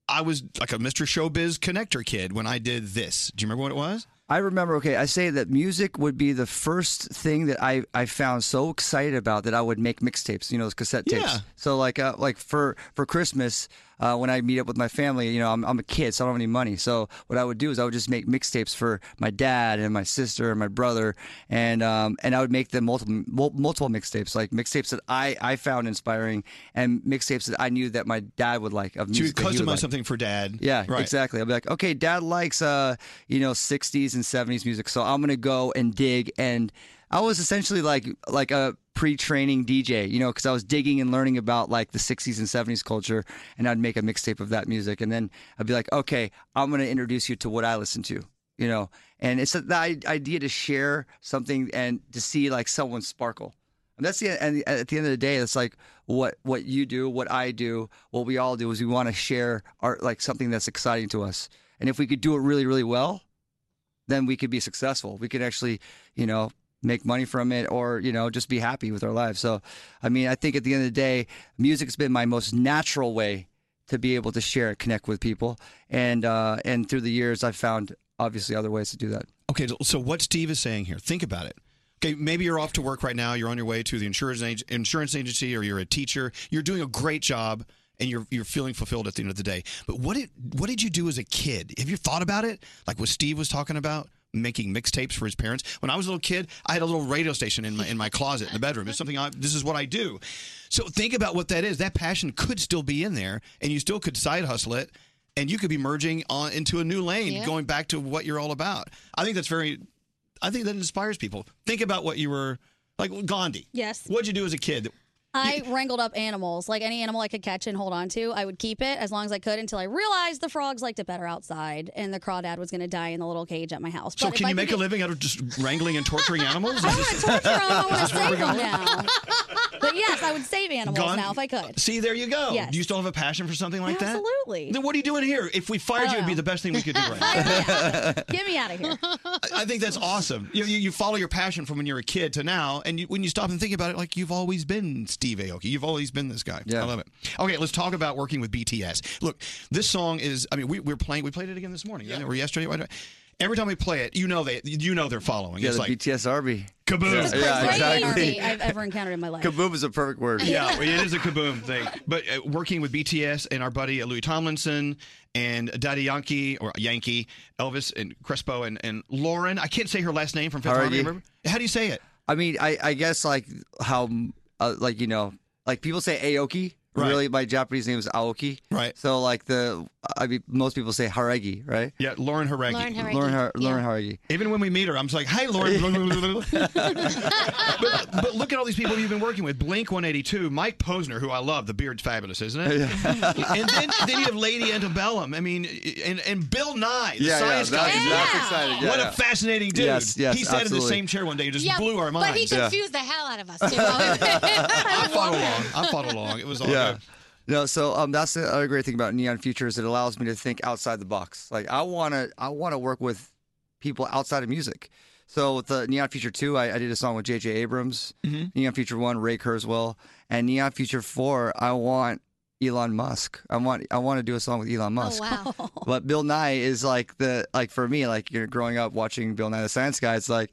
Speaker 4: I was like a Mr. Showbiz connector kid when I did this. Do you remember what it was?
Speaker 28: I remember, okay, I say that music would be the first thing that I, I found so excited about that I would make mixtapes, you know, those cassette tapes.
Speaker 4: Yeah.
Speaker 28: So like uh, like for for Christmas, uh, when I meet up with my family, you know, I'm, I'm a kid, so I don't have any money. So what I would do is I would just make mixtapes for my dad and my sister and my brother, and um, and I would make them multiple mul- multiple mixtapes, like mixtapes that I, I found inspiring and mixtapes that I knew that my dad would like of
Speaker 4: So you
Speaker 28: music. that he would
Speaker 4: customize
Speaker 28: like.
Speaker 4: something for dad.
Speaker 28: Yeah,
Speaker 4: right.
Speaker 28: exactly. I'll be like, okay, dad likes uh, you know, sixties and seventies music, so I'm gonna go and dig. And I was essentially like like a pre-training DJ, you know, because I was digging and learning about like the sixties and seventies culture, and I'd make a mixtape of that music, and then I'd be like, okay, I'm gonna introduce you to what I listen to. You know, and it's the i- idea to share something and to see like someone sparkle. I And that's the and at the end of the day, it's like what what you do, what I do, what we all do is we want to share our like something that's exciting to us. And if we could do it really, really well, then we could be successful. We could actually, you know, make money from it or, you know, just be happy with our lives. So, I mean, I think at the end of the day, music's been my most natural way to be able to share and connect with people. And uh, and through the years, I've found obviously other ways to do that.
Speaker 6: Okay, so
Speaker 4: what Steve is saying here. Think about it. Okay, maybe you're off to work right now. You're on your way to the insurance ag- insurance agency, or you're a teacher. You're doing a great job, and you're you're feeling fulfilled at the end of the day. But what did what did you do as a kid? Have you thought about it? Like what Steve was talking about, making mixtapes for his parents. When I was a little kid, I had a little radio station in my in my closet in the bedroom. It's something. I, this is what I do. So think about what that is. That passion could still be in there, and you still could side hustle it. And you could be merging on into a new lane,
Speaker 6: Yeah.
Speaker 4: going back to what you're all about. I think that's very I think that inspires people. Think about what you were like Gandhi.
Speaker 11: Yes.
Speaker 4: What'd you do as a kid?
Speaker 11: I wrangled up animals, like any animal I could catch and hold on to. I would keep it as long as I could until I realized the frogs liked it better outside and the crawdad was going to die in the little cage at my house.
Speaker 4: So
Speaker 11: But if
Speaker 4: can
Speaker 11: I
Speaker 4: you
Speaker 11: could
Speaker 4: make
Speaker 11: get-
Speaker 4: a living out of just wrangling
Speaker 11: (laughs)
Speaker 4: and torturing animals? I want to
Speaker 11: torture them. I want to save them now. (laughs) but yes, I would save animals
Speaker 4: Gone-
Speaker 11: now if I could.
Speaker 4: See, there you go.
Speaker 11: Yes.
Speaker 4: Do you still have a passion for something like that?
Speaker 11: Absolutely. Oh,
Speaker 4: Then what are you doing here? If we
Speaker 11: I
Speaker 4: fired
Speaker 11: don't
Speaker 4: you, it'd be
Speaker 11: know.
Speaker 4: the best thing we could do right now.
Speaker 11: (laughs) Get me out of here.
Speaker 4: I think that's awesome. You, you, you follow your passion from when you're a kid to now, and you, when you stop and think about it, like you've always been Steve Aoki. You've always been this guy. I love it. Okay, let's talk about working with BTS. Look, this song is. I mean, we, we're playing. We played it again this morning, yeah. or yesterday. whatever. Every time we play it, you know they, you know they're following.
Speaker 28: Yeah,
Speaker 4: it's
Speaker 28: the
Speaker 4: like
Speaker 28: BTS Army.
Speaker 4: Kaboom.
Speaker 28: Yeah, yeah, exactly.
Speaker 11: Army I've ever encountered in my life.
Speaker 28: Kaboom is a perfect word.
Speaker 5: (laughs)
Speaker 4: Yeah, well, it is a kaboom thing. But uh, working with BTS and our buddy uh, Louis Tomlinson and Daddy Yankee or Yankee Elvis and Crespo and, and Lauren. I can't say her last name from Fifth Army. remember? How do you say it?
Speaker 28: I mean, I, I guess like how, uh, like you know, like people say Aoki. Really, my Japanese name is Aoki. Right. So like the, I mean, most people say Haragi, right?
Speaker 4: Yeah, Lauren Haragi.
Speaker 28: Lauren Haragi. Lauren Har- Lauren Haragi.
Speaker 4: Even when we meet her, I'm just like, "Hi, Lauren."
Speaker 28: (laughs)
Speaker 4: but, but look at all these people you've been working with: Blink 182, Mike Posner, who I love. The beard's fabulous, isn't it? (laughs) and then, then you have Lady Antebellum. I mean, and and Bill Nye, the
Speaker 28: Yeah, yeah,
Speaker 4: science
Speaker 28: that-
Speaker 4: guy.
Speaker 28: that's exciting. Yeah,
Speaker 4: what
Speaker 28: yeah.
Speaker 4: a fascinating dude!
Speaker 28: Yes, yes,
Speaker 4: he sat in
Speaker 28: absolutely.
Speaker 4: the same chair one day, and just
Speaker 5: yeah,
Speaker 4: blew our minds.
Speaker 5: But he confused the hell out of us, too.
Speaker 4: (laughs)
Speaker 5: I
Speaker 4: fought along. I fought along. It was all
Speaker 28: yeah.
Speaker 4: good.
Speaker 28: No, so um, that's the other great thing about Neon Future is it allows me to think outside the box. Like I wanna, I wanna work with people outside of music. So with the Neon Future two, I, I did a song with J.J. Abrams.
Speaker 4: Mm-hmm.
Speaker 28: Neon Future one, Ray Kurzweil, and Neon Future four. I want Elon Musk. I want, I want to do a song with
Speaker 9: Oh,
Speaker 28: Elon Musk.
Speaker 5: wow.
Speaker 28: But Bill Nye is like the like for me like you know growing up watching Bill Nye the Science Guy. It's like,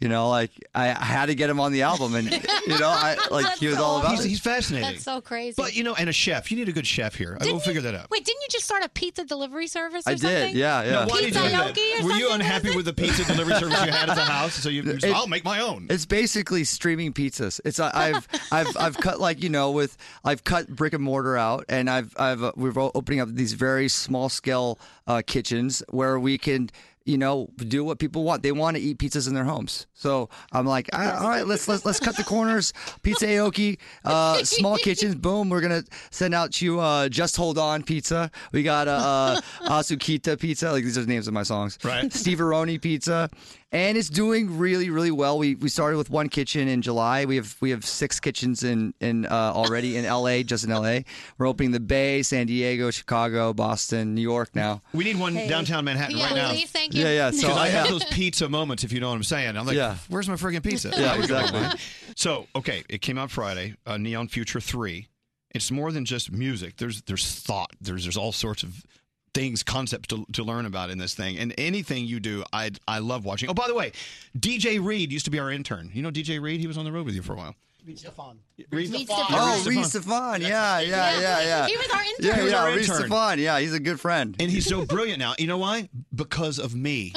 Speaker 28: you know, like I, I had to get him on the album, and you know, I like he was all about.
Speaker 4: He's,
Speaker 28: it.
Speaker 4: he's fascinating.
Speaker 28: That's
Speaker 5: so crazy.
Speaker 4: But you know, and a chef. You need a good chef here. I will figure that out.
Speaker 5: Wait, didn't you just start a pizza delivery service or
Speaker 4: I did,
Speaker 5: something?
Speaker 4: yeah, yeah. Now, why did
Speaker 5: Pizza
Speaker 4: you do that?
Speaker 5: Yoki or
Speaker 4: Were you
Speaker 5: something?
Speaker 4: unhappy with the pizza delivery service you had at the house, so you- you said, "I'll make my own."
Speaker 28: It's basically streaming pizzas. It's I- I've I've I've cut like you know with I've cut brick and mortar out, and I've I've uh, we're opening up these very small scale uh, kitchens where we can. You know, do what people want. They want to eat pizzas in their homes. So I'm like, all all right, let's let's let's cut the corners. Pizza Aoki, uh, small kitchens. Boom, we're gonna send out to uh, Just Hold On Pizza. We got uh, uh, Asukita Pizza. Like these are the names of my songs. Right. Steve Aroni Pizza, and it's doing really really well. We we started with one kitchen in July. We have we have six kitchens in in uh, already in L.A. Just in L.A. We're opening the Bay, San Diego, Chicago, Boston, New York now.
Speaker 4: We need one
Speaker 28: Hey.
Speaker 4: downtown Manhattan
Speaker 28: Yeah,
Speaker 4: right now.
Speaker 28: please, thank you. Yeah, yeah, so
Speaker 4: Because I
Speaker 28: I-
Speaker 4: have those pizza moments, if you know what I'm saying. I'm like,
Speaker 28: Yeah.
Speaker 4: where's my friggin' pizza?
Speaker 28: Yeah,
Speaker 4: There we go,
Speaker 28: exactly.
Speaker 4: man. So, okay, it came out Friday, uh, Neon Future 3. It's more than just music. There's there's thought. There's there's all sorts of things, concepts to, to learn about in this thing. And anything you do, I I love watching. Oh, by the way, DJ Reed used to be our intern. You know DJ Reed? He was on the road with you for a while.
Speaker 15: Meet Stefan.
Speaker 4: Reed
Speaker 15: Meet
Speaker 28: Oh, Reed Stefan. Yeah, yeah, yeah, yeah.
Speaker 15: He was our intern.
Speaker 4: He
Speaker 28: Yeah,
Speaker 4: was
Speaker 28: yeah,
Speaker 4: our
Speaker 28: Reed
Speaker 4: intern.
Speaker 28: Stefan. Yeah, he's a good friend.
Speaker 4: And he's so brilliant now. You know why? Because of
Speaker 28: (laughs)
Speaker 4: me.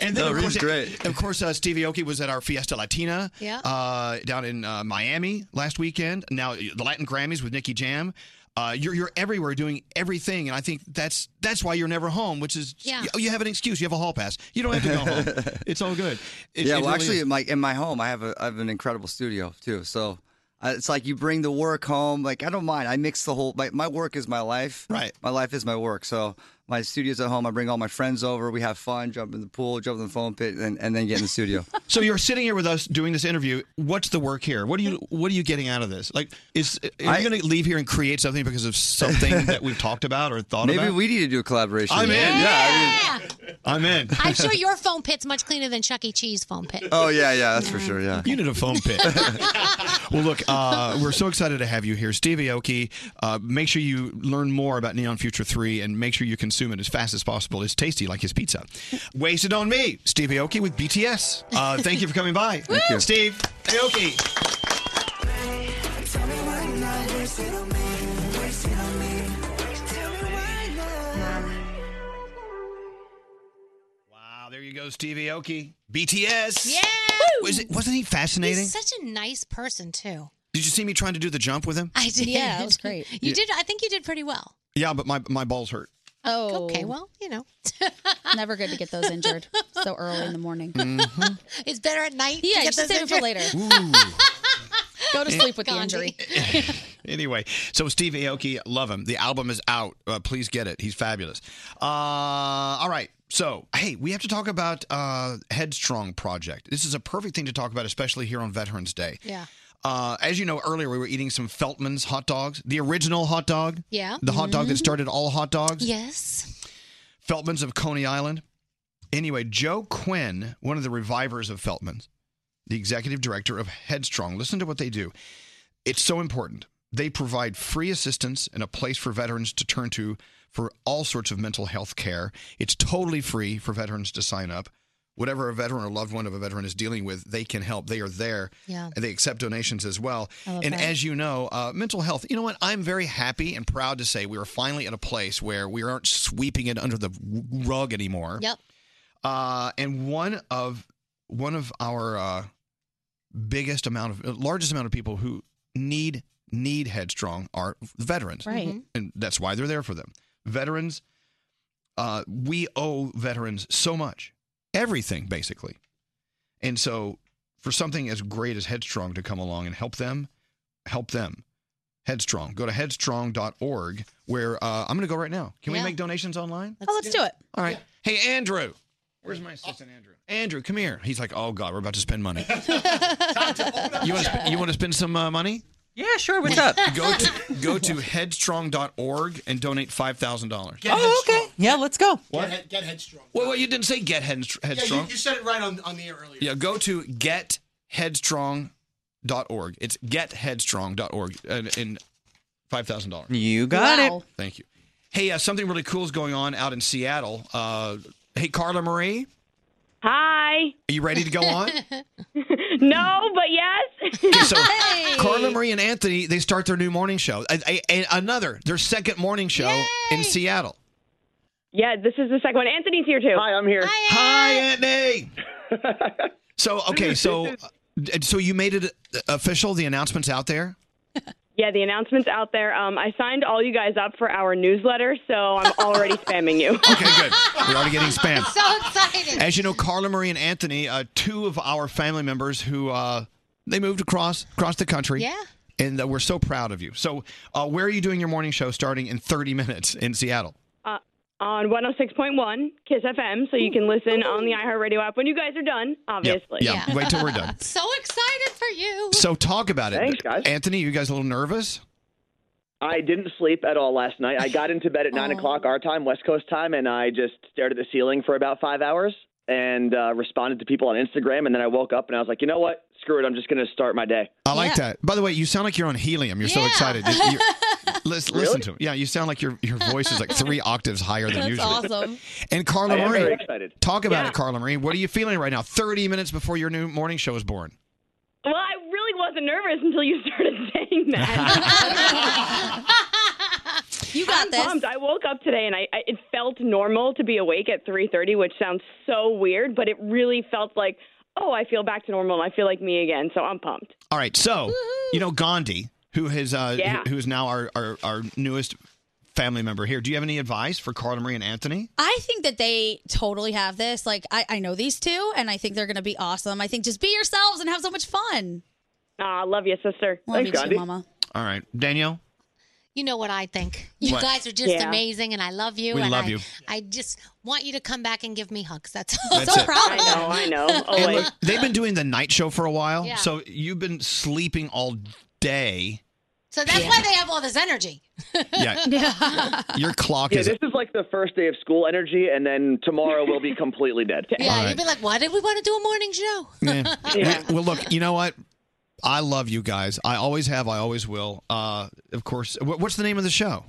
Speaker 4: And then,
Speaker 28: No,
Speaker 4: of
Speaker 28: Reed's
Speaker 4: course, Of course, uh, Stevie Aoki was at our Fiesta Latina
Speaker 28: Yeah.
Speaker 4: uh, down in uh, Miami last weekend. Now the Latin Grammys with Nicky Jam. Uh, you're you're everywhere doing everything, and I think that's that's why you're never home. Which is
Speaker 28: Yeah.
Speaker 4: you, you have an excuse. You have a hall pass. You don't have to (laughs) go
Speaker 28: (laughs)
Speaker 4: home. It's all good. It-
Speaker 28: yeah,
Speaker 4: it
Speaker 28: well,
Speaker 4: really
Speaker 28: actually,
Speaker 4: is.
Speaker 28: in my in my home, I have a I have an incredible studio too. So uh, it's like you bring the work home. Like I don't mind. I mix the whole. My, my work is my life. Right. My life is my work. So my studio's at home. I bring all my friends over. We have fun. Jump in the pool. Jump in the foam pit, and, and then get in the studio. (laughs)
Speaker 4: So you're sitting here with us doing this interview. What's the work here? What are you What are you getting out of this? Like, is are
Speaker 28: I-
Speaker 4: you going to leave here and create something because of
Speaker 28: (laughs)
Speaker 4: something that we've talked about or thought
Speaker 28: Maybe
Speaker 4: about?
Speaker 28: we need to do a collaboration.
Speaker 4: I'm in.
Speaker 28: Yeah.
Speaker 4: I mean, I'm in.
Speaker 5: I'm sure your foam pit's much cleaner than Chuck E. Cheese foam pit.
Speaker 28: Oh yeah, yeah, that's for sure. (laughs) Yeah.
Speaker 4: You need a foam
Speaker 28: (laughs)
Speaker 4: pit. well, look, uh, we're so excited to have you here, Steve Aoki. Uh, make sure you learn more about Neon Future 3 and make sure you consume it as fast as possible. It's tasty like his pizza. Wasted on me, Steve Aoki with BTS. Uh, thank you for coming by.
Speaker 3: Thank you.
Speaker 4: Steve Aoki. Wow, Ah, there you go, Steve Aoki. BTS.
Speaker 5: Yeah.
Speaker 4: Was it, wasn't he fascinating?
Speaker 5: He's such a nice person too.
Speaker 4: Did you see me trying to do the jump with him?
Speaker 5: I did.
Speaker 11: Yeah, that was great.
Speaker 5: You did. I think you did pretty well.
Speaker 4: Yeah, but my my
Speaker 5: (laughs)
Speaker 4: balls hurt.
Speaker 11: Oh.
Speaker 5: Okay. Well, you know,
Speaker 11: never good to get those injured so early in the morning.
Speaker 4: Mm-hmm.
Speaker 5: it's better at night.
Speaker 11: Yeah,
Speaker 5: to
Speaker 11: you
Speaker 5: get
Speaker 11: should
Speaker 5: those
Speaker 11: save it for
Speaker 5: injured-
Speaker 11: later. Go to
Speaker 4: Eh.
Speaker 11: sleep with the injury.
Speaker 4: Anyway, so Steve Aoki, love him. The album is out. Uh, please get it. He's fabulous. Uh, all right. So, hey, we have to talk about uh, Headstrong Project. This is a perfect thing to talk about, especially here on Veterans Day.
Speaker 5: Yeah.
Speaker 4: Uh, as you know, earlier we were eating some Feltman's hot dogs, the original hot dog.
Speaker 5: Yeah.
Speaker 4: The hot dog that
Speaker 5: Mhm.
Speaker 4: started all hot dogs.
Speaker 5: Yes.
Speaker 4: Feltman's of Coney Island. Anyway, Joe Quinn, one of the revivers of Feltman's, the executive director of Headstrong, listen to what they do. It's so important. They provide free assistance and a place for veterans to turn to for all sorts of mental health care. It's totally free for veterans to sign up. Whatever a veteran or loved one of a veteran is dealing with, they can help. They are there.
Speaker 3: Yeah.
Speaker 4: And they accept donations as well.
Speaker 3: I love
Speaker 4: And
Speaker 3: that.
Speaker 4: as you know, uh, mental health, you know what? I'm very happy and proud to say we are finally at a place where we aren't sweeping it under the w- rug anymore.
Speaker 5: Yep.
Speaker 4: Uh, and one of one of our uh, biggest amount of uh, largest amount of people who need need headstrong are veterans,
Speaker 3: Right. Mhm.
Speaker 4: And that's why they're there for them. Veterans, uh, we owe veterans so much, everything basically, and so for something as great as headstrong to come along and help them, help them. Headstrong. Go to headstrong.org where uh, I'm going to go right now. Can we
Speaker 3: Yeah.
Speaker 4: make donations online?
Speaker 11: oh, let's do it.
Speaker 4: All right. Hey, Andrew. Where's my assistant, Andrew? Andrew, come here. He's like, oh God, we're about to spend money.
Speaker 17: (laughs)
Speaker 4: you want to sp- you want to spend some uh, money?
Speaker 15: Yeah, sure. What's (laughs) up?
Speaker 4: Go to go to headstrong.org and donate five thousand dollars.
Speaker 15: oh, okay. Yeah, let's go.
Speaker 4: What?
Speaker 10: Get, get headstrong.
Speaker 4: Well, well, you didn't say get head, headstrong.
Speaker 10: Yeah, you, you said it right on, on the air earlier.
Speaker 4: Yeah, go to getheadstrong.org. It's getheadstrong.org and, and $5,000.
Speaker 28: You got Wow. it.
Speaker 4: Thank you. Hey, uh, something really cool is going on out in Seattle. Uh, hey, Carla Marie.
Speaker 25: Hi.
Speaker 4: Are you ready to go on?
Speaker 9: Oh,
Speaker 25: no, but yes.
Speaker 4: Okay, so Carla Marie and Anthony, they start their new morning show. I, I, another, their second morning show in Seattle.
Speaker 25: Yeah, this is the second one. Anthony's here too. Hi, I'm here.
Speaker 4: Hi,
Speaker 28: (laughs)
Speaker 4: Anthony. (laughs) So, okay, so uh, so you made it official, the announcement's out there?
Speaker 25: Yeah, the announcement's out there. Um, I signed all you guys up for our newsletter, so I'm already spamming you.
Speaker 4: Okay, good. We're already getting spam.
Speaker 5: (laughs) So excited.
Speaker 4: As you know, Carla Marie and Anthony, uh, two of our family members who uh, they moved across across the country.
Speaker 5: Yeah.
Speaker 4: and uh, we're so proud of you. So, uh, where are you doing your morning show starting in 30 minutes in Seattle?
Speaker 25: Uh, on 106.1 Kiss FM, so you can listen on the iHeartRadio app when you guys are done, obviously.
Speaker 4: yeah. Wait till we're done.
Speaker 5: So excited for you.
Speaker 4: So, talk about it.
Speaker 26: Thanks, guys.
Speaker 4: Anthony, you guys a little nervous?
Speaker 26: I didn't sleep at all last night. I got into bed at nine
Speaker 5: Oh.
Speaker 26: o'clock our time, West Coast time, and I just stared at the ceiling for about five hours and uh, responded to people on Instagram. And then I woke up and I was like, you know what? Screw it. I'm just going to start my day.
Speaker 4: I like that. By the way, you sound like you're on helium. You're so excited. You- you- lis- listen
Speaker 26: Really?
Speaker 4: to him. Yeah, you sound like your your voice is like three octaves higher than usual. And Carla
Speaker 26: I am
Speaker 4: Marie,
Speaker 26: very excited.
Speaker 4: talk about
Speaker 26: Yeah.
Speaker 4: it, Carla Marie. What are you feeling right now? 30 minutes before your new morning show is born.
Speaker 25: Well, I really wasn't nervous until you started (laughs) saying that.
Speaker 11: (laughs) you got
Speaker 25: I'm Pumped. I woke up today and I, I it felt normal to be awake at 3:30, which sounds so weird, but it really felt like, oh, I feel back to normal and I feel like me again. So I'm pumped.
Speaker 4: All right, so you know Gandhi, who has uh,
Speaker 25: Yeah.
Speaker 4: who, who is now our, our our newest family member here. Do you have any advice for Carla Marie and Anthony?
Speaker 11: I think that they totally have this. Like, I, I know these two, and I think they're going to be awesome. I think just be yourselves and have so much fun.
Speaker 25: Ah, love you, sister.
Speaker 11: Love
Speaker 25: Thanks,
Speaker 11: you too,
Speaker 25: Gandhi.
Speaker 11: Mama.
Speaker 4: All right, Danielle.
Speaker 5: You know what I think. You
Speaker 4: What?
Speaker 5: guys are just
Speaker 4: Yeah.
Speaker 5: amazing, and I love you.
Speaker 4: We
Speaker 5: and
Speaker 4: love
Speaker 5: I,
Speaker 4: you.
Speaker 5: I just want you to come back and give me hugs. That's all.
Speaker 4: That's
Speaker 5: no
Speaker 4: it.
Speaker 5: problem.
Speaker 25: I know, I know.
Speaker 4: (laughs) And look, they've been doing the night show for a while,
Speaker 5: Yeah.
Speaker 4: so you've been sleeping all day.
Speaker 5: So that's why they have all this energy. (laughs)
Speaker 4: Yeah. Your clock
Speaker 26: yeah,
Speaker 4: is.
Speaker 26: this is like the first day of school energy, and then tomorrow
Speaker 5: (laughs)
Speaker 26: we'll be completely dead.
Speaker 5: Yeah, you'd be like, why did we want to do a morning show? (laughs)
Speaker 4: (laughs) Yeah. Well, look, you know what? I love you guys. I always have. I always will. Uh, of course. wh- What's the name of the show?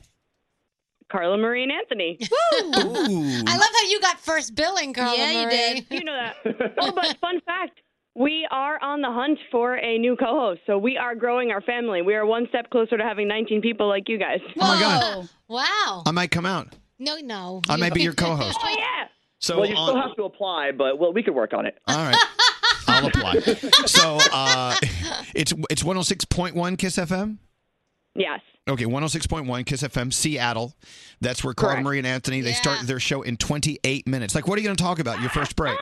Speaker 25: Carla Marie and Anthony.
Speaker 4: Ooh.
Speaker 5: I love how you got first billing, Carla.
Speaker 25: Yeah, you did. You know that. Oh, but fun fact. We are on the hunt for a new co-host, so we are growing our family. We are one step closer to having 19 people like you guys.
Speaker 4: Oh my God.
Speaker 5: (laughs) Wow.
Speaker 4: I might come out.
Speaker 5: No, no.
Speaker 4: I might
Speaker 5: (laughs)
Speaker 4: be your co-host.
Speaker 5: Oh,
Speaker 25: yeah.
Speaker 4: So
Speaker 26: well, you
Speaker 4: on-
Speaker 26: still have to apply, but well, we could work on it.
Speaker 4: All right. I'll apply. So uh, it's it's 106.1 Kiss FM?
Speaker 25: Yes.
Speaker 4: Okay, 106.1 Kiss FM Seattle. That's where Carla Marie and Anthony, they start their show in 28 minutes. Like, what are you going to talk about your first break?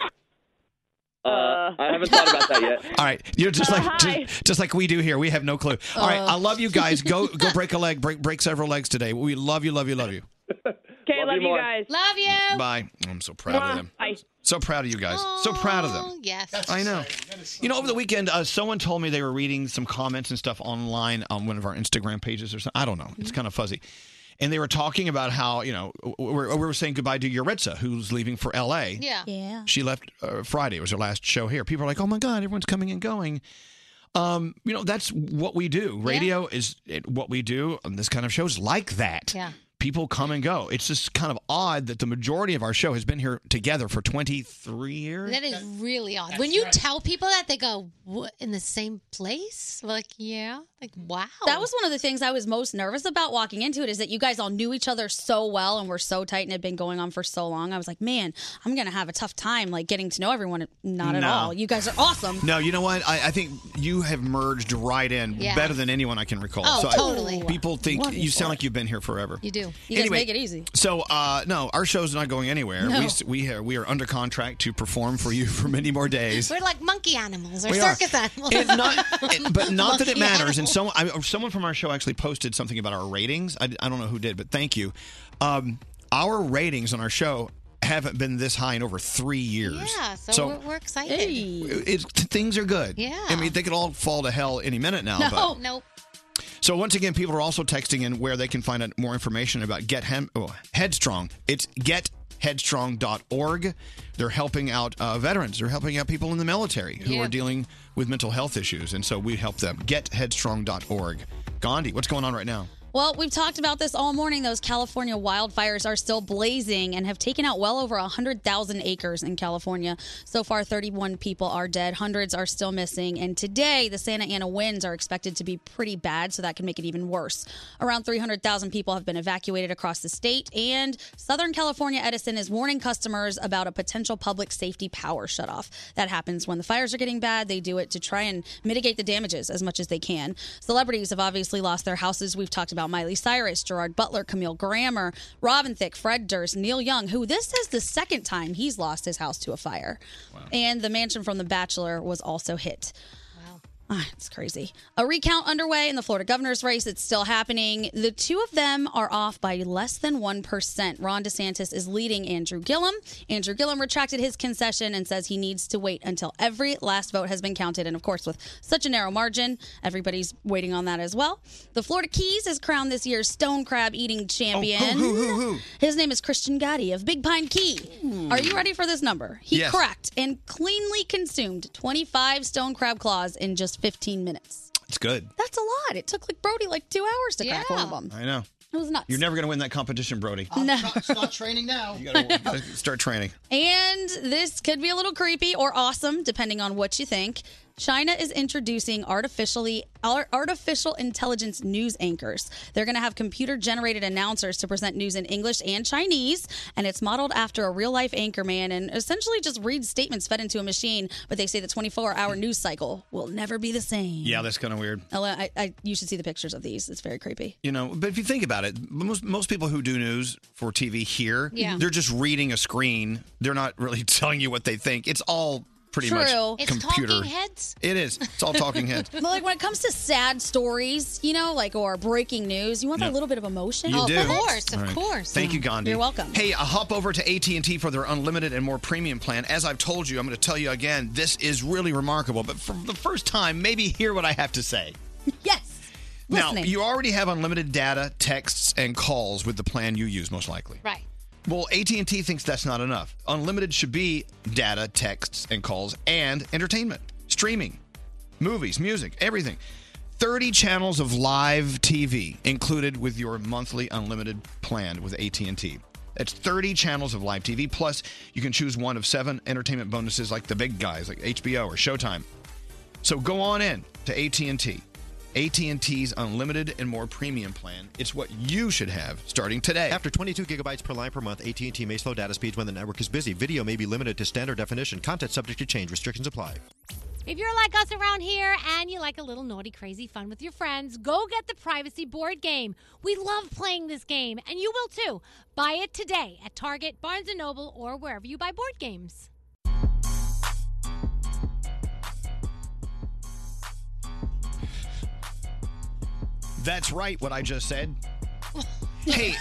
Speaker 26: Uh, I haven't thought about
Speaker 5: (laughs)
Speaker 26: that yet.
Speaker 4: All right, you're just like just, just like we do here. We have no clue. All right,
Speaker 26: Uh.
Speaker 4: I love you guys. Go go break a leg, break break several legs today. We love you, love you, love you.
Speaker 25: Okay, love,
Speaker 4: you
Speaker 25: you
Speaker 4: more.
Speaker 25: guys.
Speaker 5: Love you.
Speaker 4: Bye. I'm so proud of them.
Speaker 25: Bye.
Speaker 4: So proud of you guys. So proud of them.
Speaker 5: Yes.
Speaker 4: I know. You know, over the weekend, uh, someone told me they were reading some comments and stuff online on one of our Instagram pages or something. I don't know.
Speaker 5: Mm-hmm.
Speaker 4: It's kind of fuzzy. And they were talking about how, you know, we're, we were saying goodbye to Yuritsa, who's leaving for LA.
Speaker 5: Yeah.
Speaker 11: Yeah.
Speaker 4: She left uh, Friday. It was her last show here. People are like, oh my God, everyone's coming and going. Um, you know, that's what we do. Radio is it, what we do. And this kind of shows like that.
Speaker 5: Yeah.
Speaker 4: People come and go. It's just kind of odd that the majority of our show has been here together for 23 years.
Speaker 5: That is really odd. When you tell people that, they go, what, in the same place? We're like, yeah. Like, wow.
Speaker 11: That was one of the things I was most nervous about walking into it is that you guys all knew each other so well and were so tight and had been going on for so long. I was like, man, I'm gonna have a tough time like getting to know everyone. Not at
Speaker 4: No.
Speaker 11: all. You guys are awesome.
Speaker 4: No, you know what? I, I think you have merged right in
Speaker 11: Yeah.
Speaker 4: better than anyone I can recall.
Speaker 11: Oh,
Speaker 4: so I-
Speaker 11: totally.
Speaker 4: people think you
Speaker 11: Wonderful.
Speaker 4: sound like you've been here forever.
Speaker 5: You do.
Speaker 11: You guys
Speaker 4: Anyway.
Speaker 11: make it easy.
Speaker 4: So, uh, no, our show's not going anywhere.
Speaker 5: No.
Speaker 4: We, s- we, are, we are under contract to perform for you (laughs) for many more days.
Speaker 5: We're like monkey animals or
Speaker 4: We are.
Speaker 5: circus animals.
Speaker 30: (laughs)
Speaker 4: And not-
Speaker 5: (laughs)
Speaker 4: and- but not that it
Speaker 5: Monkey
Speaker 4: matters. And someone, I, someone from our show actually posted something about our ratings. I, I don't know who did, but thank you. Um, our ratings on our show haven't been this high in over three years.
Speaker 5: Yeah, so, we're, we're excited.
Speaker 4: it's, things are good.
Speaker 5: Yeah.
Speaker 4: I mean, they could all fall to hell any minute now.
Speaker 5: (laughs) No,
Speaker 4: But.
Speaker 5: nope.
Speaker 4: So once again, people are also texting in where they can find out more information about Get Hem- oh, Headstrong. It's getheadstrong.org. They're helping out uh, veterans. They're helping out people in the military who
Speaker 31: Yeah.
Speaker 4: are dealing with mental health issues. And so we help them. Getheadstrong.org. Gandhi, what's going on right now?
Speaker 11: Well, we've talked about this all morning. Those California wildfires are still blazing and have taken out well over 100,000 acres in California. So far, 31 people are dead, hundreds are still missing. And today, the Santa Ana winds are expected to be pretty bad, so that can make it even worse. Around 300,000 people have been evacuated across the state, and Southern California Edison is warning customers about a potential public safety power shutoff. That happens when the fires are getting bad. They do it to try and mitigate the damages as much as they can. Celebrities have obviously lost their houses. We've talked about Miley Cyrus, Gerard Butler, Camille Grammer, Robin Thicke, Fred Durst, Neil Young, who this is the second time he's lost his house to a fire. And the mansion from The Bachelor was also hit. Ah, It's crazy. A recount underway in the Florida governor's race. It's still happening. The two of them are off by less than 1%. Ron DeSantis is leading Andrew Gillum. Andrew Gillum retracted his concession and says he needs to wait until every last vote has been counted. And of course, with such a narrow margin, everybody's waiting on that as well. The Florida Keys is crowned this year's stone crab eating champion.
Speaker 4: Oh, who, who?
Speaker 11: His name is Christian Gotti of Big Pine Key. Are you ready for this number? He
Speaker 4: Yes.
Speaker 11: cracked and cleanly consumed 25 stone crab claws in just 15 minutes.
Speaker 4: It's good.
Speaker 11: That's a lot. It took like Brody like two hours to crack one of them.
Speaker 4: I know.
Speaker 11: It was nuts.
Speaker 4: You're never going to win that competition, Brody.
Speaker 11: (laughs) no.
Speaker 15: Start training now.
Speaker 4: Start training.
Speaker 11: And this could be a little creepy or awesome, depending on what you think. China is introducing artificially ar- artificial intelligence news anchors. They're going to have computer generated announcers to present news in English and Chinese, and it's modeled after a real life anchor man and essentially just reads statements fed into a machine. But they say the 24 hour news cycle will never be the same.
Speaker 4: Yeah, that's kind of weird.
Speaker 11: Ella, I, I, you should see the pictures of these. It's very creepy.
Speaker 4: You know, but if you think about it, most most people who do news for TV here,
Speaker 11: Yeah.
Speaker 4: (laughs) they're just reading a screen. They're not really telling you what they think. It's all pretty
Speaker 11: True.
Speaker 4: much
Speaker 11: It's
Speaker 4: computer.
Speaker 11: talking heads?
Speaker 4: It is. It's all talking heads.
Speaker 11: (laughs) But like when it comes to sad stories, you know, like or breaking news, you want
Speaker 4: Yeah.
Speaker 11: that little bit of emotion.
Speaker 5: Oh,
Speaker 4: You do.
Speaker 11: Oh, of Mm.
Speaker 4: All right. Thank you, Gandhi.
Speaker 11: You're welcome.
Speaker 4: Hey, uh, hop over to AT&T for their unlimited and more premium plan. As I've told you, I'm going to tell you again, this is really remarkable. But for the first time, maybe hear what I have
Speaker 11: (laughs)
Speaker 4: to say. yes. Now,
Speaker 19: Listening.
Speaker 4: you already have unlimited data, texts, and calls with the plan you use, most likely.
Speaker 5: Right.
Speaker 4: Well, AT&T thinks that's not enough. Unlimited should be data, texts, and calls and entertainment, streaming, movies, music, everything. 30 channels of live TV included with your monthly unlimited plan with AT&T. That's 30 channels of live TV plus you can choose one of 7 entertainment bonuses like the big guys like HBO or Showtime. So go on in to AT&T. AT&T's unlimited and more premium plan. It's what you should have starting today.
Speaker 12: After 22 gigabytes per line per month, AT&T may slow data speeds when the network is busy. Video may be limited to standard definition. Content subject to change. Restrictions apply.
Speaker 30: If you're like us around here and you like a little naughty, crazy fun with your friends, go get the Privacy Board Game. We love playing this game, and you will too. Buy it today at Target, Barnes & Noble, or wherever you buy board games.
Speaker 4: That's right, what I just said. hey,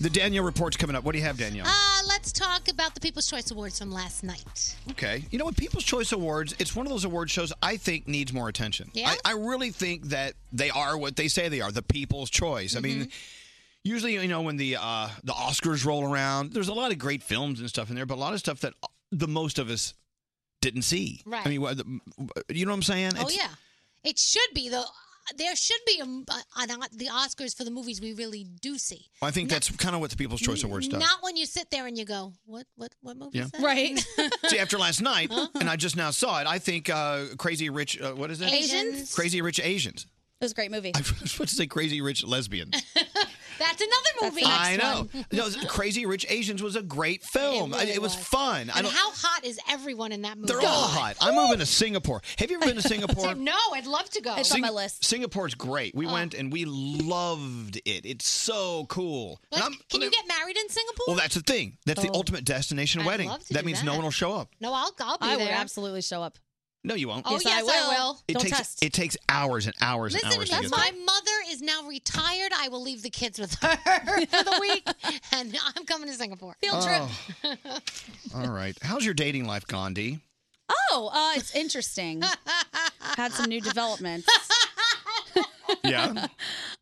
Speaker 4: the Danielle report's coming up. What do you have, Danielle?
Speaker 5: Uh, let's talk about the People's Choice Awards from last night.
Speaker 4: Okay. You know what? People's Choice Awards, it's one of those award shows I think needs more attention.
Speaker 5: Yeah?
Speaker 4: I, I really think that they are what they say they are the people's choice. I
Speaker 5: Mm-hmm.
Speaker 4: mean, usually, you know, when the uh, the Oscars roll around, there's a lot of great films and stuff in there, but a lot of stuff that the most of us didn't see.
Speaker 5: Right.
Speaker 4: I mean, what the- you know what I'm saying?
Speaker 5: Oh yeah, it should be though. uh, There should be a, uh, an, the Oscars for the movies we really do see.
Speaker 4: I think that's kind of what the People's Choice Awards does.
Speaker 5: Not when you sit there and you go, what, what, what movie
Speaker 4: Yeah.
Speaker 5: is that? (laughs) Right.
Speaker 4: See, after last night,
Speaker 5: Uh-huh.
Speaker 4: and I just now saw it, I think uh, Crazy Rich, uh, what is it?
Speaker 11: Asians?
Speaker 4: Crazy Rich Asians. (laughs)
Speaker 11: It was a great movie.
Speaker 4: I was about to say Crazy Rich Lesbian.
Speaker 5: That's another movie.
Speaker 4: I know. no,
Speaker 5: (laughs)
Speaker 4: Crazy Rich Asians was a great film. I- It, was, fun. I
Speaker 5: And
Speaker 4: don't,
Speaker 5: how hot is everyone in that movie?
Speaker 4: they're
Speaker 5: (laughs)
Speaker 4: all hot. I'm moving to Singapore. Have you ever been to Singapore?
Speaker 5: no, I'd love to go.
Speaker 4: Sing- Singapore's great.
Speaker 5: Oh.
Speaker 4: We went and we loved it. It's so cool. And
Speaker 5: Like,
Speaker 4: I'm-
Speaker 5: can you get married in Singapore?
Speaker 4: well, that's the thing. That's the
Speaker 5: Oh.
Speaker 4: ultimate destination
Speaker 5: I'd
Speaker 4: wedding.
Speaker 5: love to
Speaker 4: that
Speaker 5: do
Speaker 4: means no
Speaker 5: that.
Speaker 4: one will show up.
Speaker 5: No, I'll, I'll be
Speaker 11: I
Speaker 5: there.
Speaker 11: would absolutely show up.
Speaker 4: No, you won't.
Speaker 5: Oh, Yes, I yes, I will. will.
Speaker 4: It
Speaker 5: Don't
Speaker 4: takes
Speaker 5: test.
Speaker 4: it takes hours and hours
Speaker 5: Listen
Speaker 4: and
Speaker 5: to
Speaker 4: hours
Speaker 5: me.
Speaker 4: to get there.
Speaker 5: My mother is now retired. I will leave the kids with her (laughs) for the
Speaker 11: (laughs)
Speaker 5: week, and I'm coming to Singapore.
Speaker 4: Field trip.
Speaker 5: (laughs)
Speaker 4: All right. How's your dating life, Gandhi?
Speaker 11: Oh, uh, it's
Speaker 5: (laughs)
Speaker 11: interesting. Had some new developments.
Speaker 4: (laughs) Yeah.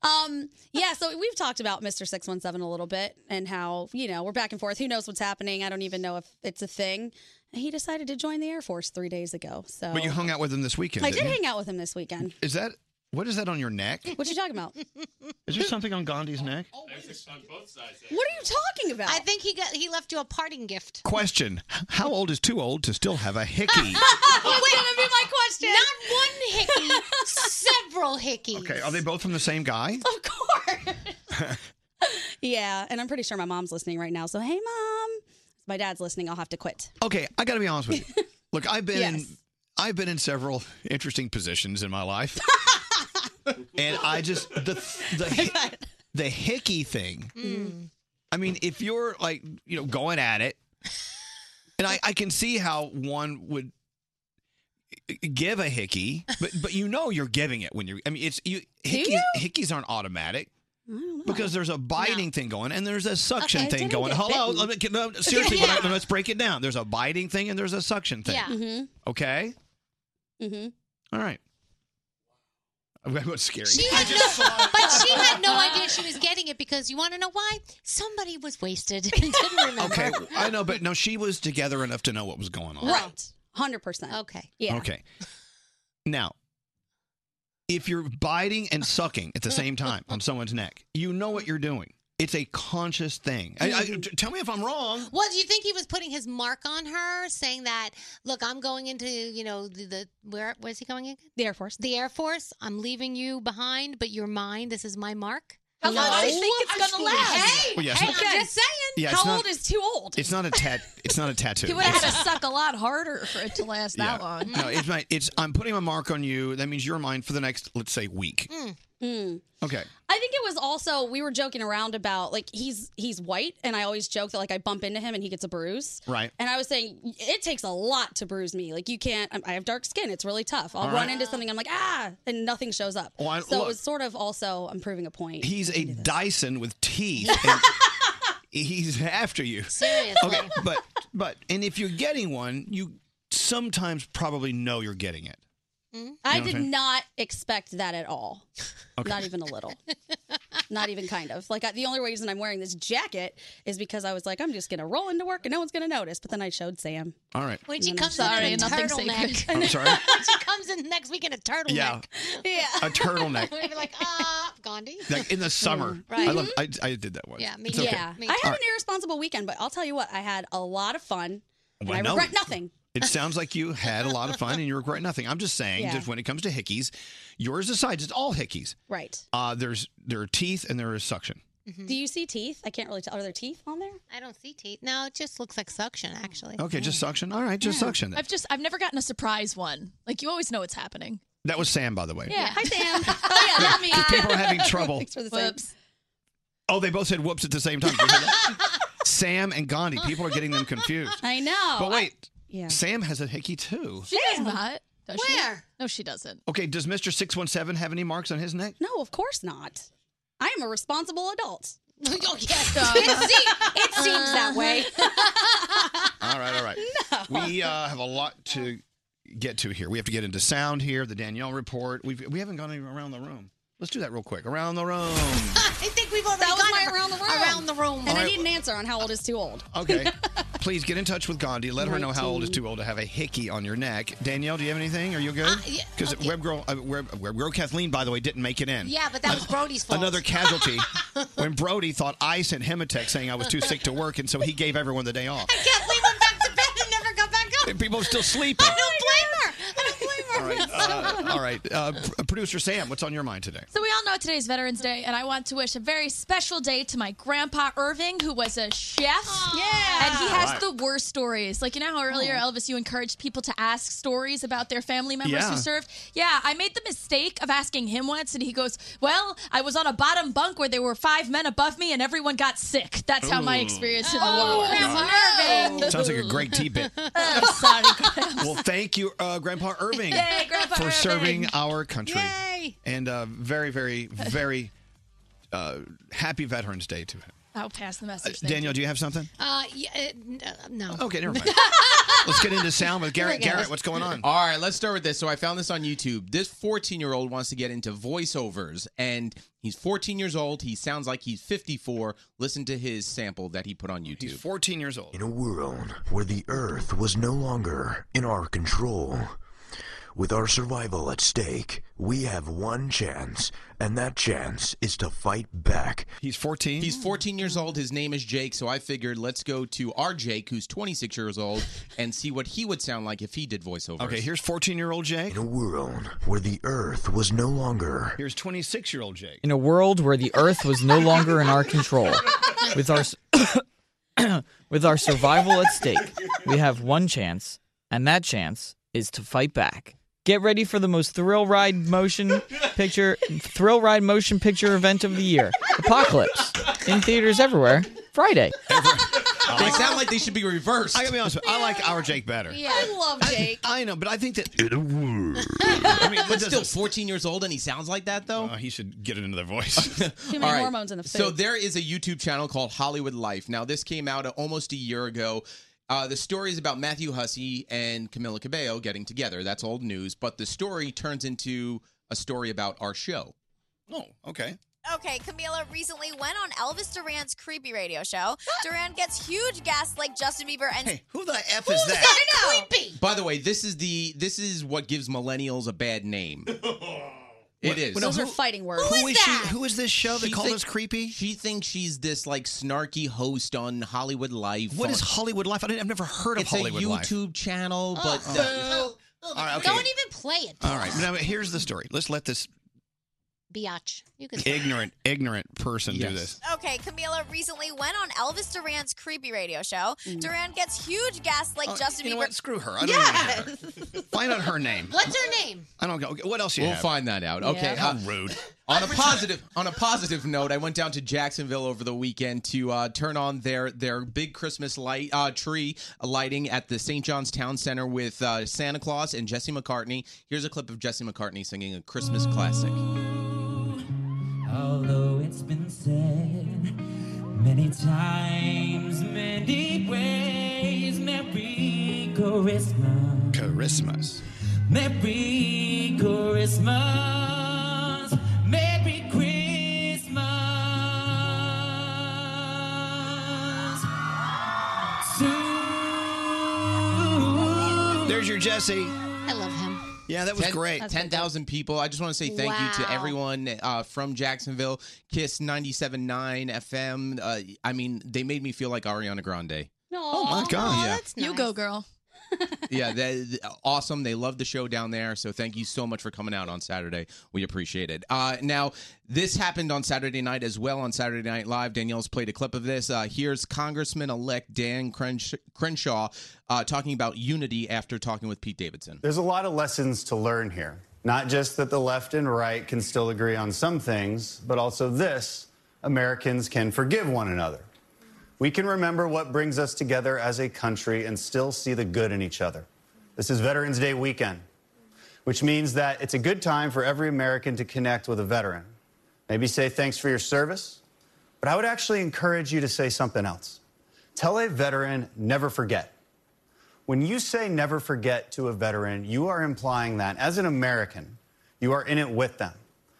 Speaker 11: Um, yeah, so we've talked about Mr. 617 a little bit and how, you know, we're back and forth. Who knows what's happening? I don't even know if it's a thing. And he decided to join the Air Force three days ago. So
Speaker 4: But you hung out with him this weekend.
Speaker 11: Oh. I did
Speaker 4: didn't you?
Speaker 11: hang out with him this weekend.
Speaker 4: Is that what is that on your neck?
Speaker 11: What you talking
Speaker 5: (laughs)
Speaker 11: about?
Speaker 4: Is there something on Gandhi's neck?
Speaker 11: What are you talking about?
Speaker 5: I think he got he left you a
Speaker 11: (laughs)
Speaker 5: parting gift.
Speaker 4: Question: How old is too old to still have a hickey?
Speaker 5: That's
Speaker 11: gonna be my question.
Speaker 5: Oh, Not one hickey,
Speaker 11: (laughs)
Speaker 5: several hickeys.
Speaker 4: okay, are they both from the same guy?
Speaker 11: Yeah, and I'm pretty sure my mom's listening right now. So hey, mom. If my dad's listening. I'll have to quit.
Speaker 4: Okay, I got to be honest with you. Look, I've been in,
Speaker 11: Yes.
Speaker 4: I've been in several interesting positions in
Speaker 11: (laughs)
Speaker 4: my life, and I just the the the hickey thing.
Speaker 11: Mm.
Speaker 5: Mm.
Speaker 4: I mean, if you're like, you know, going at it, and I, I can see how one would give a hickey, but but you know you're giving it when you're. I mean, it's you hickeys.
Speaker 11: you?
Speaker 4: Hickeys aren't automatic. Because there's a biting thing going and there's a suction
Speaker 11: Okay, I
Speaker 4: thing
Speaker 11: didn't
Speaker 4: going.
Speaker 11: get
Speaker 4: Hello,
Speaker 11: bitten.
Speaker 4: let me, no, seriously,
Speaker 11: (laughs) Yeah.
Speaker 4: let- let's break it down. There's a biting thing and there's a suction thing.
Speaker 9: Mm-hmm.
Speaker 11: Mhm.
Speaker 4: Okay,
Speaker 11: Mhm.
Speaker 4: all right. (laughs) I'm going to
Speaker 11: (laughs)
Speaker 4: scary.
Speaker 5: She had no, but she had no idea she was getting it because you want to know why? Somebody was wasted (laughs) and didn't remember.
Speaker 4: Okay, I know, but no, she was together enough to know what was going on.
Speaker 11: Right. Hundred percent.
Speaker 5: Okay.
Speaker 11: Yeah.
Speaker 4: Okay. Now, if you're biting and sucking at the same time on someone's neck, you know what you're doing. It's a conscious thing. I, I,
Speaker 11: Mm-hmm.
Speaker 4: t- tell me if I'm wrong.
Speaker 5: Well, do you think he was putting his mark on her, saying that, "Look, I'm going into, you know, the, the where where's he going again?
Speaker 11: The Air Force.
Speaker 5: The Air Force. I'm leaving you behind, but you're mine. This is my mark."
Speaker 11: How long do you think it's gonna last?
Speaker 5: Hey,
Speaker 11: Well, yes,
Speaker 5: hey,
Speaker 11: ma'am.
Speaker 5: I'm just saying.
Speaker 4: Oh, Yeah,
Speaker 11: How
Speaker 4: it's not-
Speaker 11: old is too old?
Speaker 4: It's not a tat. It's not a
Speaker 11: (laughs)
Speaker 4: tattoo.
Speaker 11: He would have had
Speaker 4: It's-
Speaker 11: to suck a lot harder for it to last that
Speaker 4: Yeah.
Speaker 11: long.
Speaker 4: No, it's my. It's I'm putting my mark on you. That means you're mine for the next, let's say, week.
Speaker 11: Mm. Mm.
Speaker 4: Okay.
Speaker 11: I think it was also we were joking around about like he's he's white and I always joke that like I bump into him and he gets a bruise.
Speaker 4: Right.
Speaker 11: And I was saying it takes a lot to bruise me. Like you can't. I have dark skin. It's really tough. I'll
Speaker 4: All
Speaker 11: run
Speaker 4: right.
Speaker 11: into something. I'm like ah, and nothing shows up.
Speaker 4: Oh, I-
Speaker 11: so
Speaker 4: look.
Speaker 11: it was sort of also I'm proving a point.
Speaker 4: He's a Dyson with teeth.
Speaker 11: (laughs)
Speaker 4: and he's after you.
Speaker 11: Seriously.
Speaker 4: Okay, but but and if you're getting one, you sometimes probably know you're getting it.
Speaker 11: I
Speaker 4: You know what
Speaker 11: did
Speaker 4: I'm saying?
Speaker 11: not expect that at all.
Speaker 4: (laughs) Okay.
Speaker 11: Not even a little. not even kind of. Like I, the only reason I'm wearing this jacket is because I was like I'm just gonna roll into work and no one's gonna notice. But then I showed Sam.
Speaker 4: All right.
Speaker 5: When she
Speaker 11: And I'm
Speaker 5: comes
Speaker 11: sorry,
Speaker 5: in in a
Speaker 11: nothing
Speaker 5: (laughs) turtleneck.
Speaker 11: sacred.
Speaker 4: I'm sorry?
Speaker 5: she comes in next week in a turtleneck.
Speaker 4: Yeah. Uh,
Speaker 11: Yeah.
Speaker 4: A turtleneck.
Speaker 5: We'd be like, ah, Gandhi.
Speaker 4: Like in the summer.
Speaker 11: Mm, Right. Mm-hmm.
Speaker 4: I love I, I did that one.
Speaker 11: Yeah,
Speaker 4: It's okay.
Speaker 11: Yeah, I
Speaker 4: All
Speaker 11: had
Speaker 4: right.
Speaker 11: an irresponsible weekend, but I'll tell you what, I had a lot of fun. And
Speaker 4: Well,
Speaker 11: I
Speaker 4: I know.
Speaker 11: regret nothing.
Speaker 4: It sounds like you had a lot of fun and you regret nothing. I'm just saying,
Speaker 11: Yeah.
Speaker 4: just when it comes to hickeys, yours aside, it's all hickeys.
Speaker 11: (laughs) Right.
Speaker 4: Uh, there's there are teeth and there is suction.
Speaker 11: Do you see teeth? I can't really tell. Are there teeth on there?
Speaker 5: I don't see teeth. No, it just looks like suction, actually.
Speaker 4: Okay, just suction. All right, just suction. Then.
Speaker 6: I've just I've never gotten a surprise one. Like you always know what's happening.
Speaker 4: That was Sam, by the way.
Speaker 6: Yeah. Hi (laughs) Sam.
Speaker 11: oh yeah, not
Speaker 4: (laughs)
Speaker 11: me.
Speaker 4: People are having trouble.
Speaker 11: Thanks for the
Speaker 6: Whoops.
Speaker 4: Oh, they both said whoops at the same time. Did you
Speaker 11: (laughs)
Speaker 4: hear that? Sam and Gandhi. People are getting them confused.
Speaker 11: I know.
Speaker 4: But wait,
Speaker 11: yeah.
Speaker 4: Sam has a hickey too.
Speaker 6: She does not. Does Where? She? No, she doesn't.
Speaker 4: Okay, does Mr. 617 have any marks on
Speaker 11: (laughs)
Speaker 4: his neck?
Speaker 11: No, of course not. I am a responsible adult.
Speaker 5: (laughs) oh, yes.
Speaker 11: it, se- it seems that way.
Speaker 4: All right, all right. We uh, have a lot to get to here. We have to get into sound here, the Danielle report. We've, we haven't gone even around the room. Let's do that real quick. Around the room.
Speaker 5: I think we've already
Speaker 11: That was
Speaker 5: gone
Speaker 11: my around the room.
Speaker 5: Around the room.
Speaker 11: And I need an answer on how old is too old.
Speaker 5: (laughs)
Speaker 4: Okay. Please get in touch with Gandhi. Let her know how old is too old to have a hickey on your neck. Danielle, do you have anything? Are you good?
Speaker 5: Uh, yeah,
Speaker 4: Because Web Girl, uh, Web, Web Girl Kathleen, by the way, didn't make it in.
Speaker 5: Yeah, but that was Brody's fault.
Speaker 4: Another
Speaker 5: (laughs)
Speaker 4: casualty when Brody thought I sent him a text saying I was too sick to work, and so he gave everyone the day off.
Speaker 5: Kathleen went back to bed and never got back up.
Speaker 4: And people are still sleeping.
Speaker 5: I don't blame her. I
Speaker 4: All
Speaker 5: don't blame
Speaker 4: right,
Speaker 5: her.
Speaker 4: uh, all right. Uh, P- producer Sam, what's on your mind today?
Speaker 6: So we all know today's Veterans Day, and I want to wish a very special day to my grandpa Irving, who was a chef. Yeah, and he has
Speaker 4: Right.
Speaker 6: the worst stories. Like you know how earlier, Elvis, you encouraged people to ask stories about their family members
Speaker 32: Yeah.
Speaker 6: who served. Yeah, I made the mistake of asking him once, and he goes, "Well, I was on a bottom bunk where there were five men above me, and everyone got sick. That's how my
Speaker 4: Ooh.
Speaker 6: experience in the war
Speaker 4: Oh,
Speaker 6: was."
Speaker 4: Grandpa
Speaker 6: Irving.
Speaker 4: Sounds like a great
Speaker 5: (laughs)
Speaker 4: tea bit.
Speaker 6: I'm sorry,
Speaker 4: Well, thank you, uh, Grandpa Irving,
Speaker 6: Yay, Grandpa
Speaker 4: for
Speaker 6: Irving.
Speaker 4: serving our country. And uh, very, very, very uh, happy Veterans Day to him.
Speaker 6: I'll pass the message. Thank
Speaker 4: Daniel, do you have something?
Speaker 5: Uh, yeah, uh, n- uh, no.
Speaker 4: Okay, never mind. Let's get into sound with (laughs) Garrett. Garrett, what's going on?
Speaker 21: All right, let's start with this. So I found this on YouTube. This 14 year old wants to get into voiceovers, and he's 14 years old. He sounds like he's 54. Listen to his sample that he put on YouTube. He's
Speaker 4: 14 years old.
Speaker 17: In a world where the Earth was no longer in our control, with our survival at stake, we have one chance, and that chance is to fight back.
Speaker 4: He's 14.
Speaker 21: He's 14 years old. His name is Jake. So I figured let's go to our Jake, who's 26 years old, and see what he would sound like if he did voiceovers.
Speaker 4: Okay, here's 14 year old Jake.
Speaker 17: In a world where the Earth was no longer.
Speaker 4: Here's 26 year old Jake.
Speaker 33: In a world where the Earth was no longer in our control, with our s- (coughs) with our survival at stake, we have one chance, and that chance is to fight back. Get ready for the most thrill ride motion picture thrill ride motion picture event of the year, Apocalypse, in theaters everywhere Friday.
Speaker 21: They sound like they should be reversed.
Speaker 4: I gotta be honest with you, I like our Jake better.
Speaker 11: I love Jake.
Speaker 4: I, know, but I think that.
Speaker 21: (laughs) I mean, but still, 14 years old, and Uh, he sounds like that, though.
Speaker 4: he should get it into
Speaker 21: (laughs)
Speaker 4: their voice.
Speaker 11: Too many hormones in the
Speaker 21: So
Speaker 11: food.
Speaker 21: there is a YouTube channel called Hollywood Life. Now, this came out uh, almost a year ago. Uh, the story is about Matthew Hussey and Camila Cabello getting together. That's old news, but the story turns into a story about our show.
Speaker 4: Oh, okay.
Speaker 18: Okay, Camila recently went on Elvis Duran's creepy
Speaker 5: (gasps)
Speaker 18: radio show. Duran gets huge guests like Justin Bieber and
Speaker 4: who the f
Speaker 21: is that?
Speaker 18: I know.
Speaker 21: By the way, this is the this is what gives millennials a bad (laughs) name. It is.
Speaker 11: Those are fighting words.
Speaker 4: who is this show
Speaker 21: She
Speaker 4: that called
Speaker 21: think-
Speaker 4: us creepy?
Speaker 21: She thinks she's this like snarky host on Hollywood Life.
Speaker 4: What
Speaker 21: on-
Speaker 4: is Hollywood Life? I didn't, I've never heard of
Speaker 21: It's a
Speaker 4: Hollywood Life.
Speaker 21: YouTube channel, but uh,
Speaker 4: Oh.
Speaker 21: the-
Speaker 4: All right, okay.
Speaker 5: Don't e- even play it.
Speaker 4: All right, now here's the story. Let's let this
Speaker 5: biatch. You could say it.
Speaker 4: Ignorant, ignorant person do this.
Speaker 18: Okay, Camila recently went on Elvis Duran's creepy radio show.
Speaker 5: Mm.
Speaker 18: Duran gets huge gaslight
Speaker 4: Oh,
Speaker 18: Justin
Speaker 4: you know
Speaker 18: Bieber.
Speaker 4: what? Screw her. I don't even care. Find out her name.
Speaker 5: What's her name?
Speaker 4: I don't go. okay, What else you
Speaker 21: We'll
Speaker 4: have?
Speaker 21: find that out. Okay.
Speaker 4: How
Speaker 21: uh,
Speaker 4: rude.
Speaker 21: (laughs) On a positive on a positive note, I went down to Jacksonville over the weekend to uh, turn on their their big Christmas light uh, tree lighting at the St. John's Town Center with uh, Santa Claus and Jesse McCartney. Here's a clip of Jesse McCartney singing a Christmas classic.
Speaker 7: Although it's been said many times, many ways, Merry Christmas.
Speaker 4: Christmas.
Speaker 7: Merry Christmas. Merry Christmas. to-
Speaker 4: There's your Jesse.
Speaker 5: I love him.
Speaker 4: Yeah, that was great. That's
Speaker 21: Ten thousand people. I just want to say thank you to
Speaker 5: Wow.
Speaker 21: everyone uh, from Jacksonville, Kiss 97.9 FM. Uh, I mean, they made me feel like Ariana Grande.
Speaker 14: Oh
Speaker 21: my God. Yeah.
Speaker 14: You go, girl.
Speaker 21: yeah, they, awesome. They love the show down there. So thank you so much for coming out on Saturday. We appreciate it. Uh, now, this happened on Saturday night as well. On Saturday Night Live, Danielle's played a clip of this. Uh, here's Congressman elect Dan Crens- Crenshaw uh, talking about unity after talking with Pete Davidson.
Speaker 22: There's a lot of lessons to learn here. Not just that the left and right can still agree on some things, but also this Americans can forgive one another. We can remember what brings us together as a country and still see the good in each other. This is Veterans Day weekend, which means that it's a good time for every American to connect with a veteran. Maybe say thanks for your service, but I would actually encourage you to say something else. Tell a veteran, never forget. When you say never forget to a veteran, you are implying that as an American, you are in it with them,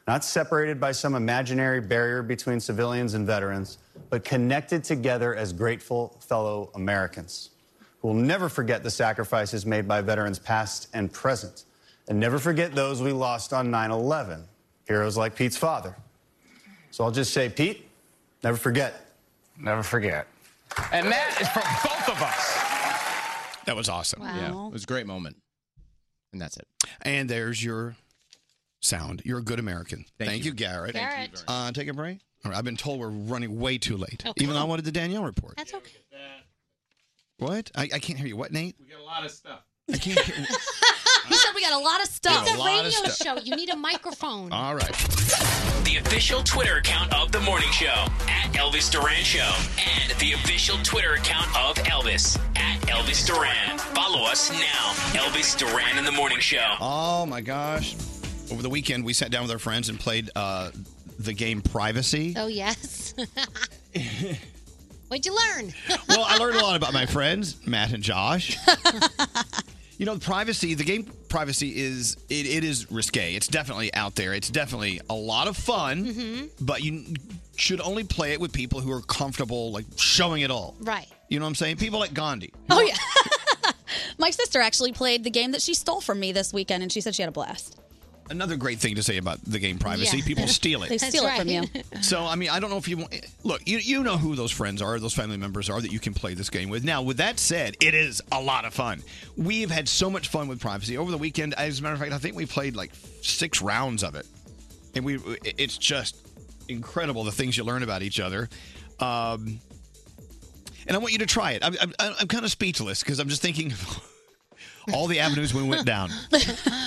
Speaker 22: not separated by some imaginary barrier between civilians and veterans, but connected together as grateful fellow Americans who will never forget the sacrifices made by veterans past and present, and never forget those we lost on 9 11, heroes like Pete's father. So I'll just say, Pete, never forget. Never forget.
Speaker 4: And that is from both of us. That was awesome.
Speaker 21: Wow. Yeah, it was a great moment. And that's it.
Speaker 4: And there's your sound. You're a good American. Thank, you.
Speaker 21: you.
Speaker 4: Garrett.
Speaker 21: Thank you, Garrett. Garrett.
Speaker 4: Uh, take a break. All right, I've been told we're running way too late.
Speaker 5: Okay.
Speaker 4: Even though I wanted the Danielle report.
Speaker 5: That's okay. (laughs)
Speaker 4: What? I, I can't hear you. What, Nate?
Speaker 21: We got a lot of stuff.
Speaker 4: I can't hear.
Speaker 5: He said we got a lot of stuff.
Speaker 4: Got a
Speaker 5: It's a
Speaker 4: lot of
Speaker 5: radio show.
Speaker 4: stuff.
Speaker 5: You need a
Speaker 4: (laughs)
Speaker 5: microphone.
Speaker 4: All right.
Speaker 3: The official Twitter account of the morning show at Elvis Duran Show, and the official Twitter account of Elvis at Elvis Duran. Follow us now, Elvis Duran in the morning show.
Speaker 4: Oh my gosh. Over the weekend, we sat down with our friends and played uh, the game Privacy.
Speaker 5: Oh yes. (laughs) What'd you learn?
Speaker 4: well, I learned a lot about my friends, Matt and Josh. you know, privacy, the game privacy is it, it is risque. It's definitely out there. It's definitely a lot of fun, but you should only play it with people who are comfortable like showing it all.
Speaker 5: Right.
Speaker 4: You know what I'm saying? People like Gandhi.
Speaker 11: Oh yeah. (laughs) My sister actually played the game that she stole from me this weekend, and she said she had a blast.
Speaker 4: Another great thing to say about the game privacy,
Speaker 11: Yeah. (laughs)
Speaker 4: people steal it.
Speaker 11: They That's steal it from right. (laughs) you.
Speaker 4: So, I mean, I don't know if you want, look, you, you know who those friends are, those family members are that you can play this game with. Now, with that said, it is a lot of fun. We've had so much fun with privacy over the weekend. As a matter of fact, I think we played like six rounds of it. And we, it's just incredible the things you learn about each other. Um, and I want you to try it. I'm, I'm, I'm kind of speechless because I'm just thinking of (laughs) all the avenues we
Speaker 11: (laughs)
Speaker 4: went down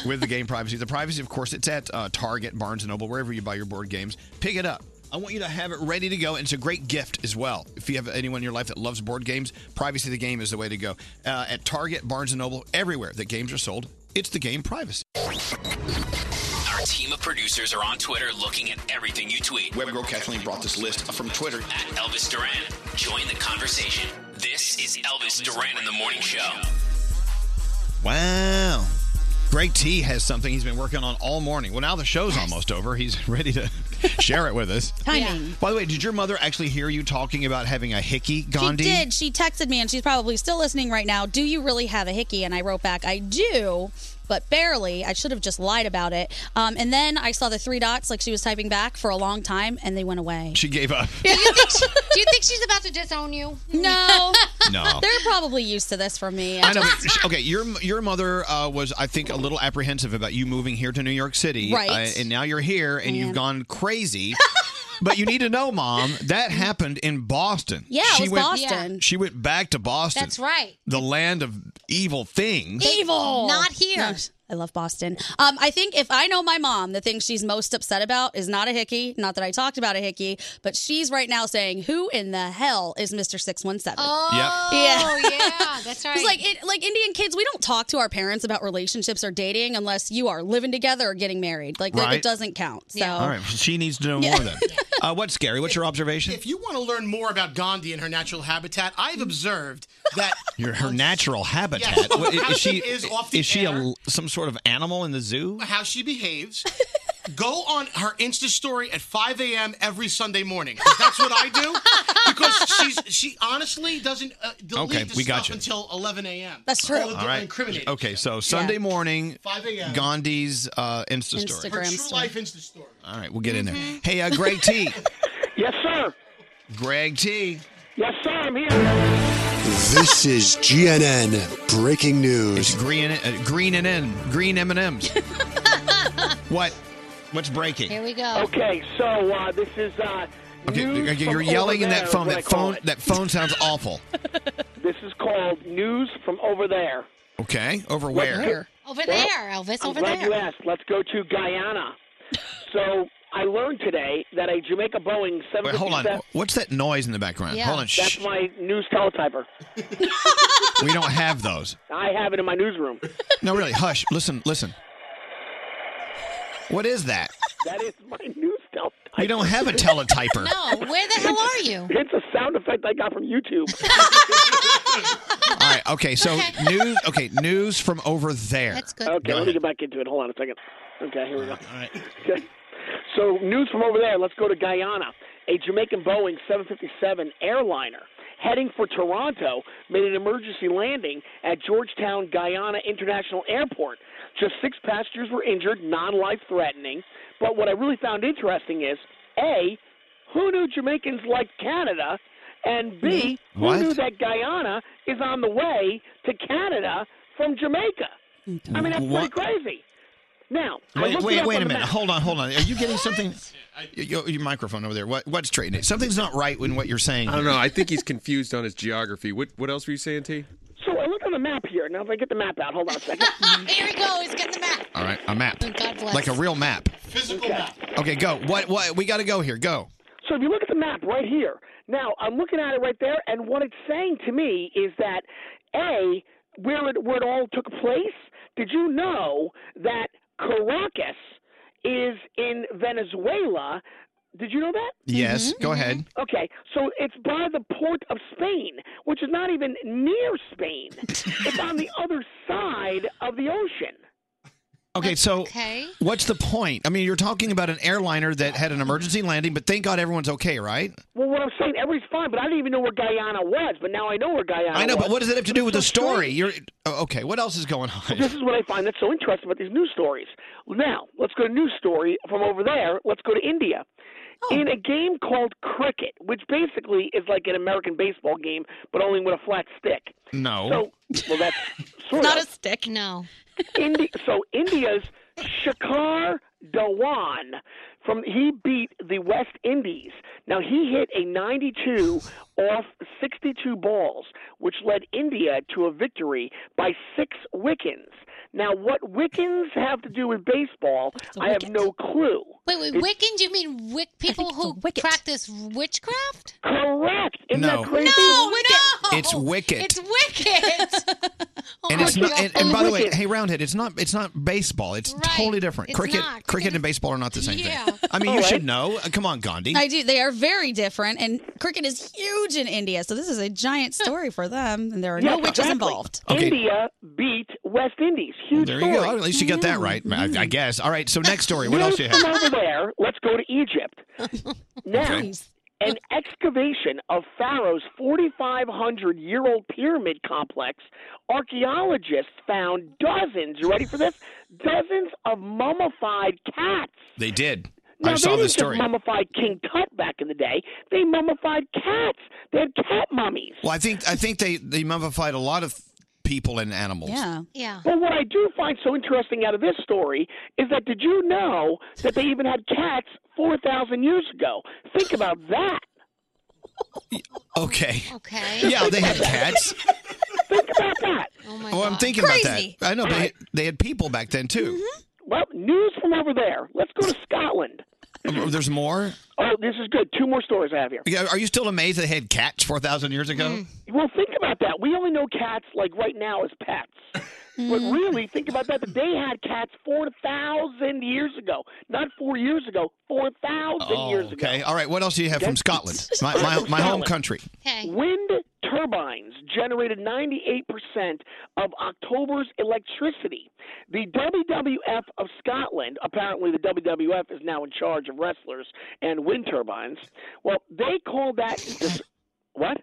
Speaker 4: with the game privacy. The privacy, of course, it's at uh, Target, Barnes and Noble, wherever you buy your board games. Pick it up. I want you to have it ready to go, and it's a great gift as well. If you have anyone in your life that loves board games, privacy of the game is the way to go. Uh, at Target, Barnes and Noble, everywhere that games are sold, it's the game privacy.
Speaker 3: Our team of producers are on Twitter looking at everything you tweet.
Speaker 4: Webgirl Kathleen brought this list from Twitter.
Speaker 3: At Elvis Duran, join the conversation. This is Elvis Duran in the morning show.
Speaker 4: Wow. Greg T has something he's (laughs) been working on all morning. Well, now the show's almost over. He's ready to Share it with us.
Speaker 11: Timing.
Speaker 4: By the way, did your mother actually hear you talking about having a hickey, Gandhi?
Speaker 11: She did. She texted me, and she's probably still listening right now. Do you really have a hickey? And I wrote back, I do, but barely. I should have just lied about it. Um, and then I saw the three dots, like she was typing back for a long time, and they went away.
Speaker 4: She gave up.
Speaker 5: Do you think she's about to disown you? (laughs)
Speaker 11: No.
Speaker 4: No.
Speaker 11: (laughs) They're probably used to this from me. Ah,
Speaker 4: I know. but she- Okay, your your mother uh, was, I think, a little apprehensive about you moving here to New York City,
Speaker 11: Right.
Speaker 4: uh, and now you're here, and
Speaker 11: Man.
Speaker 4: you've gone crazy. but you need to know, Mom, that happened in Boston.
Speaker 5: Yeah, it
Speaker 4: she
Speaker 5: was
Speaker 4: went,
Speaker 5: Boston.
Speaker 4: She went back to Boston.
Speaker 11: That's right.
Speaker 4: The land of evil things.
Speaker 11: Evil.
Speaker 5: Not here.
Speaker 11: I love Boston. Um, I think if I know my mom, the thing she's most upset about is not a hickey. Not that I talked about a hickey, but she's right now saying, "Who in the hell is Mister Six One Seven?
Speaker 5: Oh,
Speaker 11: yeah,
Speaker 5: (laughs) yeah,
Speaker 11: (laughs)
Speaker 5: that's right.
Speaker 11: It's like it, like Indian kids, we don't talk to our parents about relationships or dating unless you are living together or getting married. Like that
Speaker 4: Right.
Speaker 11: it doesn't count. So
Speaker 4: All right, she needs to know
Speaker 11: Yeah.
Speaker 4: more then. Uh, what's scary? What's your observation?
Speaker 10: If you want to learn more about Gandhi and her natural habitat, I've observed that
Speaker 4: Your her natural habitat.
Speaker 10: Yes.
Speaker 4: What-
Speaker 10: How
Speaker 4: Is she
Speaker 10: she is off the
Speaker 4: is she
Speaker 10: air.
Speaker 4: a, some sort of animal in the zoo?
Speaker 10: how she
Speaker 4: (laughs)
Speaker 10: behaves. Go on her Insta story at 5 a.m. every Sunday morning. 'cause That's what I do. Because she's she honestly doesn't uh, delete
Speaker 4: Okay,
Speaker 10: the
Speaker 4: we got
Speaker 10: stuff
Speaker 4: you.
Speaker 10: until 11 a.m.
Speaker 11: That's
Speaker 10: All the different incriminating
Speaker 4: Okay,
Speaker 10: stuff.
Speaker 4: so Sunday morning,
Speaker 10: 5 a.m.
Speaker 4: Gandhi's uh, Insta story.
Speaker 10: Her true life Insta story.
Speaker 4: All right, we'll get in there. Hey, uh, Greg T.
Speaker 8: (laughs) yes, sir.
Speaker 4: Greg T.
Speaker 8: Yes, sir. I'm here.
Speaker 17: This is GNN breaking news.
Speaker 4: Green, uh, green and in green M and M's. What? What's breaking?
Speaker 5: Here we go.
Speaker 8: Okay, so uh, this is uh,
Speaker 4: Okay,
Speaker 8: news
Speaker 4: okay, you're
Speaker 8: from
Speaker 4: yelling
Speaker 8: over
Speaker 4: in
Speaker 8: there,
Speaker 4: that phone.
Speaker 8: is what I
Speaker 4: That
Speaker 8: call
Speaker 4: phone. That phone sounds awful.
Speaker 8: it. This is called news from over there.
Speaker 4: Okay, over
Speaker 8: Let's
Speaker 4: where?
Speaker 8: go-
Speaker 5: Over
Speaker 8: Well,
Speaker 5: there, Elvis,
Speaker 8: I'm
Speaker 5: over
Speaker 8: glad
Speaker 5: there.
Speaker 8: you asked. Let's go to
Speaker 5: (laughs)
Speaker 8: Guyana. so I learned today that a Jamaica Boeing
Speaker 4: Wait,
Speaker 8: 757.
Speaker 4: hold on. What's that noise in the background? Hold on. Shh.
Speaker 8: That's my news teletyper.
Speaker 4: We don't have those.
Speaker 8: I have it in my newsroom.
Speaker 4: No, really. Hush. Listen. Listen. What is that?
Speaker 8: That is
Speaker 5: (laughs)
Speaker 8: my news teletyper.
Speaker 4: We don't have a teletyper.
Speaker 5: No, where the hell
Speaker 11: (laughs)
Speaker 5: are you?
Speaker 8: It's a sound effect I got
Speaker 5: (laughs)
Speaker 8: from YouTube.
Speaker 4: All right. Okay. So news. Okay, news from over there.
Speaker 8: Okay,
Speaker 4: Go
Speaker 8: let me
Speaker 4: ahead.
Speaker 8: get back into it. Hold on a second. Okay, here we go. All right. (laughs) Okay. So news from over there. Let's go to Guyana. A Jamaican Boeing 757 airliner heading for Toronto made an emergency landing at Georgetown Guyana International Airport. Just six passengers were injured, non-life threatening. But what I really found interesting is a who knew Jamaicans liked Canada, and B who
Speaker 4: What?
Speaker 8: knew that Guyana is on the way to Canada from Jamaica. I mean, that's
Speaker 4: What?
Speaker 8: pretty crazy. Now, I
Speaker 4: Wait,
Speaker 8: looked it
Speaker 4: wait,
Speaker 8: up
Speaker 4: wait
Speaker 8: on
Speaker 4: a
Speaker 8: the
Speaker 4: minute.
Speaker 8: map.
Speaker 4: Hold on, hold on. Are you getting something? Your, your microphone over there. What, what's straightening it? Something's not right in what you're saying.
Speaker 16: I don't know. I think he's confused on his geography. What what else were you saying, T?
Speaker 8: So I look on the map here. Now, if I get the map out, hold on a second.
Speaker 5: Here he goes, getting the map.
Speaker 4: All right, a map,
Speaker 5: Oh, God bless.
Speaker 4: like a real map.
Speaker 8: Physical map.
Speaker 4: Okay, go. What? What? We got to go here. Go.
Speaker 8: So if you look at the map right here, now I'm looking at it right there, and what it's saying to me is that A, where it, where it all took place, did you know that Caracas is in Venezuela? Did you know that?
Speaker 17: Mm-hmm.
Speaker 4: Yes.
Speaker 5: Mm-hmm.
Speaker 4: Go ahead.
Speaker 8: Okay, so it's by the port of Spain, which is not even near Spain. it's on the other side of the ocean.
Speaker 4: Okay, so
Speaker 8: okay.
Speaker 4: what's the point? I mean, you're talking about an airliner that had an emergency landing, but thank God everyone's okay, right?
Speaker 8: Well, what I'm saying, everybody's fine, but I didn't even know where Guyana was, but now I know where Guyana
Speaker 4: I know,
Speaker 8: was.
Speaker 4: but what does that have to do with the
Speaker 8: It's so strange.
Speaker 4: story? You're oh, okay. What else is going on? (laughs)
Speaker 8: This is what I find that's so interesting about these news stories. Now, let's go to news story from over there. Let's go to India. In a game called cricket, which basically is like an American baseball game, but only with a flat stick.
Speaker 4: No.
Speaker 8: So,
Speaker 11: (laughs)
Speaker 8: well, that's sort
Speaker 11: not
Speaker 8: of.
Speaker 11: a stick.
Speaker 5: No.
Speaker 8: Indi- so India's Shikhar Dhawan from he beat the West Indies. Now he hit a 92 off 62 balls, which led India to a victory by six wickets. Now, what wickets have to do with baseball? I have no clue.
Speaker 5: Wait, wait,
Speaker 8: It-
Speaker 5: Wiccan? Do you mean Wic people who practice witchcraft?
Speaker 8: Correct. Isn't
Speaker 4: No.
Speaker 8: that crazy?
Speaker 5: No, no.
Speaker 4: It's wicked.
Speaker 5: (laughs) Oh, It's wicked.
Speaker 4: and it's not. And, and by the way,
Speaker 34: Cricket.
Speaker 4: hey, roundhead, it's not. It's not baseball. It's totally different.
Speaker 11: It's
Speaker 4: cricket,
Speaker 11: not. Cricket
Speaker 4: cricket, and baseball are not the same
Speaker 11: Yeah.
Speaker 4: thing. I mean, you
Speaker 11: All right.
Speaker 4: should know. Uh, Come on, Gandhi.
Speaker 11: I do. They are very different, and cricket is huge in India, so this is a giant story for them, and there are no
Speaker 8: Yes,
Speaker 11: witches
Speaker 8: exactly.
Speaker 11: involved.
Speaker 4: Okay.
Speaker 8: India beat West Indies. Huge
Speaker 4: there you
Speaker 8: story. Mm-hmm.
Speaker 4: go. At least you got that right. I, I guess. All right. So next story. What else do you
Speaker 8: News from
Speaker 4: have?
Speaker 8: over there, let's go to Egypt. Now,
Speaker 4: Okay.
Speaker 8: an excavation of Pharaoh's 4,500 year old pyramid complex, archaeologists found dozens, you ready for this? Dozens of mummified cats.
Speaker 4: They did.
Speaker 8: Now,
Speaker 4: I saw
Speaker 8: they
Speaker 4: this
Speaker 8: didn't
Speaker 4: story.
Speaker 8: Just mummified King Tut back in the day. They mummified cats. They had cat mummies.
Speaker 4: Well, I think I think they they mummified a lot of people and animals.
Speaker 5: Yeah.
Speaker 8: Well, what I do find so interesting out of this story is that did you know that they even had cats 4,000 years ago? Think about that.
Speaker 4: Okay.
Speaker 5: Okay.
Speaker 4: Yeah, they had cats.
Speaker 8: Think about that.
Speaker 5: Oh,
Speaker 4: Well, I'm thinking about that. I know, but they, they had people back then too.
Speaker 8: Well, news from over there. Let's go to Scotland.
Speaker 11: Mm-hmm.
Speaker 4: Um, There's more.
Speaker 8: Oh, this is good. Two more stories I have here.
Speaker 4: Yeah, Are you still amazed they had cats 4,000 years ago?
Speaker 11: Mm-hmm.
Speaker 8: Well, think about that. We only know cats like right now as pets. But really, think about that. That They had cats 4,000 years ago. Not four years ago, 4,000
Speaker 4: Oh,
Speaker 8: years ago.
Speaker 4: okay. All right. What else do you have from Scotland? (laughs) My,
Speaker 8: (laughs) All right,
Speaker 4: my,
Speaker 8: from
Speaker 4: my home
Speaker 8: Scotland.
Speaker 4: country.
Speaker 8: Wind turbines generated 98% of October's electricity. The WWF of Scotland, apparently the WWF is now in charge of wrestlers and wind turbines. Well, they call that dis- what?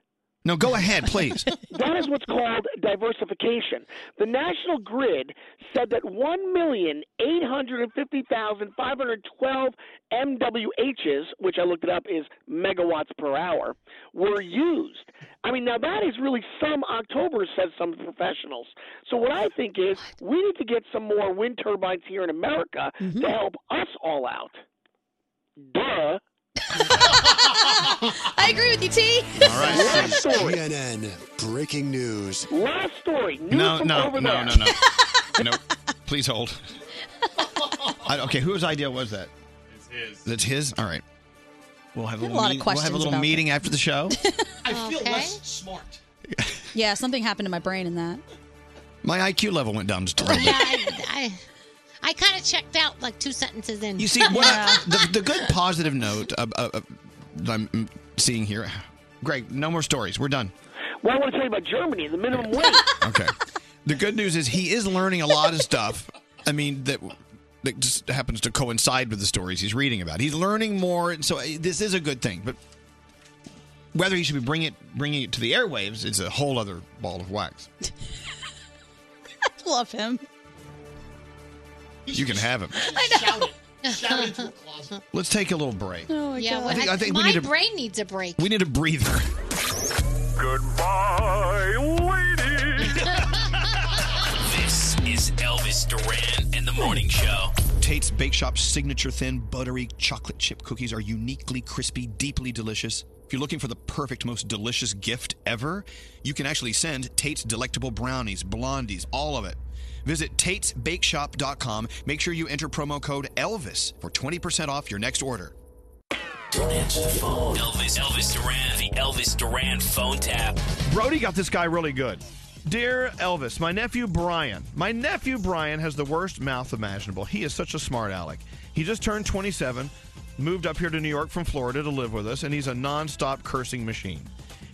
Speaker 4: No, go
Speaker 8: (laughs)
Speaker 4: ahead, please.
Speaker 8: That is what's called diversification. The National Grid said that 1,850,512 MWHs, which I looked it up is megawatts per hour, were used. I mean, now that is really some October, says some professionals. So, what I think is we need to get some more wind turbines here in America to help us all out. Duh.
Speaker 11: I agree with you, T.
Speaker 8: Last story.
Speaker 19: CNN breaking news.
Speaker 8: Last story. News
Speaker 4: No,
Speaker 8: from
Speaker 4: no,
Speaker 8: over
Speaker 4: no,
Speaker 8: there.
Speaker 4: no,
Speaker 8: (laughs)
Speaker 4: no. no. Please hold. I, okay, whose idea was that? It's his. That's his? All right. We'll have a
Speaker 11: I had a
Speaker 4: little,
Speaker 11: lot of
Speaker 4: meeting, we'll have a
Speaker 11: questions
Speaker 4: little
Speaker 11: about
Speaker 4: meeting after
Speaker 11: (laughs)
Speaker 4: the show.
Speaker 11: I feel less
Speaker 35: smart.
Speaker 11: Yeah, something happened to my brain in that. (laughs)
Speaker 4: My IQ level went down just a little bit.
Speaker 5: Yeah, I, I, I kind of checked out like two sentences in.
Speaker 4: You see, what I- the, the good positive note uh, uh, uh, that I'm seeing here. Greg, no more stories. We're done.
Speaker 8: Well, I want to tell you about Germany, the minimum wage.
Speaker 4: Okay. the good news is he is learning a lot of stuff. I mean that that just happens to coincide with the stories he's reading about. He's learning more, and so uh, this is a good thing. But whether he should be bring it, bringing it to the airwaves is a whole other ball of wax.
Speaker 11: Love him.
Speaker 4: You can have him.
Speaker 11: (laughs) I know.
Speaker 4: Let's take a little break.
Speaker 5: (laughs) Oh my yeah,
Speaker 4: God.
Speaker 5: well,
Speaker 4: I think- I think we
Speaker 5: my
Speaker 4: need to-
Speaker 5: brain needs a break.
Speaker 4: We need a breather.
Speaker 34: Goodbye,
Speaker 4: (laughs)
Speaker 3: This is Elvis Duran and the Morning Show.
Speaker 4: Tate's Bake Shop's signature thin, buttery chocolate chip cookies are uniquely crispy, deeply delicious. If you're looking for the perfect, most delicious gift ever, you can actually send Tate's Delectable Brownies, Blondies, all of it. Visit Tate'sBakeShop.com. Make sure you enter promo code ELVIS for 20% off your next order.
Speaker 3: Don't answer the phone. Elvis, Elvis Duran, the Elvis Duran phone tap.
Speaker 4: Brody got this guy really good. Dear Elvis, my nephew Brian. My nephew Brian has the worst mouth imaginable. He is such a smart aleck. He just turned 27, moved up here to New York from Florida to live with us, and he's a nonstop cursing machine.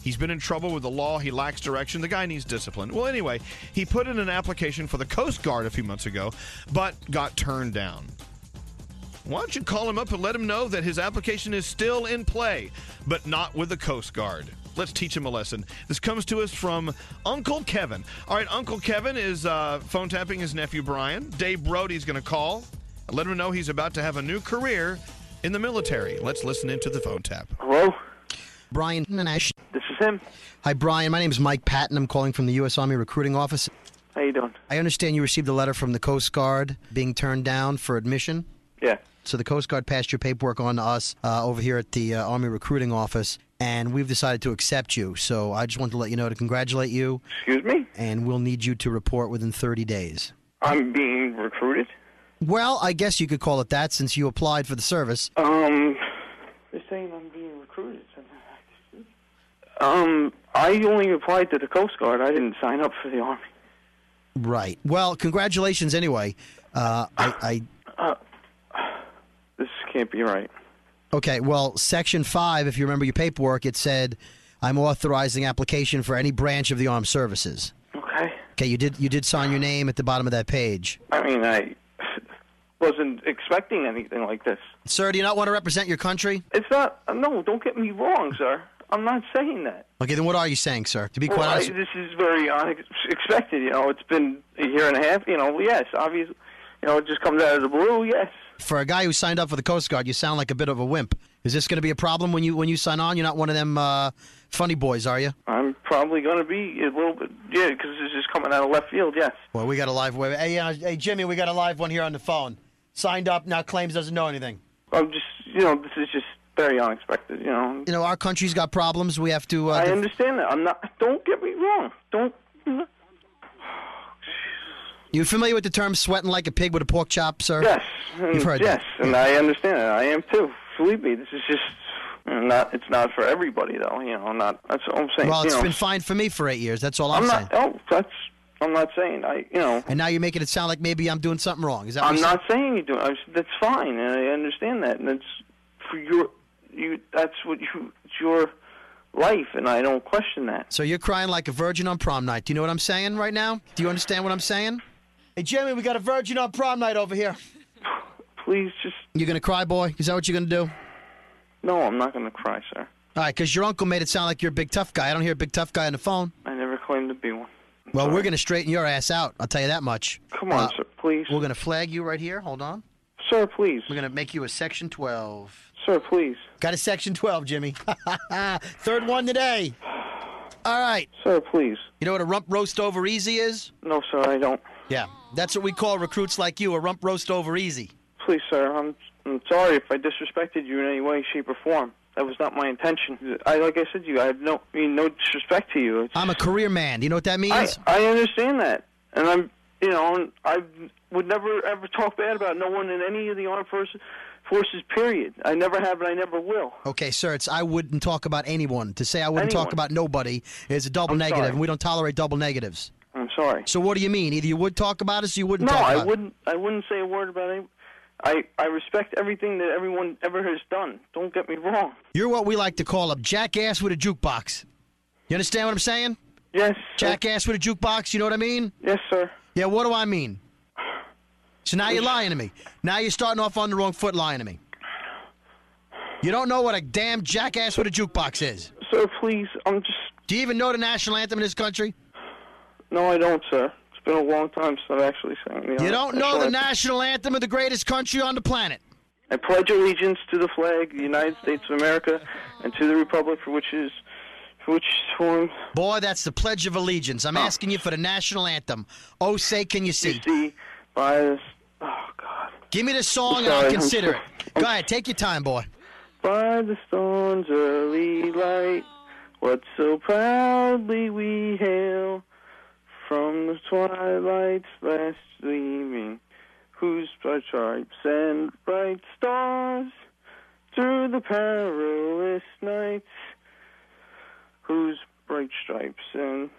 Speaker 4: He's been in trouble with the law. He lacks direction. The guy needs discipline. Well, anyway, he put in an application for the Coast Guard a few months ago, but got turned down. Why don't you call him up and let him know that his application is still in play, but not with the Coast Guard? Let's teach him a lesson. This comes to us from Uncle Kevin. All right, Uncle Kevin is uh, phone tapping his nephew Brian. Dave Brody's going to call. Let him know he's about to have a new career in the military. Let's listen into the phone tap.
Speaker 15: Hello? Brian Manash. This is him. Hi, Brian. My name is Mike Patton. I'm calling from the U.S. Army Recruiting Office.
Speaker 24: How you doing?
Speaker 15: I understand you received a letter from the Coast Guard being turned down for admission.
Speaker 24: (laughs) Yeah.
Speaker 15: So the Coast Guard passed your paperwork on to us uh, over here at the uh, Army Recruiting Office, and we've decided to accept you. So I just want to let you know to congratulate you.
Speaker 24: Excuse me?
Speaker 15: And we'll need you to report within 30 days.
Speaker 24: I'm being recruited.
Speaker 15: Well, I guess you could call it that since you applied for the service.
Speaker 24: Um, They're saying I'm being recruited. um, I only applied to the Coast Guard. I didn't sign up for the Army.
Speaker 15: Right. Well, congratulations anyway. Uh, I, I
Speaker 24: This can't be right.
Speaker 15: okay. Well, section five, if you remember your paperwork, it said, "I'm authorizing application for any branch of the armed services."
Speaker 24: Okay.
Speaker 15: Okay. You did you did sign your name at the bottom of that page,
Speaker 24: I mean, I (laughs) wasn't expecting anything like this.
Speaker 15: sir. Do you not want to represent your country?
Speaker 24: It's not. No, don't get me wrong, sir. I'm not saying that.
Speaker 15: Okay. Then what are you saying, sir? To be quite
Speaker 24: Well, I-
Speaker 15: honest,
Speaker 24: this is very unexpected. You know, it's been a year and a half. You know, yes, obviously. You know, it just comes out of the blue. Yes.
Speaker 15: for a guy who signed up for the Coast Guard, you sound like a bit of a wimp. Is this going to be a problem when you when you sign on? You're not one of them uh, funny boys, are you?
Speaker 24: I'm probably going to be a little bit, yeah, because this is coming out of left field, yes.
Speaker 15: Well, we got a live web. Hey, uh, hey, Jimmy, we got a live one here on the phone. Signed up, now claims doesn't know anything.
Speaker 24: I'm just, you know, this is just very unexpected, you know.
Speaker 15: You know, our country's got problems. We have to. Uh,
Speaker 24: I
Speaker 15: def-
Speaker 24: understand that. I'm not, don't get me wrong. Don't,
Speaker 15: You familiar with the term "sweating like a pig with a pork chop," sir?
Speaker 24: yes. and
Speaker 15: You've heard
Speaker 24: yes,
Speaker 15: that.
Speaker 24: and I understand that. I am too. Believe me, this is just, not, it's not for everybody, though, you know, not, that's what I'm saying.
Speaker 15: Well,
Speaker 24: you
Speaker 15: it's
Speaker 24: know.
Speaker 15: been fine for me for eight years. That's all I'm,
Speaker 24: I'm
Speaker 15: saying.
Speaker 24: not, oh, that's, I'm not saying, I, you know.
Speaker 15: And now you're making it sound like maybe I'm doing something wrong. Is that? what
Speaker 24: I'm
Speaker 15: you're
Speaker 24: not saying you do. I'm, that's fine, and I understand that, and it's for your you. That's what you. It's your life, and I don't question that.
Speaker 15: So you're crying like a virgin on prom night. Do you know what I'm saying right now? Do you understand what I'm saying? Hey, Jimmy, we got a virgin on prom night over here.
Speaker 24: Please just.
Speaker 15: You're gonna cry, boy. Is that what you're gonna do?
Speaker 24: No, I'm not going to cry, sir.
Speaker 15: All right, because your uncle made it sound like you're a big tough guy. I don't hear a big tough guy on the phone.
Speaker 24: I never claimed to be one.
Speaker 15: Well, we're going to straighten your ass out. I'll tell you that much. Uh,
Speaker 24: Come on, sir, please.
Speaker 15: We're going to flag you right here. Hold on.
Speaker 24: Sir, please.
Speaker 15: We're going to make you a Section 12.
Speaker 24: Sir, please.
Speaker 15: Got a Section 12, Jimmy. (laughs) Third one today. All right.
Speaker 24: Sir, please.
Speaker 15: You know what a rump roast over easy is?
Speaker 24: No, sir, I don't.
Speaker 15: Yeah. That's what we call recruits like you a rump roast over easy.
Speaker 24: Please, sir. I'm. I'm sorry if I disrespected you in any way, shape, or form. That was not my intention. I, like I said to you, I have no, I mean, no disrespect to you.
Speaker 15: I'm a career man. Do you know what that means?
Speaker 24: I, I understand that, and I'm, you know, and I would never ever talk bad about no one in any of the armed forces, forces. Period. I never have, and I never will.
Speaker 15: Okay, sir, it's I wouldn't talk about anyone. To say I wouldn't talk
Speaker 24: Anyone.
Speaker 15: about nobody is a double
Speaker 24: I'm
Speaker 15: negative,
Speaker 24: sorry.
Speaker 15: and we don't tolerate double negatives.
Speaker 24: I'm sorry.
Speaker 15: So what do you mean? Either you would talk about us, or you wouldn't.
Speaker 24: no,
Speaker 15: talk
Speaker 24: I
Speaker 15: about it.
Speaker 24: wouldn't. I wouldn't say a word about any. I I respect everything that everyone ever has done. Don't get me wrong.
Speaker 15: You're what we like to call a jackass with a jukebox. You understand what I'm saying?
Speaker 24: Yes.
Speaker 15: Jackass with a jukebox, you know what I mean?
Speaker 24: Yes, sir.
Speaker 15: Yeah, what do I mean? So now you're lying to me. Now you're starting off on the wrong foot lying to me. You don't know what a damn jackass with a jukebox is.
Speaker 24: Sir, please, I'm just.
Speaker 15: Do you even know the national anthem in this country?
Speaker 24: No, I don't, sir. It's been a long time since I've actually sang the.
Speaker 15: You don't know the
Speaker 24: national.
Speaker 15: national anthem of the greatest country on the planet.
Speaker 24: I pledge allegiance to the flag, of the United States of America, and to the republic for which is, for which is formed.
Speaker 15: Boy, that's the Pledge of Allegiance.
Speaker 24: Oh.
Speaker 15: I'm asking you for the national anthem. Oh, say, can you see?
Speaker 24: by this.
Speaker 15: Give me the song and
Speaker 24: Sorry,
Speaker 15: I'll
Speaker 24: oh, I'm
Speaker 15: consider
Speaker 24: sorry.
Speaker 15: it. Go ahead, take your time, boy.
Speaker 24: By the storm's early light, what so proudly we hail from the twilight's last gleaming, whose bright stripes and bright stars through the perilous nights, whose bright stripes and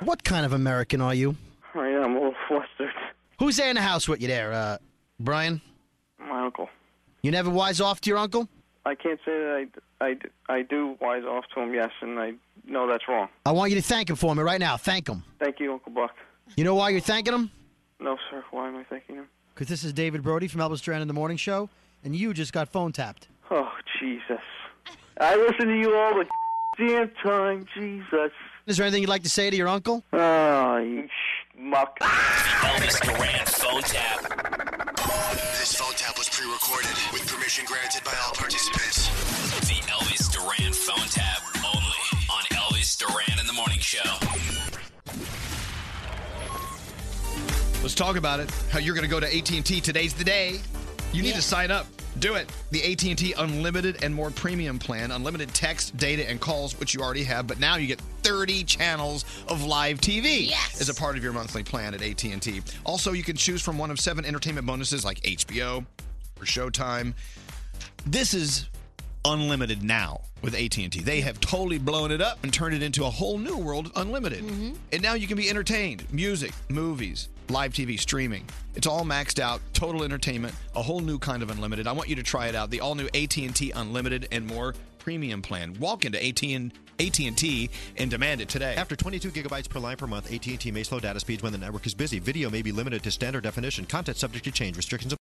Speaker 15: What kind of American are you?
Speaker 24: I am a little (laughs) flustered.
Speaker 15: Who's there in the house with you there, uh, Brian?
Speaker 24: My uncle.
Speaker 15: You never wise off to your uncle?
Speaker 24: I can't say that I, I, I do wise off to him, yes, and I know that's wrong.
Speaker 15: I want you to thank him for me right now. Thank him.
Speaker 24: Thank you, Uncle Buck.
Speaker 15: You know why you're thanking him?
Speaker 24: No, sir. Why am I thanking him?
Speaker 15: Because this is David Brody from Elvis Duran in the Morning Show, and you just got phone tapped.
Speaker 24: Oh, Jesus. I listen to you all the damn time, Jesus.
Speaker 15: Is there anything you'd like to say to your uncle?
Speaker 24: Oh, you schmuck.
Speaker 3: Elvis Duran phone tap.
Speaker 25: This phone tap was pre-recorded with permission granted by all participants.
Speaker 3: The Elvis Duran phone tap only on Elvis Duran in the Morning Show.
Speaker 4: Let's talk about it. How you're going to go to AT&T. Today's the day. You need to sign up. Do it. The AT&T Unlimited and More Premium plan. Unlimited text, data, and calls, which you already have. But now you get 30 channels of live TV as a part of your monthly plan at AT&T. Also, you can choose from one of seven entertainment bonuses like HBO or Showtime. This is unlimited now with AT&T. They have totally blown it up and turned it into a whole new world of unlimited. And now you can be entertained. Music, movies, live TV, streaming. It's all maxed out, total entertainment, a whole new kind of unlimited. I want you to try it out. The all new AT&T Unlimited and More premium plan. Walk into AT&T AT&T and demand it today.
Speaker 12: After 22 gigabytes per line per month, AT&T may slow data speeds when the network is busy. Video may be limited to standard definition. Content subject to change. Restrictions apply.